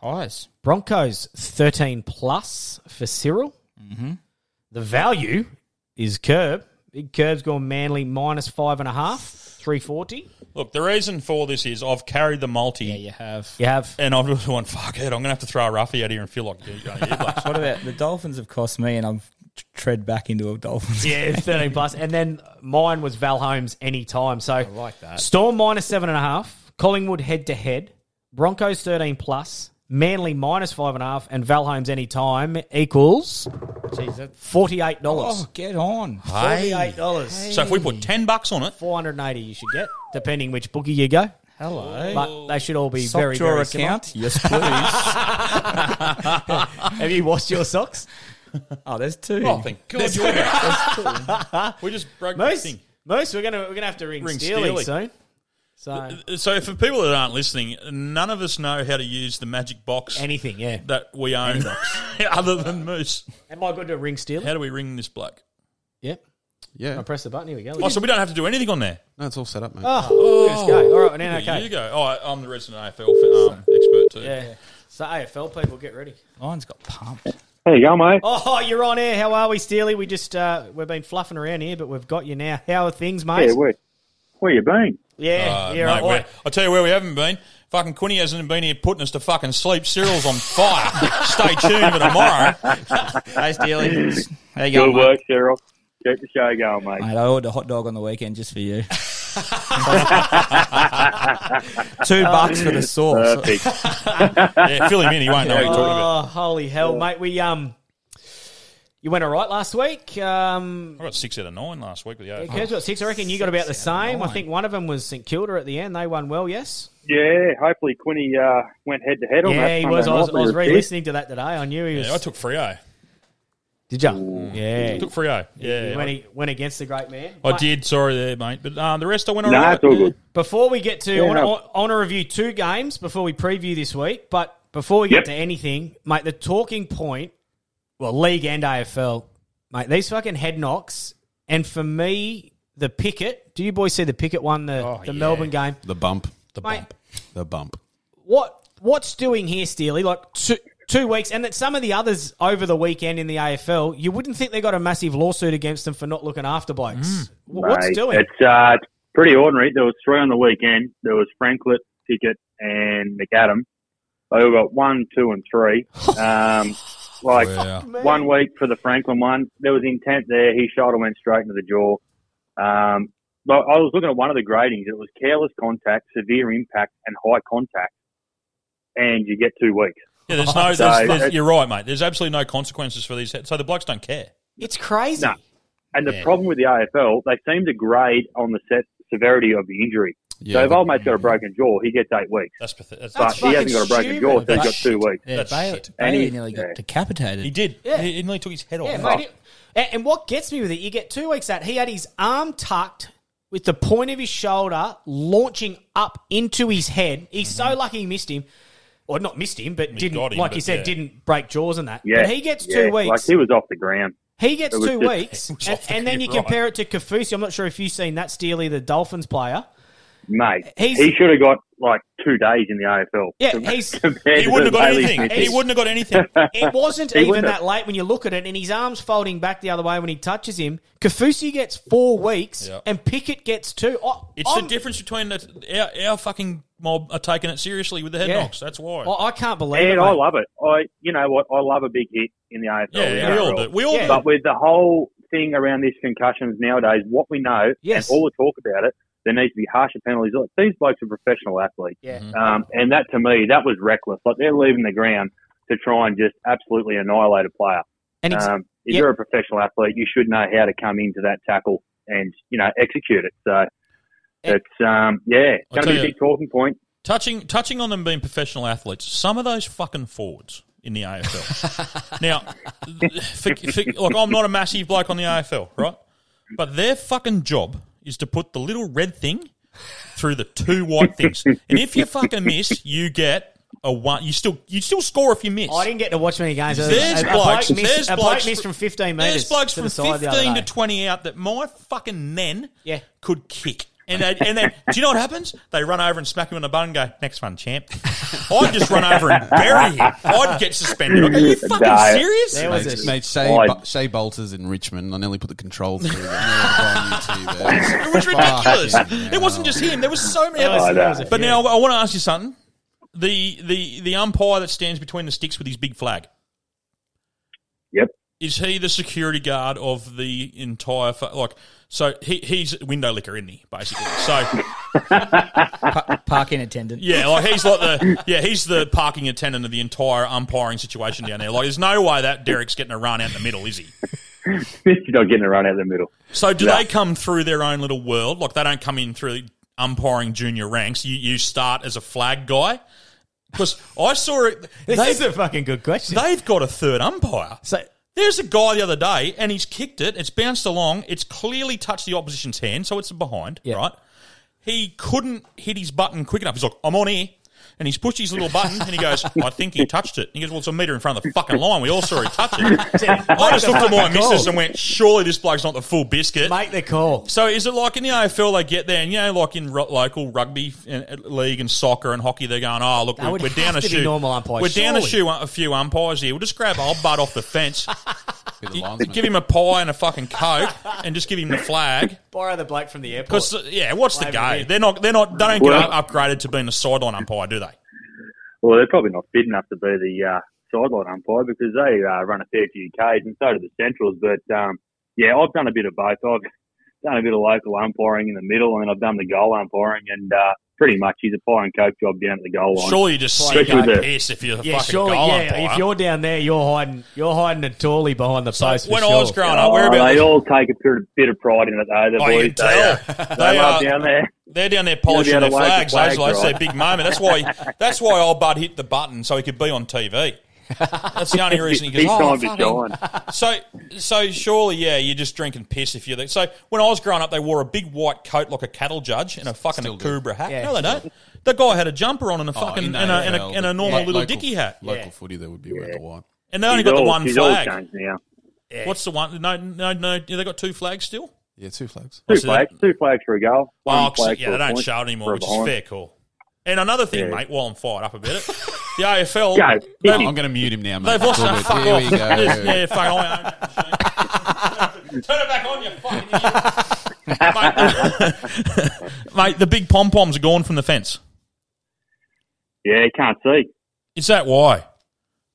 Speaker 7: Pies.
Speaker 1: Broncos 13 plus for Cyril.
Speaker 7: Mm-hmm.
Speaker 1: The value is Curb. Big Curb's gone Manly minus five and a half, 340.
Speaker 5: Look, the reason for this is I've carried the multi. Yeah, you
Speaker 7: have.
Speaker 1: You have.
Speaker 5: And I've just gone, fuck it, I'm going to have to throw a roughie out here and feel like you're going to
Speaker 7: What about the Dolphins? Have cost me, and I've t- tread back into a Dolphins.
Speaker 1: Yeah, 13 plus. And then mine was Val Holmes any time. So I like
Speaker 7: that.
Speaker 1: Storm minus seven and a half, Collingwood head to head, Broncos 13 plus, Manly minus five and a half, and Val Holmes any time equals $48.
Speaker 7: Oh, get on!
Speaker 1: Forty-eight dollars.
Speaker 5: So if we put ten bucks on it,
Speaker 1: four hundred and eighty, you should get, depending which bookie you go.
Speaker 7: Hello.
Speaker 1: but they should all be
Speaker 7: Sock
Speaker 1: very,
Speaker 7: drawer
Speaker 1: very
Speaker 7: account?
Speaker 1: similar.
Speaker 7: Yes, please.
Speaker 1: Have you washed your socks?
Speaker 7: Oh, there's two.
Speaker 5: Oh, thank God
Speaker 1: There's
Speaker 5: you were.
Speaker 1: two.
Speaker 5: we just broke the
Speaker 1: Moose,
Speaker 5: thing.
Speaker 1: Moose, we're gonna we're gonna have to ring,
Speaker 5: Ring
Speaker 1: Steely
Speaker 5: Steely.
Speaker 1: soon. So
Speaker 5: So for people that aren't listening, none of us know how to use the magic box.
Speaker 1: Anything, yeah.
Speaker 5: That we own, other than Moose.
Speaker 1: am I good to ring Steely?
Speaker 5: How do we ring this bloke?
Speaker 1: Yep.
Speaker 10: Yeah.
Speaker 1: I press the button. Here we go.
Speaker 5: Oh, so we don't have to do anything on there.
Speaker 10: No, it's all set up, mate.
Speaker 1: Oh, let's go. All right, now
Speaker 5: Look at
Speaker 1: okay.
Speaker 5: You go. Oh, I- I'm the resident AFL um, expert too.
Speaker 1: Yeah. So AFL people get ready.
Speaker 7: Mine's got pumped.
Speaker 4: There you go, mate.
Speaker 1: Oh, you're on air. How are we, Steely? We just uh, we've been fluffing around here, but we've got you now. How are things, mate?
Speaker 4: Yeah, where, where you been?
Speaker 1: Yeah,
Speaker 5: Uh,
Speaker 1: yeah,
Speaker 5: mate,
Speaker 1: right.
Speaker 5: we're- I'll tell you where we haven't been. Fucking Quinny hasn't been here putting us to fucking sleep. Cyril's on fire. Stay tuned for tomorrow.
Speaker 7: Hey, Steely. How you
Speaker 4: Good
Speaker 7: going,
Speaker 4: work, Cyril. Keep the show going, mate.
Speaker 7: mate? Mate, I ordered a hot dog on the weekend just for you. Two bucks for the sauce.
Speaker 4: Perfect.
Speaker 5: yeah, fill him in. He won't know what you're talking about.
Speaker 1: Oh, holy hell, mate! We um, you went all right last week. Um,
Speaker 5: I got six out of nine last week with the AFL.
Speaker 1: Kev got six. I reckon you got about the same. I think one of them was St Kilda at the end. They won well. Yes.
Speaker 4: Yeah, hopefully Quinny uh, went head to head on that.
Speaker 1: Yeah, he
Speaker 4: Sunday
Speaker 1: was. I was,
Speaker 4: night
Speaker 1: I was
Speaker 4: we were
Speaker 1: re-listening to that today. I knew he was.
Speaker 5: Yeah, I took Frio.
Speaker 1: Did you? Yeah.
Speaker 5: Took Frio. Yeah,
Speaker 1: You
Speaker 5: I,
Speaker 1: went, went against the great man.
Speaker 5: I
Speaker 1: But
Speaker 5: did. Sorry there, mate. But um, the rest I went all
Speaker 4: Nah,
Speaker 5: right.
Speaker 4: it's all good.
Speaker 1: Before we get to,
Speaker 4: Fair
Speaker 1: I want to
Speaker 4: enough.
Speaker 1: I want to review two games before we preview this week. But before we get
Speaker 4: Yep.
Speaker 1: to anything, mate, the talking point, well, league and AFL, mate, these fucking head knocks, and for me, the picket. Do you boys see the picket one, the
Speaker 4: Oh,
Speaker 1: the Melbourne game?
Speaker 10: The bump. The
Speaker 1: Mate.
Speaker 10: bump. The bump.
Speaker 1: What what's doing here, Steely? Like two two weeks, and that some of the others over the weekend in the AFL, you wouldn't think they got a massive lawsuit against them for not looking after
Speaker 10: Mm.
Speaker 1: blokes. Wh-
Speaker 4: Mate,
Speaker 1: What's doing?
Speaker 4: It's, uh, it's pretty ordinary. There was three on the weekend. There was Franklin, Pickett, and McAdam. They all got one, two, and three. Um, like
Speaker 5: Wow.
Speaker 4: one week for the Franklin one, there was intent there. His shoulder went straight into the jaw. Um, but I was looking at one of the gradings. It was careless contact, severe impact, and high contact, and you get two weeks.
Speaker 5: Yeah, there's no.
Speaker 4: So,
Speaker 5: There's, there's,
Speaker 4: it-
Speaker 5: you're right, mate. There's absolutely no consequences for these. So the blokes don't care.
Speaker 1: It's crazy.
Speaker 4: No. And the
Speaker 5: Yeah.
Speaker 4: problem with the AFL, they seem to grade on the set severity of the injury. so
Speaker 10: Yeah,
Speaker 4: if old mate's got a broken jaw, he gets eight weeks.
Speaker 5: That's pathetic.
Speaker 4: But
Speaker 5: That's,
Speaker 4: he hasn't got a broken
Speaker 1: stupid.
Speaker 4: jaw, so he's got
Speaker 7: That's
Speaker 4: two weeks.
Speaker 7: Yeah,
Speaker 5: That's
Speaker 7: Bailey,
Speaker 5: shit.
Speaker 7: Bailey
Speaker 4: And he-
Speaker 7: nearly
Speaker 4: yeah.
Speaker 7: got decapitated.
Speaker 5: he did.
Speaker 1: Yeah.
Speaker 5: He, he nearly took his head off.
Speaker 1: Yeah, mate. it- and, and what gets me with it, you get two weeks out. He had his arm tucked with the point of his shoulder launching up into his head. He's so lucky he missed him. Or not missed him, but didn't,
Speaker 5: Mm-hmm. got him,
Speaker 1: like
Speaker 5: but
Speaker 1: you said,
Speaker 5: yeah.
Speaker 1: didn't break jaws and that.
Speaker 4: Yeah,
Speaker 1: but he gets
Speaker 4: yeah.
Speaker 1: two weeks.
Speaker 4: Like he was off the ground.
Speaker 1: He gets
Speaker 4: It was
Speaker 1: two
Speaker 4: just-
Speaker 1: weeks,
Speaker 5: It was
Speaker 1: and,
Speaker 5: off the
Speaker 1: and then you
Speaker 5: field, right.
Speaker 1: compare it to Kafusi. I'm not sure if you've seen that Steely, the Dolphins player.
Speaker 4: Mate,
Speaker 1: He's-
Speaker 4: he should have got like two days in the AFL.
Speaker 1: Yeah,
Speaker 4: com-
Speaker 1: he's-
Speaker 4: compared
Speaker 5: He
Speaker 4: to
Speaker 5: wouldn't have got
Speaker 4: Bailey
Speaker 5: anything.
Speaker 4: Smith.
Speaker 5: He wouldn't have got anything.
Speaker 1: It wasn't
Speaker 4: He
Speaker 1: even
Speaker 4: wouldn't have-
Speaker 1: that late when you look at it, and his arms folding back the other way when he touches him. Kafusi gets four weeks,
Speaker 5: Yeah.
Speaker 1: and Pickett gets two. I,
Speaker 5: It's
Speaker 1: I'm-
Speaker 5: the difference between the, our, our fucking mob are taking it seriously with the head
Speaker 1: Yeah.
Speaker 5: knocks. That's why.
Speaker 1: I, I can't believe it.
Speaker 4: And I
Speaker 1: mate.
Speaker 4: love it. I, you know what? I love a big hit in the AFL.
Speaker 5: yeah, we all do. We all
Speaker 1: Yeah.
Speaker 5: do.
Speaker 4: But with the whole thing around these concussions nowadays, what we know,
Speaker 1: yes.
Speaker 4: and all the talk about it, there needs to be harsher penalties. Look, these blokes are professional athletes.
Speaker 1: Yeah.
Speaker 4: Um, and that to me, that was reckless. Like they're leaving the ground to try and just absolutely annihilate a player.
Speaker 1: And it's-
Speaker 4: um, if
Speaker 1: yeah.
Speaker 4: you're a professional athlete, you should know how to come into that tackle and you know execute it. So it's um, yeah, it's
Speaker 5: I'll
Speaker 4: going to be a
Speaker 5: tell you-
Speaker 4: big talking point.
Speaker 5: Touching touching on them being professional athletes, some of those fucking forwards in the AFL. now, for, for, look, I'm not a massive bloke on the AFL, right? But their fucking job is to put the little red thing through the two white things, and if you fucking miss, you get a one. You still you still score if you miss.
Speaker 1: I didn't get to watch many games.
Speaker 5: There's
Speaker 1: a, a
Speaker 5: blokes-
Speaker 1: bloke missed,
Speaker 5: there's
Speaker 1: a bloke
Speaker 5: blokes
Speaker 1: missed
Speaker 5: fr-
Speaker 1: from 15 metres.
Speaker 5: There's blokes
Speaker 1: to
Speaker 5: from
Speaker 1: the side the other
Speaker 5: 15
Speaker 1: day.
Speaker 5: to 20 out that my fucking nan
Speaker 1: Yeah.
Speaker 5: could kick. And they, and then, do you know what happens? They run over and smack him in the butt and go, next one, champ. I'd just run over and bury him. I'd get suspended. I'd go, Are you fucking
Speaker 10: No. mate,
Speaker 5: serious?
Speaker 10: mate, Shea, Bu- Shea Bolter's in Richmond. I nearly put the control through. it.
Speaker 5: it was ridiculous. It wasn't just him. There was so many
Speaker 10: Oh,
Speaker 5: others.
Speaker 10: there was a
Speaker 5: but
Speaker 10: few.
Speaker 5: now I want to ask you something. The the the umpire that stands between the sticks with his big flag.
Speaker 4: Yep.
Speaker 5: Is he the security guard of the entire fa- like? So he, he's window licker, isn't he? Basically. So
Speaker 7: parking attendant.
Speaker 5: yeah, like he's like the yeah he's the parking attendant of the entire umpiring situation down there. Like, there's no way that Derek's getting a run out in the middle, is he?
Speaker 4: you're not getting it right out of the middle.
Speaker 5: So do
Speaker 4: No.
Speaker 5: they come through their own little world? Like they don't come in through umpiring junior ranks. You you start as a flag guy. Because I saw it.
Speaker 1: This
Speaker 5: they've-
Speaker 1: is a fucking good question.
Speaker 5: They've got a third umpire.
Speaker 1: So
Speaker 5: there's a guy the other day, and he's kicked it. It's bounced along. It's clearly touched the opposition's hand, so it's behind, right? He couldn't hit his button quick enough. He's like, "I'm on here," and he's pushed his little button, and he goes, "I think he touched it." And he goes, "Well, it's a meter in front of the fucking line. We all saw he touched it." I just looked at my missus and went, "Surely this bloke's not the full biscuit."
Speaker 1: Make the call.
Speaker 5: So is it like in the AFL they get there, and you know, like in ro- local rugby uh, league and soccer and hockey, they're going, "Oh, look,
Speaker 1: They
Speaker 5: we're,
Speaker 1: would
Speaker 5: we're down
Speaker 1: have
Speaker 5: a
Speaker 1: to be
Speaker 5: shoe.
Speaker 1: normal umpires,
Speaker 5: we're down a
Speaker 1: surely."
Speaker 5: shoe, a few umpires here. We'll just grab old butt off the fence, You- give him a pie and a fucking coke, and just give him the flag."
Speaker 1: Borrow the bloke from the airport.
Speaker 5: Because yeah, what's the
Speaker 1: Wave
Speaker 5: go? They're not. They're not. They don't get
Speaker 4: Well-
Speaker 5: up- upgraded to being a sideline umpire, do they?
Speaker 4: Well, they're probably not fit enough to be the uh, sideline umpire because they uh, run a fair few Ks and so do the Centrals. But um, yeah, I've done a bit of both. I've done a bit of local umpiring in the middle, and I've done the goal umpiring, and uh, pretty much he's a pie and coke job down at the goal line.
Speaker 5: Surely you just sit
Speaker 4: Especially
Speaker 5: and
Speaker 4: with the-
Speaker 5: piss if you're a
Speaker 1: yeah,
Speaker 5: fucking
Speaker 1: surely.
Speaker 5: goal
Speaker 1: yeah,
Speaker 5: umpire.
Speaker 1: if you're down there, you're hiding. You're hiding a tally behind the post. for
Speaker 5: when I
Speaker 1: sure.
Speaker 5: was growing up, where-
Speaker 4: Oh, they all take a bit of, bit of pride in it, though. The
Speaker 5: Oh,
Speaker 4: boys,
Speaker 5: you can tell.
Speaker 4: They, uh,
Speaker 5: They
Speaker 4: they love
Speaker 5: are-
Speaker 4: down there.
Speaker 5: They're down there
Speaker 4: You'll be
Speaker 5: polishing
Speaker 4: able
Speaker 5: their
Speaker 4: to wave the
Speaker 5: flags.
Speaker 4: flag,
Speaker 5: Those lads,
Speaker 4: right?
Speaker 5: their big moment. That's why. That's why old Bud hit the button so he could be on TV. That's the only reason he goes.
Speaker 4: He's
Speaker 5: oh,
Speaker 4: time to
Speaker 5: fucking-" So, so surely, yeah, you're just drinking piss if you're there. So when I was growing up, they wore a big white coat like a cattle judge and a fucking a cobra hat.
Speaker 1: Yeah.
Speaker 5: no, they don't. The guy had a jumper on and a
Speaker 10: Oh,
Speaker 5: fucking
Speaker 10: in
Speaker 5: and, a, and, a,
Speaker 10: AFL,
Speaker 5: and a
Speaker 10: the
Speaker 5: normal
Speaker 10: lo-
Speaker 5: little
Speaker 10: local-
Speaker 5: dickie hat.
Speaker 10: Local footy, there would be red or white.
Speaker 5: And they only
Speaker 10: He's
Speaker 5: got the
Speaker 10: all-
Speaker 5: one
Speaker 10: he's all
Speaker 5: flag.
Speaker 10: changed
Speaker 4: now.
Speaker 5: What's the one? No, no, no. yeah, They got two flags still.
Speaker 10: Yeah, two flags.
Speaker 5: Oh,
Speaker 4: Two
Speaker 5: so they-
Speaker 4: flags, two flags for a goal.
Speaker 5: Well,
Speaker 4: one flag
Speaker 5: yeah,
Speaker 4: for
Speaker 5: they
Speaker 4: a
Speaker 5: don't
Speaker 4: point,
Speaker 5: show it
Speaker 4: for
Speaker 5: anymore,
Speaker 4: a
Speaker 5: which is
Speaker 4: behind.
Speaker 5: fair call. And another thing,
Speaker 4: Yeah.
Speaker 5: mate, while I'm fired up about it, the AFL.
Speaker 10: Go,
Speaker 5: they've-
Speaker 10: I'm gonna mute him now, mate.
Speaker 5: They've
Speaker 10: It's
Speaker 5: lost
Speaker 10: all
Speaker 5: their
Speaker 10: good.
Speaker 5: fuck
Speaker 10: Here
Speaker 5: off.
Speaker 10: we go.
Speaker 5: Yeah, yeah, fuck off. Turn it back on, you fucking idiot. mate, mate, the big pom poms are gone from the fence.
Speaker 4: Yeah, you can't see.
Speaker 5: Is that why?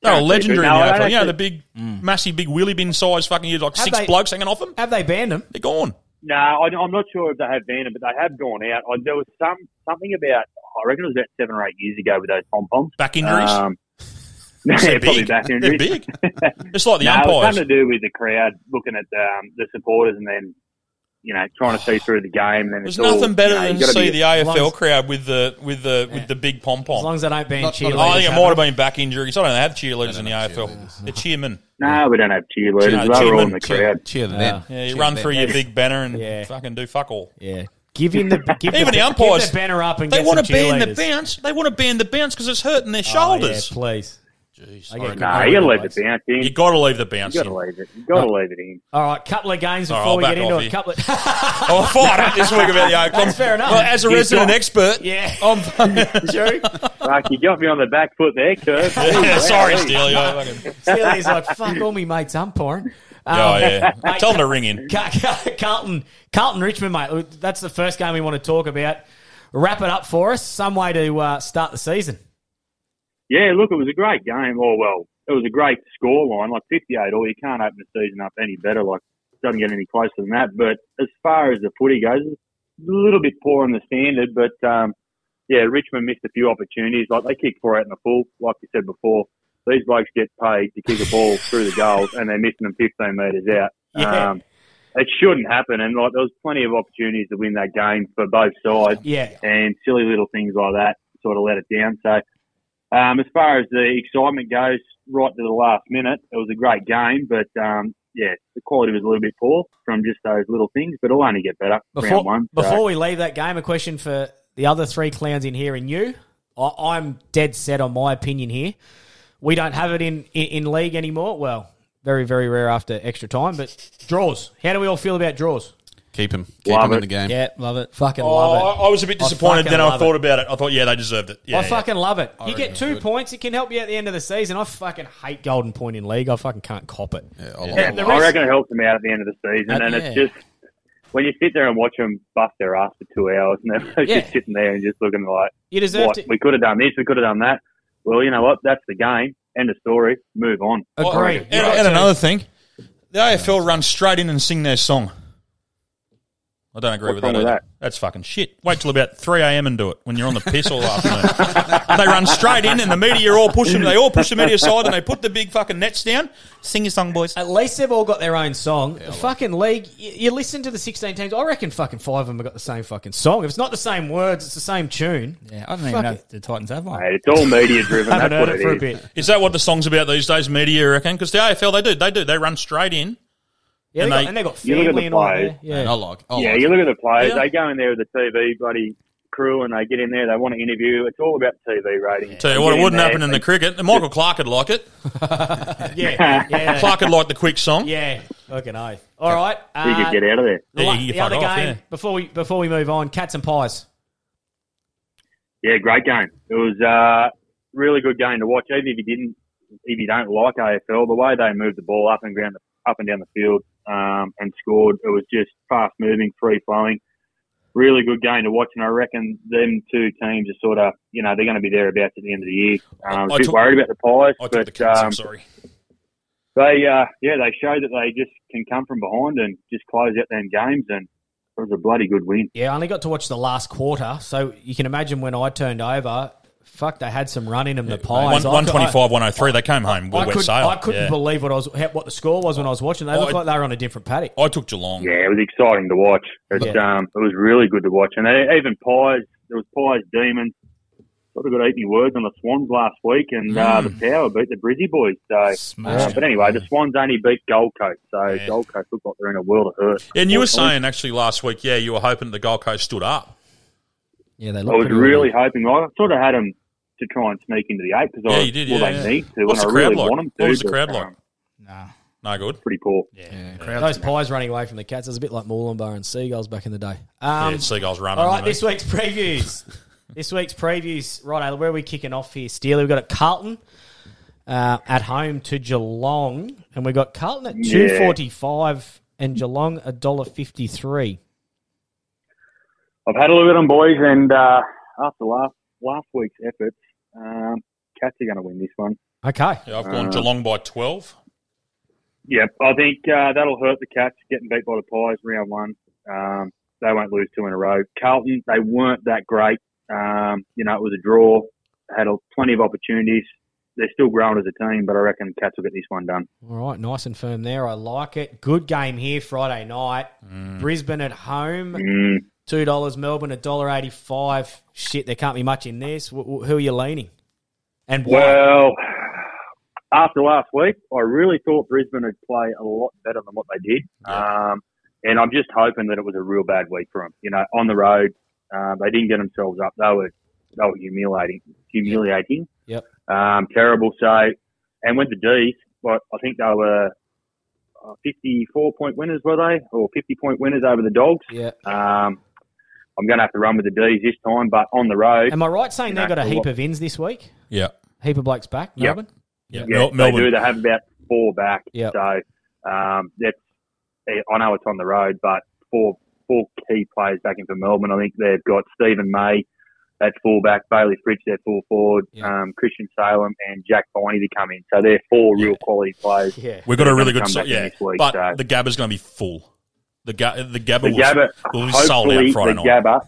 Speaker 5: They were
Speaker 4: Can't see, but
Speaker 5: legendary in
Speaker 4: no,
Speaker 5: the
Speaker 4: I
Speaker 5: AFL.
Speaker 4: don't
Speaker 5: You know,
Speaker 4: actually-
Speaker 5: the big,
Speaker 10: Mm.
Speaker 5: massive, big wheelie bin size fucking, you like
Speaker 4: Have
Speaker 5: six
Speaker 4: they-
Speaker 5: blokes hanging off them.
Speaker 1: Have they banned them?
Speaker 5: They're gone.
Speaker 4: No, I, I'm not sure if they have banned them, but they have gone out. I, there was some something about I reckon it was about seven or eight years ago with those pom poms. Um,
Speaker 5: Back injuries?
Speaker 4: Uh, yeah,
Speaker 5: They're
Speaker 4: probably
Speaker 5: big.
Speaker 4: back
Speaker 5: They're
Speaker 4: injuries.
Speaker 5: big. It's like the
Speaker 4: no, it was
Speaker 5: umpires.
Speaker 4: something to do with the crowd looking at um, the supporters and then you know trying to see through the game. And then
Speaker 5: There's
Speaker 4: it's all,
Speaker 5: nothing better
Speaker 4: you know,
Speaker 5: than
Speaker 4: you gotta
Speaker 5: see
Speaker 4: be-
Speaker 5: the AFL crowd with the with the with the big pom pom. As long
Speaker 1: as they don't ban cheerleaders,
Speaker 5: I think it
Speaker 1: have
Speaker 5: might have
Speaker 1: they?
Speaker 5: been back injuries. I don't have cheerleaders in the AFL. They're cheermen.
Speaker 4: No, we don't have cheerleaders.
Speaker 5: No,
Speaker 4: They're all in
Speaker 5: cheermen.
Speaker 4: the crowd.
Speaker 10: Cheer them.
Speaker 1: Uh,
Speaker 5: Yeah, you
Speaker 10: Cheer
Speaker 5: run
Speaker 10: them.
Speaker 5: through your big banner and fucking do fuck all.
Speaker 1: Yeah. Give him the give
Speaker 5: Even
Speaker 1: the,
Speaker 5: the umpires
Speaker 1: give the banner up and
Speaker 5: they
Speaker 1: get
Speaker 5: want
Speaker 1: some
Speaker 5: to ban the
Speaker 1: cheerleaders.
Speaker 5: bounce. They want to ban the bounce because it's hurting their
Speaker 1: Oh, yeah,
Speaker 5: shoulders.
Speaker 1: please.
Speaker 5: Jeez,
Speaker 1: I get
Speaker 4: Nah, you gotta leave the bounce in.
Speaker 5: You gotta leave the bounce.
Speaker 4: You gotta
Speaker 5: in.
Speaker 4: leave it. You gotta leave it in.
Speaker 1: All right, couple of games
Speaker 5: All right,
Speaker 1: before
Speaker 5: I'll
Speaker 1: we
Speaker 5: back
Speaker 1: get into
Speaker 5: off
Speaker 1: it.
Speaker 5: you.
Speaker 1: Couple of
Speaker 5: Oh, I'm fired up this week about the outcome.
Speaker 1: That's fair enough.
Speaker 5: Well, as a
Speaker 1: You've
Speaker 5: resident
Speaker 1: got-
Speaker 5: expert,
Speaker 1: yeah,
Speaker 5: I'm
Speaker 1: Jerry.
Speaker 4: Like you got me on the back foot there, Kurt.
Speaker 5: Yeah, sorry, Steely. I fucking-
Speaker 1: Steely's like, fuck all me mates umpiring.
Speaker 5: Oh, yeah.
Speaker 1: mate,
Speaker 5: Tell them to ring in.
Speaker 1: Car- Car- Carlton, Carlton Richmond, mate. That's the first game we want to talk about. Wrap it up for us. Some way to uh, start the season.
Speaker 4: Yeah, look, it was a great game. Oh well, it was a great score line, like fifty-eight all. You can't open the season up any better. Like
Speaker 7: doesn't get any closer than that. But as far as the footy goes, it's a little bit poor on the standard. But um, yeah, Richmond missed a few opportunities. Like they kicked four out in the full, like you said before. These blokes get paid to kick a ball through the goals, and they're missing them 15 metres out.
Speaker 1: Yeah.
Speaker 7: Um, it shouldn't happen, and like there was plenty of opportunities to win that game for both sides.
Speaker 1: Yeah.
Speaker 7: and silly little things like that sort of let it down. So um, as far as the excitement goes, right to the last minute, it was a great game, but um, yeah, the quality was a little bit poor from just those little things, but it'll only get better.
Speaker 1: Before,
Speaker 7: round one. so-
Speaker 1: before we leave that game, a question for the other three clowns in here and you. I, I'm dead set on my opinion here. We don't have it in, in, in league anymore. Well, very, very rare after extra time, but draws. How do we all feel about draws?
Speaker 11: Keep him.
Speaker 1: Keep Love 'em in it. the game.
Speaker 12: Yeah, love it. Fucking
Speaker 1: Oh,
Speaker 12: love it.
Speaker 1: I- I was a bit
Speaker 5: disappointed.
Speaker 1: fucking
Speaker 5: Then I
Speaker 1: love
Speaker 5: thought
Speaker 1: it.
Speaker 5: about it. I thought, yeah, they deserved it. Yeah,
Speaker 1: I
Speaker 5: yeah.
Speaker 1: fucking love it.
Speaker 5: I
Speaker 1: you
Speaker 5: reckon
Speaker 1: get two points, it can help you at the end of the season. I fucking hate golden point in league. I fucking can't cop it. Yeah,
Speaker 7: Yeah, I reckon it helps them out at the end of the season,
Speaker 1: Uh,
Speaker 7: and it's
Speaker 1: yeah.
Speaker 7: just when you sit there and watch them bust their ass for two hours, and they're
Speaker 1: Yeah.
Speaker 7: just sitting there and just looking like,
Speaker 1: You deserve
Speaker 7: what?
Speaker 1: to-
Speaker 7: We could have done this, we could have done that. Well, you know what? That's the game. End of story. Move on.
Speaker 5: And, and another thing, the AFL run straight in and sing their song. I don't agree with
Speaker 7: What's
Speaker 5: that
Speaker 7: wrong with
Speaker 5: either.
Speaker 7: that?
Speaker 5: That's fucking shit. Wait till about three a.m. and do it when you're on the piss all afternoon. they run straight in, and the media all push them. They all push the media aside, and they put the big fucking nets down. Sing your song, boys.
Speaker 1: At least they've all got their own song. the fucking league, you, you listen to the 16 teams. I reckon fucking five of them have got the same fucking song. If it's not the same words, it's the same tune.
Speaker 12: Yeah, I don't even
Speaker 1: Fuck
Speaker 12: know
Speaker 1: it.
Speaker 12: if the Titans have one.
Speaker 7: Mate, it's all media driven.
Speaker 1: Haven't
Speaker 7: That's
Speaker 1: heard
Speaker 7: what
Speaker 1: it
Speaker 7: it
Speaker 1: for a
Speaker 7: is.
Speaker 1: bit.
Speaker 5: Is that what the song's about these days? Media, you reckon? Because the AFL, they do, they do, they run straight in.
Speaker 1: Yeah, they got- and they got You look at family the and all that, players. yeah. And I like-
Speaker 5: oh,
Speaker 1: I
Speaker 7: yeah,
Speaker 1: like
Speaker 7: you
Speaker 1: it.
Speaker 7: look at the players.
Speaker 1: Yeah.
Speaker 7: They go in there with the TV bloody crew, and they get in there. They want to interview. It's all about TV ratings.
Speaker 5: Tell you
Speaker 7: They
Speaker 5: what,
Speaker 7: get
Speaker 5: it wouldn't
Speaker 7: there,
Speaker 5: happen in the cricket. And Michael Clark would like it.
Speaker 1: yeah, yeah.
Speaker 5: Clark would like the quick song.
Speaker 1: Yeah, fucking oath. All right.
Speaker 5: He could get out of there.
Speaker 1: The,
Speaker 5: Yeah,
Speaker 1: la-
Speaker 5: he could
Speaker 1: the other
Speaker 5: fuck off,
Speaker 1: game,
Speaker 5: yeah.
Speaker 1: before, we, before we move on, Cats and Pies.
Speaker 7: Yeah, great game. It was a really good game to watch. Even if you didn't, if you don't like AFL, the way they moved the ball up and ground, up and down the field um, and scored, it was just fast moving, free flowing. Really good game to watch, and I reckon them two teams are sort of, you know, they're going to be thereabouts at the end of the year. Um, I was
Speaker 5: I
Speaker 7: a bit
Speaker 5: took-
Speaker 7: worried about the Pies,
Speaker 5: I took
Speaker 7: but
Speaker 5: the Cats, I'm
Speaker 7: um,
Speaker 5: sorry.
Speaker 7: they, uh, yeah, they showed that they just can come from behind and just close out them games, and it was a bloody good win.
Speaker 1: Yeah, I only got to watch the last quarter, so you can imagine when I turned over, fuck, they had some run in them, the Pies. I-
Speaker 5: One twenty-five, one hundred three. They came home with
Speaker 1: I,
Speaker 5: a wet
Speaker 1: couldn't,
Speaker 5: sail.
Speaker 1: I couldn't
Speaker 5: Yeah.
Speaker 1: believe what I was what the score was when I was watching. They
Speaker 5: I-
Speaker 1: looked like they were on a different paddock.
Speaker 5: I took Geelong.
Speaker 7: Yeah, it was exciting to watch. It,
Speaker 1: Yeah.
Speaker 7: um, it was really good to watch. And they, even Pies, there was Pies Demons. Sort of got eighty words on the Swans last week, and
Speaker 5: Mm.
Speaker 7: uh, the Power beat the Brizzy Boys. So, uh, but anyway, the Swans only beat Gold Coast, so Gold Coast look like they're in a world of hurt.
Speaker 5: And you were
Speaker 7: Unfortunately.
Speaker 5: saying actually last week, yeah, you were hoping the Gold Coast stood up.
Speaker 1: Yeah, they
Speaker 7: I was really hoping. I sort of had them to try and sneak into the eight because
Speaker 5: Yeah,
Speaker 7: I
Speaker 5: you did.
Speaker 7: well,
Speaker 5: yeah,
Speaker 7: they
Speaker 5: yeah.
Speaker 7: need to,
Speaker 5: What's
Speaker 7: and
Speaker 5: the
Speaker 7: I
Speaker 5: crowd
Speaker 7: really
Speaker 5: like?
Speaker 7: want them to.
Speaker 5: What was the
Speaker 7: but,
Speaker 5: crowd
Speaker 7: um,
Speaker 5: like? No good.
Speaker 7: Pretty poor.
Speaker 5: Yeah,
Speaker 1: Those pies running away from the cats. It was a bit like Moorlambar and Seagulls back in the day. Um,
Speaker 5: yeah, seagulls running.
Speaker 1: All
Speaker 5: you
Speaker 1: right,
Speaker 5: know.
Speaker 1: this week's previews. this week's previews. Right, where are we kicking off here, Steely? We've got at Carlton uh, at home to Geelong, and we've got Carlton at
Speaker 7: Yeah.
Speaker 1: two forty five and Geelong a dollar fifty three.
Speaker 7: I've had a look at them, boys, and uh, after last last week's efforts, um, Cats are going to win this one.
Speaker 1: Okay.
Speaker 5: Yeah, I've gone
Speaker 7: Uh,
Speaker 5: Geelong by twelve.
Speaker 7: Yep, I think uh, that'll hurt the Cats getting beat by the Pies round one. Um, they won't lose two in a row. Carlton, they weren't that great. Um, you know, it was a draw. Had a, plenty of opportunities. They're still growing as a team, but I reckon the Cats will get this one done.
Speaker 1: All right, nice and firm there. I like it. Good game here Friday night.
Speaker 5: Mm.
Speaker 1: Brisbane at home.
Speaker 7: Mm.
Speaker 1: Two dollars. Melbourne a dollar eighty five. Shit, there can't be much in this. Wh- wh- Who are you leaning? And why?
Speaker 7: Well, after last week, I really thought Brisbane would play a lot better than what they did. Um, and I'm just hoping that it was a real bad week for them. You know, on the road, uh, they didn't get themselves up. They were they were humiliating, humiliating,
Speaker 1: Yep.
Speaker 7: um, terrible. So, and with the D's, but I think they were uh, 54 point winners, were they, or 50 point winners over the Dogs?
Speaker 1: Yeah.
Speaker 7: Um, I'm going to have to run with the D's this time, but on the road.
Speaker 1: Am I right saying
Speaker 7: you know,
Speaker 1: they've got a
Speaker 7: it's
Speaker 1: heap
Speaker 7: lot-
Speaker 1: of ins this week?
Speaker 5: Yeah.
Speaker 1: Heap of blokes back,
Speaker 7: Yep.
Speaker 1: Melbourne?
Speaker 5: Yeah,
Speaker 7: Yeah,
Speaker 5: Mel-
Speaker 7: they
Speaker 5: Melbourne.
Speaker 7: do. They have about four back.
Speaker 1: Yep.
Speaker 7: So um, that's I know it's on the road, but four four key players back in for Melbourne. I think they've got Stephen May, at fullback, Bailey Fritz their full forward, um, Christian Salem and Jack Viney to come in. So they're four real quality players. Yeah.
Speaker 5: We've got a really good side. Yeah, but the Gabba's going to be full. The ga- the Gabba
Speaker 7: the
Speaker 5: will,
Speaker 7: Gabba,
Speaker 5: will be sold
Speaker 7: hopefully
Speaker 5: out Friday
Speaker 7: the
Speaker 5: night.
Speaker 7: Gabba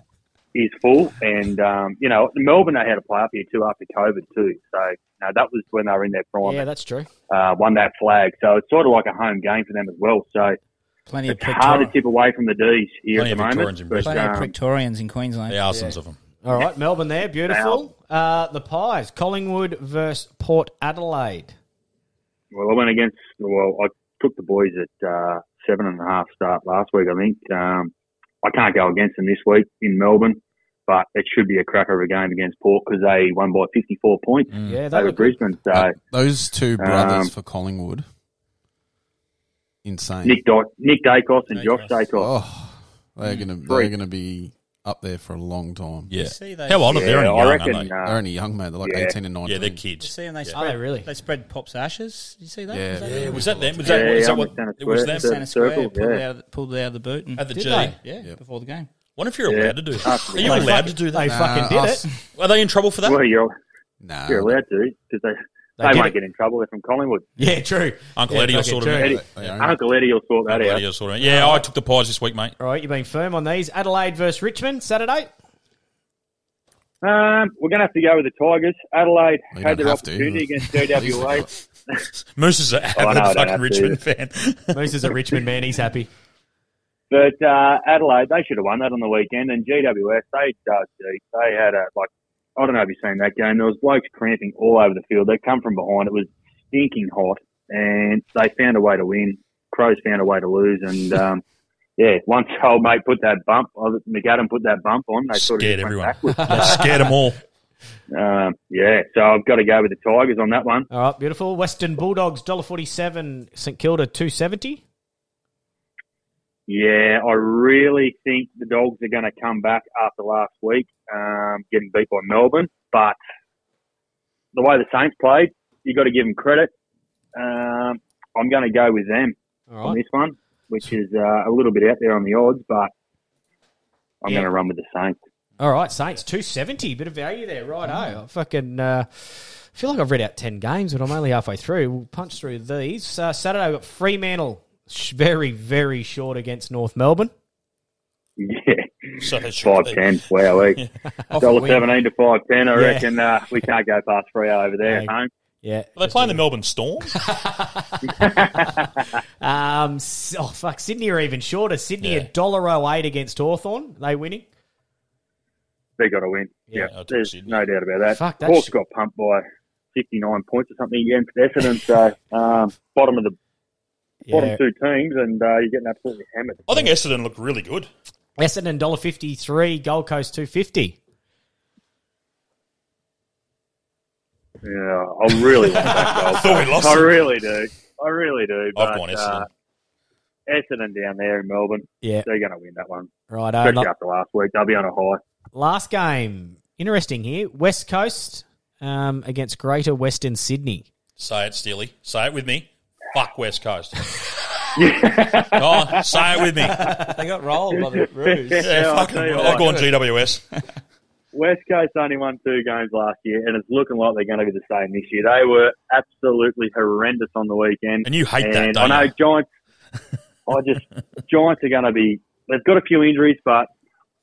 Speaker 7: is full, and um, you know Melbourne know how to play up here too after COVID too. So no, that was when they were in their prime.
Speaker 1: Yeah,
Speaker 7: and,
Speaker 1: that's true.
Speaker 7: uh, won that flag, so it's sort of like a home game for them as well. So
Speaker 13: Plenty of
Speaker 7: it's hard to
Speaker 13: Victoria-
Speaker 7: tip away from the D's here
Speaker 13: Plenty of
Speaker 7: at the
Speaker 13: Victorians in Brisbane.
Speaker 7: moment. But,
Speaker 13: Plenty of
Speaker 7: um,
Speaker 13: Victorians in Queensland.
Speaker 5: There are sons of them.
Speaker 1: All right, Melbourne there, beautiful. Uh, the Pies, Collingwood versus Port Adelaide.
Speaker 7: Well, I went against. Well, I took the boys at uh, seven and a half start last week. I think um, I can't go against them this week in Melbourne, but it should be a cracker of a game against Port because they won by fifty-four points
Speaker 5: Mm.
Speaker 1: Yeah,
Speaker 14: they
Speaker 7: over
Speaker 14: look-
Speaker 7: Brisbane. So
Speaker 2: Those two brothers
Speaker 7: um,
Speaker 2: for Collingwood. Insane.
Speaker 7: Nick Dyke, Nick Dacos and Josh Dacos.
Speaker 2: Oh, they're gonna they're
Speaker 7: Freak.
Speaker 2: gonna be up there for a long time.
Speaker 5: Yeah. You see they- How old are they? They're only
Speaker 2: I
Speaker 5: young, aren't
Speaker 2: reckon,
Speaker 5: they?
Speaker 2: uh, they're only young, mate. They're like
Speaker 5: yeah.
Speaker 2: eighteen and nineteen.
Speaker 5: Yeah, they're kids.
Speaker 3: You see, and they
Speaker 5: Yeah.
Speaker 3: spread,
Speaker 5: Are they
Speaker 3: really? They spread Pop's ashes. Did you see that?
Speaker 5: Yeah.
Speaker 3: Was that
Speaker 5: Yeah,
Speaker 3: them?
Speaker 5: Was that them? Was that- Yeah, was that yeah, what- Santa it was Square, them?
Speaker 3: Santa
Speaker 5: Santa
Speaker 3: Square
Speaker 5: Circle,
Speaker 3: pulled, it
Speaker 5: yeah.
Speaker 3: out of the, pulled it out of the boot and
Speaker 5: At the
Speaker 3: Did
Speaker 5: G.
Speaker 3: they? Yeah,
Speaker 5: Yep.
Speaker 3: before the game.
Speaker 5: Wonder if you're
Speaker 3: Yeah.
Speaker 5: allowed to do that. Are
Speaker 3: Absolutely.
Speaker 5: you
Speaker 3: They
Speaker 5: allowed
Speaker 3: fucking-
Speaker 5: to do that?
Speaker 3: they fucking did it.
Speaker 5: Are they in trouble for that?
Speaker 7: Well, you're,
Speaker 5: Nah.
Speaker 7: you're allowed to because they,
Speaker 5: They
Speaker 7: they,
Speaker 5: did
Speaker 7: won't
Speaker 5: it.
Speaker 7: get in trouble. They're from Collingwood.
Speaker 1: Yeah, true.
Speaker 5: Uncle Yeah, Eddie will fucking sort them true. out.
Speaker 7: Eddie- Uncle Eddie will sort that out.
Speaker 5: Yeah, sort of. Yeah, I took the Pies this week, mate.
Speaker 1: All right, you've been firm on these. Adelaide versus Richmond, Saturday.
Speaker 7: Um, we're going to have to go with the Tigers. Adelaide
Speaker 5: Well, you
Speaker 7: had
Speaker 5: don't
Speaker 7: their
Speaker 5: have to.
Speaker 7: opportunity against DWA.
Speaker 5: Moose is an
Speaker 7: Oh, I know,
Speaker 5: avid
Speaker 7: I don't have
Speaker 5: fucking
Speaker 7: to.
Speaker 5: Richmond fan.
Speaker 1: Moose is a Richmond man. He's happy.
Speaker 7: But uh, Adelaide, they should have won that on the weekend. And GWS, they uh, geez, they had a like I don't know if you've seen that game. There was blokes cramping all over the field. They come from behind. It was stinking hot, and they found a way to win. Crows found a way to lose, and um, yeah, once old mate put that bump, oh, McAdam put that bump on. They sort of
Speaker 5: Scared
Speaker 7: just went
Speaker 5: everyone.
Speaker 7: backwards.
Speaker 5: They scared them all.
Speaker 7: Um, yeah, so I've got to go with the Tigers on that one.
Speaker 1: All right, beautiful. Western Bulldogs, $1.47. St Kilda, two seventy.
Speaker 7: Yeah, I really think the Dogs are going to come back after last week, um, getting beat by Melbourne. But the way the Saints played, you got to give them credit. Um, I'm going to go with them
Speaker 1: right.
Speaker 7: on this one, which is uh, a little bit out there on the odds, but I'm
Speaker 1: Yeah.
Speaker 7: going to run with the Saints.
Speaker 1: All right, Saints, two seventy. Bit of value there, right? Oh, I fucking uh, feel like I've read out ten games, but I'm only halfway through. We'll punch through these. Uh, Saturday, we've got Fremantle, sh- very very short against North Melbourne.
Speaker 7: Yeah,
Speaker 5: so
Speaker 7: five ten. Wow,
Speaker 1: Off a
Speaker 7: dollar
Speaker 1: win.
Speaker 7: seventeen to five ten. I
Speaker 1: Yeah.
Speaker 7: reckon uh, we can't go past three over there at home.
Speaker 1: Yeah,
Speaker 5: Are they playing the Melbourne Storm?
Speaker 1: Um, s- oh fuck, Sydney are even shorter. Sydney a
Speaker 5: Yeah.
Speaker 1: dollar oh eight against Hawthorn. They winning.
Speaker 7: they got to win.
Speaker 1: Yeah,
Speaker 7: Yeah,
Speaker 1: I took
Speaker 7: there's
Speaker 1: Sydney.
Speaker 7: no doubt about that.
Speaker 1: Fuck,
Speaker 7: Fuck,
Speaker 1: that's-
Speaker 7: Hawks got pumped by 59 points or something against Essendon. So um, bottom of the bottom
Speaker 1: Yeah.
Speaker 7: two teams, and uh, you're getting absolutely hammered.
Speaker 5: I think Essendon looked really good.
Speaker 1: Essendon dollar fifty three. Gold Coast two fifty.
Speaker 7: Yeah, I really want that goal.
Speaker 5: Thought we lost
Speaker 7: I
Speaker 5: them.
Speaker 7: really do. I really do. But,
Speaker 5: gone Essendon.
Speaker 7: Uh, Essendon down there in Melbourne.
Speaker 1: Yeah.
Speaker 7: they're going to win that one.
Speaker 1: Right, uh,
Speaker 7: especially
Speaker 1: lo-
Speaker 7: after last week, they'll be on a high.
Speaker 1: Last game, interesting here. West Coast um, against Greater Western Sydney.
Speaker 5: Say it, Steely. Say it with me. Fuck West Coast. Go on, say it with me.
Speaker 3: They got rolled by the Roos.
Speaker 5: Yeah,
Speaker 7: I'll
Speaker 5: fucking
Speaker 7: tell you
Speaker 5: I'll go on
Speaker 7: what.
Speaker 5: GWS.
Speaker 7: West Coast only won two games last year, and it's looking like they're going to be the same this year. They were absolutely horrendous on the weekend,
Speaker 5: And you hate that,
Speaker 7: And
Speaker 5: don't
Speaker 7: I know
Speaker 5: you?
Speaker 7: Giants. I just Giants are going to be. They've got a few injuries, but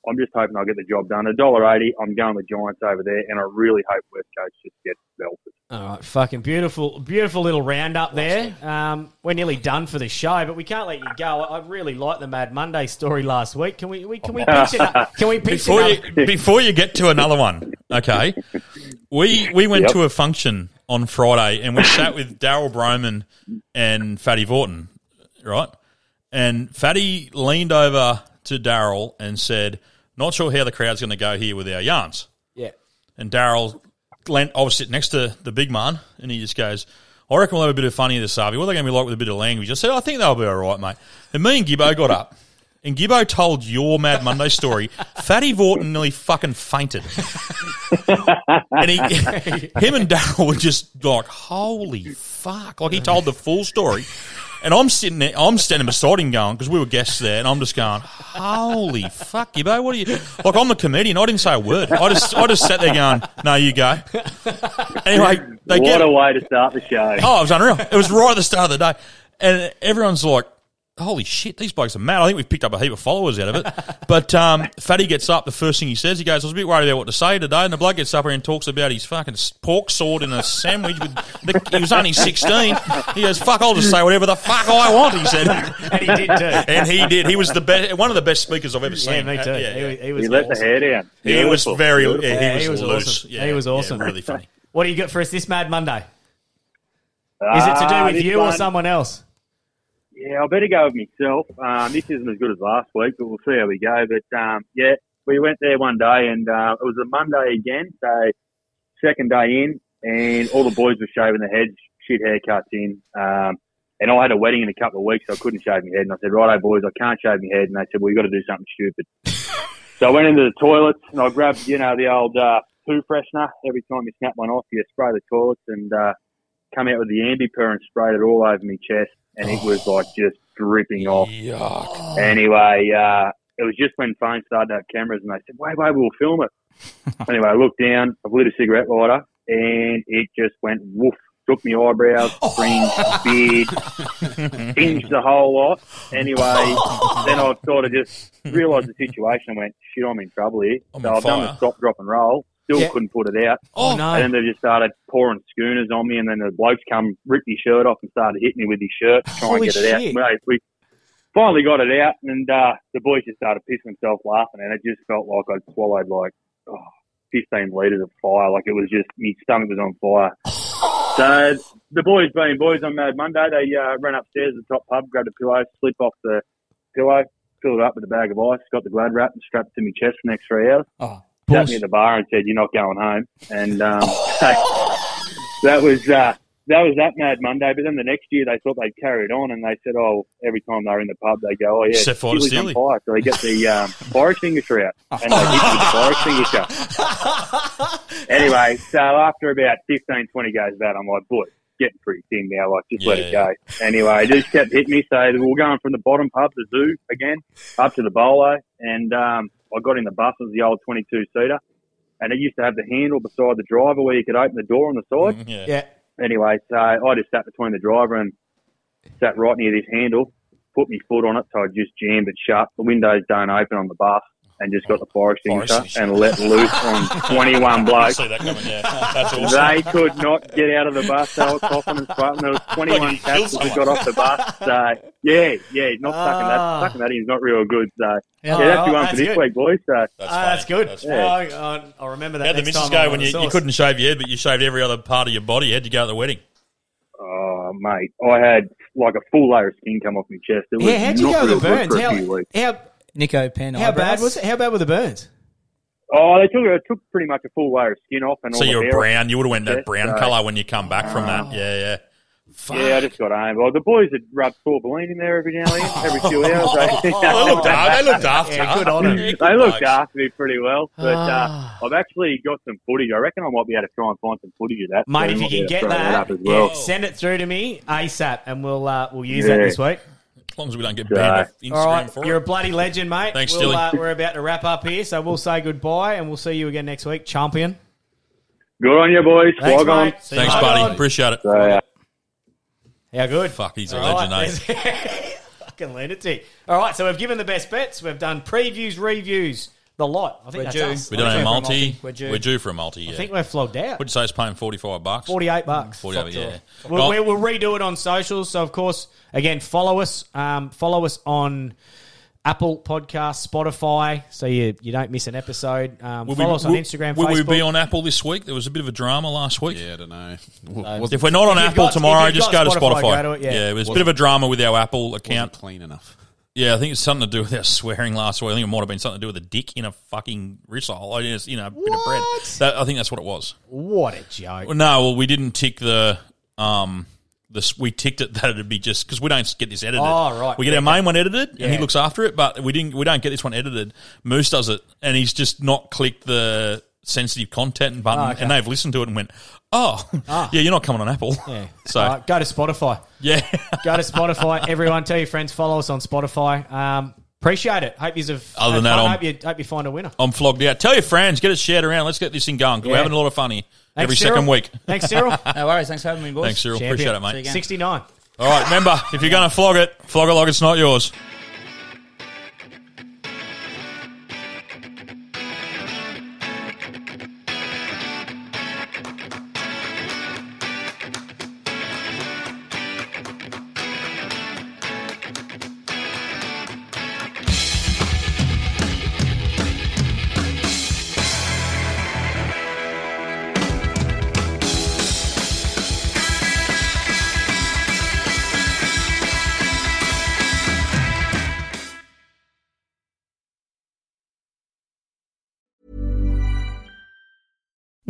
Speaker 7: I'm just hoping I'll get the job done. A dollar eighty. I'm going with Giants over there, and I really hope West Coast just gets belted.
Speaker 1: All right, fucking beautiful, beautiful little roundup there. Um, we're nearly done for the show, but we can't let you go. I I really liked the Mad Monday story last week. Can we? we can we pitch it? up? Can we pitch
Speaker 5: before
Speaker 1: it? up?
Speaker 5: you before you get to another one, okay? We we went
Speaker 7: Yep.
Speaker 5: to a function on Friday and we sat with Daryl Broman and Fatty Vorton, right? And Fatty leaned over to Daryl and said, "Not sure how the crowd's going to go here with our yarns."
Speaker 1: Yeah.
Speaker 5: And Daryl, leant- I was sitting next to the big man, and he just goes, I reckon we'll have a bit of fun here this Harvey. What are they going to be like with a bit of language? I said, I think they'll be all right, mate. And me and Gibbo got up, and Gibbo told your Mad Monday story. Fatty Vorton nearly fucking fainted. and he, him and Daryl were just like, holy fuck. Like, he told the full story. And I'm sitting there, I'm standing beside him going, because we were guests there, and I'm just going, holy fuck, Gibbo, what are you? Like, I'm the comedian. I didn't say a word. I just, I just sat there going, no, you go. Anyway, they
Speaker 7: what
Speaker 5: get
Speaker 7: a way to start the show.
Speaker 5: Oh, it was unreal. It was right at the start of the day. And everyone's like, holy shit, these blokes are mad. I think we've picked up a heap of followers out of it. But um, Fatty gets up, the first thing he says, he goes, I was a bit worried about what to say today. And the bloke gets up here and talks about his fucking s- pork sword in a sandwich. With the, He was only 16. He goes, fuck, I'll just say whatever the fuck I want, he said. And he did too. And he did. He was the best, one of the best speakers I've ever seen. Uh,
Speaker 1: me
Speaker 3: uh,
Speaker 1: too. He,
Speaker 7: He let the hair down.
Speaker 5: He was
Speaker 7: Beautiful.
Speaker 5: very,
Speaker 7: Beautiful.
Speaker 5: yeah, he was, loose.
Speaker 1: awesome.
Speaker 5: Yeah,
Speaker 1: he was awesome.
Speaker 5: Yeah, really funny.
Speaker 1: What do you got for us this Mad Monday? Is it to do
Speaker 7: Ah,
Speaker 1: with
Speaker 7: this
Speaker 1: you or
Speaker 7: one-
Speaker 1: someone else?
Speaker 7: Yeah, I better go with myself. Um, this isn't as good as last week, but we'll see how we go. But um, yeah, we went there one day, and uh, it was a Monday again, so second day in, and all the boys were shaving their heads, shit haircuts in. Um, and I had a wedding in a couple of weeks, so I couldn't shave my head. And I said, righto, boys, I can't shave my head. And they said, well, you've got to do something stupid. so I went into the toilets, and I grabbed, you know, the old uh, poo freshener. Every time you snap one off, you spray the toilets, and uh, come out with the ambipur and sprayed it all over my chest, and it was like just dripping off.
Speaker 15: Yuck.
Speaker 7: Anyway, uh, it was just when phones started to have cameras, and they said, "Wait, wait, we'll film it." anyway, I looked down, I've lit a cigarette lighter, and it just went woof. Took me eyebrows, fringe, beard, singed the whole lot. Anyway, then I sort of just realised the situation and went, shit, I'm in trouble here.
Speaker 5: I'm
Speaker 7: so
Speaker 5: on
Speaker 7: I've done
Speaker 5: fire.
Speaker 7: the stop, drop, and roll. Still
Speaker 5: Yeah.
Speaker 7: couldn't put it out.
Speaker 5: Oh, no.
Speaker 7: And then they just started pouring schooners on me, and then the blokes come, ripped his shirt off, and started hitting me with his shirt to try
Speaker 15: Holy
Speaker 7: and get it out.
Speaker 15: shit.
Speaker 7: Mate, we finally got it out, and uh, the boys just started pissing themselves laughing, and it just felt like I'd swallowed like oh, 15 litres of fire. Like it was just, my stomach was on fire. So the boys being boys on Mad Monday, they uh, ran upstairs to the top pub, grabbed a pillow, slip off the pillow, filled it up with a bag of ice, got the glad wrap, and strapped it to my chest for the next three hours.
Speaker 16: Oh,
Speaker 7: Sat me at the bar and said, "You're not going home." And um, that was uh, that was that Mad Monday. But then the next year, they thought they'd carry it on, and they said, "Oh, every time they're in the pub, they go, oh yeah,
Speaker 5: Set fire to
Speaker 7: Steely's on
Speaker 5: Steely.
Speaker 7: fire." So they get the um, fire extinguisher out, and they hit me with the fire extinguisher. anyway, so after about 15, 20 goes of that, I'm like, boy, getting pretty thin now. Like, just let it
Speaker 5: Yeah.
Speaker 7: go. Anyway, it just kept hitting me. So we we're going from the bottom pub, the zoo again, up to the bolo. And um, I got in the bus, it was the old 22 seater. And it used to have the handle beside the driver where you could open the door on the side.
Speaker 5: Yeah. Mm-hmm.
Speaker 7: Anyway, so I just sat between the driver and sat right near this handle, put my foot on it, so I just jammed it shut. The windows don't open on the bus, and just got the fire extinguisher and let loose on 21 blokes.
Speaker 5: I see that coming, yeah. That's awesome.
Speaker 7: They could not get out of the bus. They were coughing and spouting. There was 21
Speaker 5: killed
Speaker 7: cats that got off the bus. So, yeah, yeah, he's not sucking
Speaker 1: Ah.
Speaker 7: that. Sucking that in's not real good. So, yeah,
Speaker 1: Oh,
Speaker 7: that's the one
Speaker 1: that's
Speaker 7: for this
Speaker 1: good.
Speaker 7: week, boys. So,
Speaker 1: Ah, that's good.
Speaker 7: Yeah.
Speaker 1: Oh, I'll- I'll remember that.
Speaker 5: How'd the
Speaker 1: next
Speaker 5: missus
Speaker 1: time I'm
Speaker 5: go
Speaker 1: on
Speaker 5: when
Speaker 1: the
Speaker 5: you, you
Speaker 1: sauce.
Speaker 5: couldn't shave your head, but you shaved every other part of your body? How'd you go at the wedding?
Speaker 7: Oh, mate, I had like a full layer of skin come off my chest. It was
Speaker 1: Yeah, how'd you
Speaker 7: not
Speaker 1: go with the
Speaker 7: real
Speaker 1: burns?
Speaker 7: good for a
Speaker 1: How,
Speaker 7: few weeks.
Speaker 1: how,
Speaker 16: Nico Penn.
Speaker 1: how bad was it? How bad were the burns?
Speaker 7: Oh, they took, it took pretty much a full layer of skin off. And
Speaker 5: So
Speaker 7: all
Speaker 5: you
Speaker 7: the
Speaker 5: were
Speaker 7: hair off
Speaker 5: brown. You would have went
Speaker 7: my
Speaker 5: that
Speaker 7: chest,
Speaker 5: brown
Speaker 7: so-
Speaker 5: colour when you come back from
Speaker 1: Oh.
Speaker 5: that. Yeah, yeah.
Speaker 7: Yeah, I just got home. Well, the boys had rubbed Corbeline in there every now and then, every few hours. eh?
Speaker 5: Oh, They looked after- they looked after
Speaker 7: Yeah,
Speaker 5: Ah, you.
Speaker 7: good on 'em.
Speaker 5: Yeah, good
Speaker 7: They looked
Speaker 5: blokes.
Speaker 7: after me pretty well. But uh,
Speaker 1: Ah.
Speaker 7: I've actually got some footage. I reckon I might be able to try and find some footage of that.
Speaker 1: Mate,
Speaker 7: so I
Speaker 1: if
Speaker 7: might be
Speaker 1: you can
Speaker 7: able to
Speaker 1: get
Speaker 7: throw
Speaker 1: that,
Speaker 7: up as well.
Speaker 1: yeah, send it through to me ASAP, and we'll uh, we'll use that
Speaker 7: Yeah.
Speaker 1: this week.
Speaker 5: As long as we don't get
Speaker 7: So-
Speaker 5: banned off Instagram
Speaker 1: All right,
Speaker 5: for
Speaker 1: you're a
Speaker 5: it.
Speaker 1: bloody legend, mate.
Speaker 5: Thanks,
Speaker 1: we'll,
Speaker 5: Dilly.
Speaker 1: uh, We're about to wrap up here, so we'll say goodbye, and we'll see you again next week, champion.
Speaker 7: Good on you, boys.
Speaker 1: Thanks,
Speaker 7: Log on.
Speaker 1: mate. See
Speaker 5: Thanks,
Speaker 1: you
Speaker 5: buddy.
Speaker 1: later.
Speaker 5: Appreciate it.
Speaker 1: How good?
Speaker 5: Fuck, he's a
Speaker 1: All
Speaker 5: legend, eh?
Speaker 1: right, there's- Fucking lunatic. All right, so we've given the best bets. We've done previews, reviews, the lot. I think
Speaker 16: We're
Speaker 1: that's
Speaker 16: due.
Speaker 1: us.
Speaker 5: We
Speaker 16: We're
Speaker 5: don't
Speaker 16: due
Speaker 5: have
Speaker 16: for a
Speaker 5: multi.
Speaker 16: multi.
Speaker 5: We're
Speaker 16: We're
Speaker 5: due.
Speaker 16: due.
Speaker 5: for a multi, yeah.
Speaker 1: I think we're flogged out.
Speaker 5: What'd you say it's paying? 45 bucks?
Speaker 1: 48 bucks.
Speaker 5: 48, yeah.
Speaker 1: We'll,
Speaker 5: Oh,
Speaker 1: we- we'll redo it on socials. So, of course, again, follow us. Um, follow us on Apple Podcasts, Spotify, so you, you don't miss an episode. Um,
Speaker 5: will we-
Speaker 1: follow us on
Speaker 5: will-
Speaker 1: Instagram,
Speaker 5: Will
Speaker 1: Facebook.
Speaker 5: we be on Apple this week? There was a bit of a drama last week. Yeah, I don't know.
Speaker 17: wasn't-
Speaker 5: If we're not on
Speaker 17: If you've
Speaker 5: Apple
Speaker 17: got-
Speaker 5: tomorrow,
Speaker 17: if you've
Speaker 5: just go
Speaker 17: got
Speaker 5: to
Speaker 17: Spotify,
Speaker 5: Spotify. yeah.
Speaker 17: go to it, yeah.
Speaker 5: it was a bit
Speaker 17: Wasn't-
Speaker 5: of a drama with our Apple account.
Speaker 17: clean enough.
Speaker 5: Yeah, I think it's something to do with our swearing last week. I think it might have been something to do with a dick in a fucking wrist hole. I just, you know, a bit of bread. That, I think that's what it was.
Speaker 1: what a joke.
Speaker 5: Well, no, well, we didn't tick the um this. We ticked it that it'd be just because we don't get this edited.
Speaker 1: Oh, right.
Speaker 5: We get our
Speaker 1: Yeah.
Speaker 5: main one edited, and he
Speaker 1: Yeah.
Speaker 5: looks after it, but we didn't. We don't get this one edited. Moose does it, and he's just not clicked the sensitive content button,
Speaker 1: Oh, okay.
Speaker 5: and they've listened to it and went, "Oh,
Speaker 1: Ah.
Speaker 5: yeah, you're not coming on Apple."
Speaker 1: Yeah.
Speaker 5: So
Speaker 1: All right, go to Spotify.
Speaker 5: Yeah.
Speaker 1: go to Spotify. Everyone, tell your friends, follow us on Spotify. Um, appreciate it. Hope you have.
Speaker 5: Other than
Speaker 1: had
Speaker 5: that,
Speaker 1: fun.
Speaker 5: I'm-
Speaker 1: hope you hope you find a winner.
Speaker 5: I'm flogged out. Tell your friends, get it shared around. Let's get this thing going. 'cause We're
Speaker 1: Yeah.
Speaker 5: having a lot of fun here
Speaker 1: Thanks,
Speaker 5: every
Speaker 1: Cyril.
Speaker 5: second week.
Speaker 1: Thanks, Cyril.
Speaker 7: no worries. Thanks for having me, boys.
Speaker 5: Thanks, Cyril.
Speaker 1: Champion.
Speaker 5: Appreciate it, mate.
Speaker 7: See you again.
Speaker 1: Sixty nine.
Speaker 5: All right, remember, if you're going to flog it, flog it like it's not yours.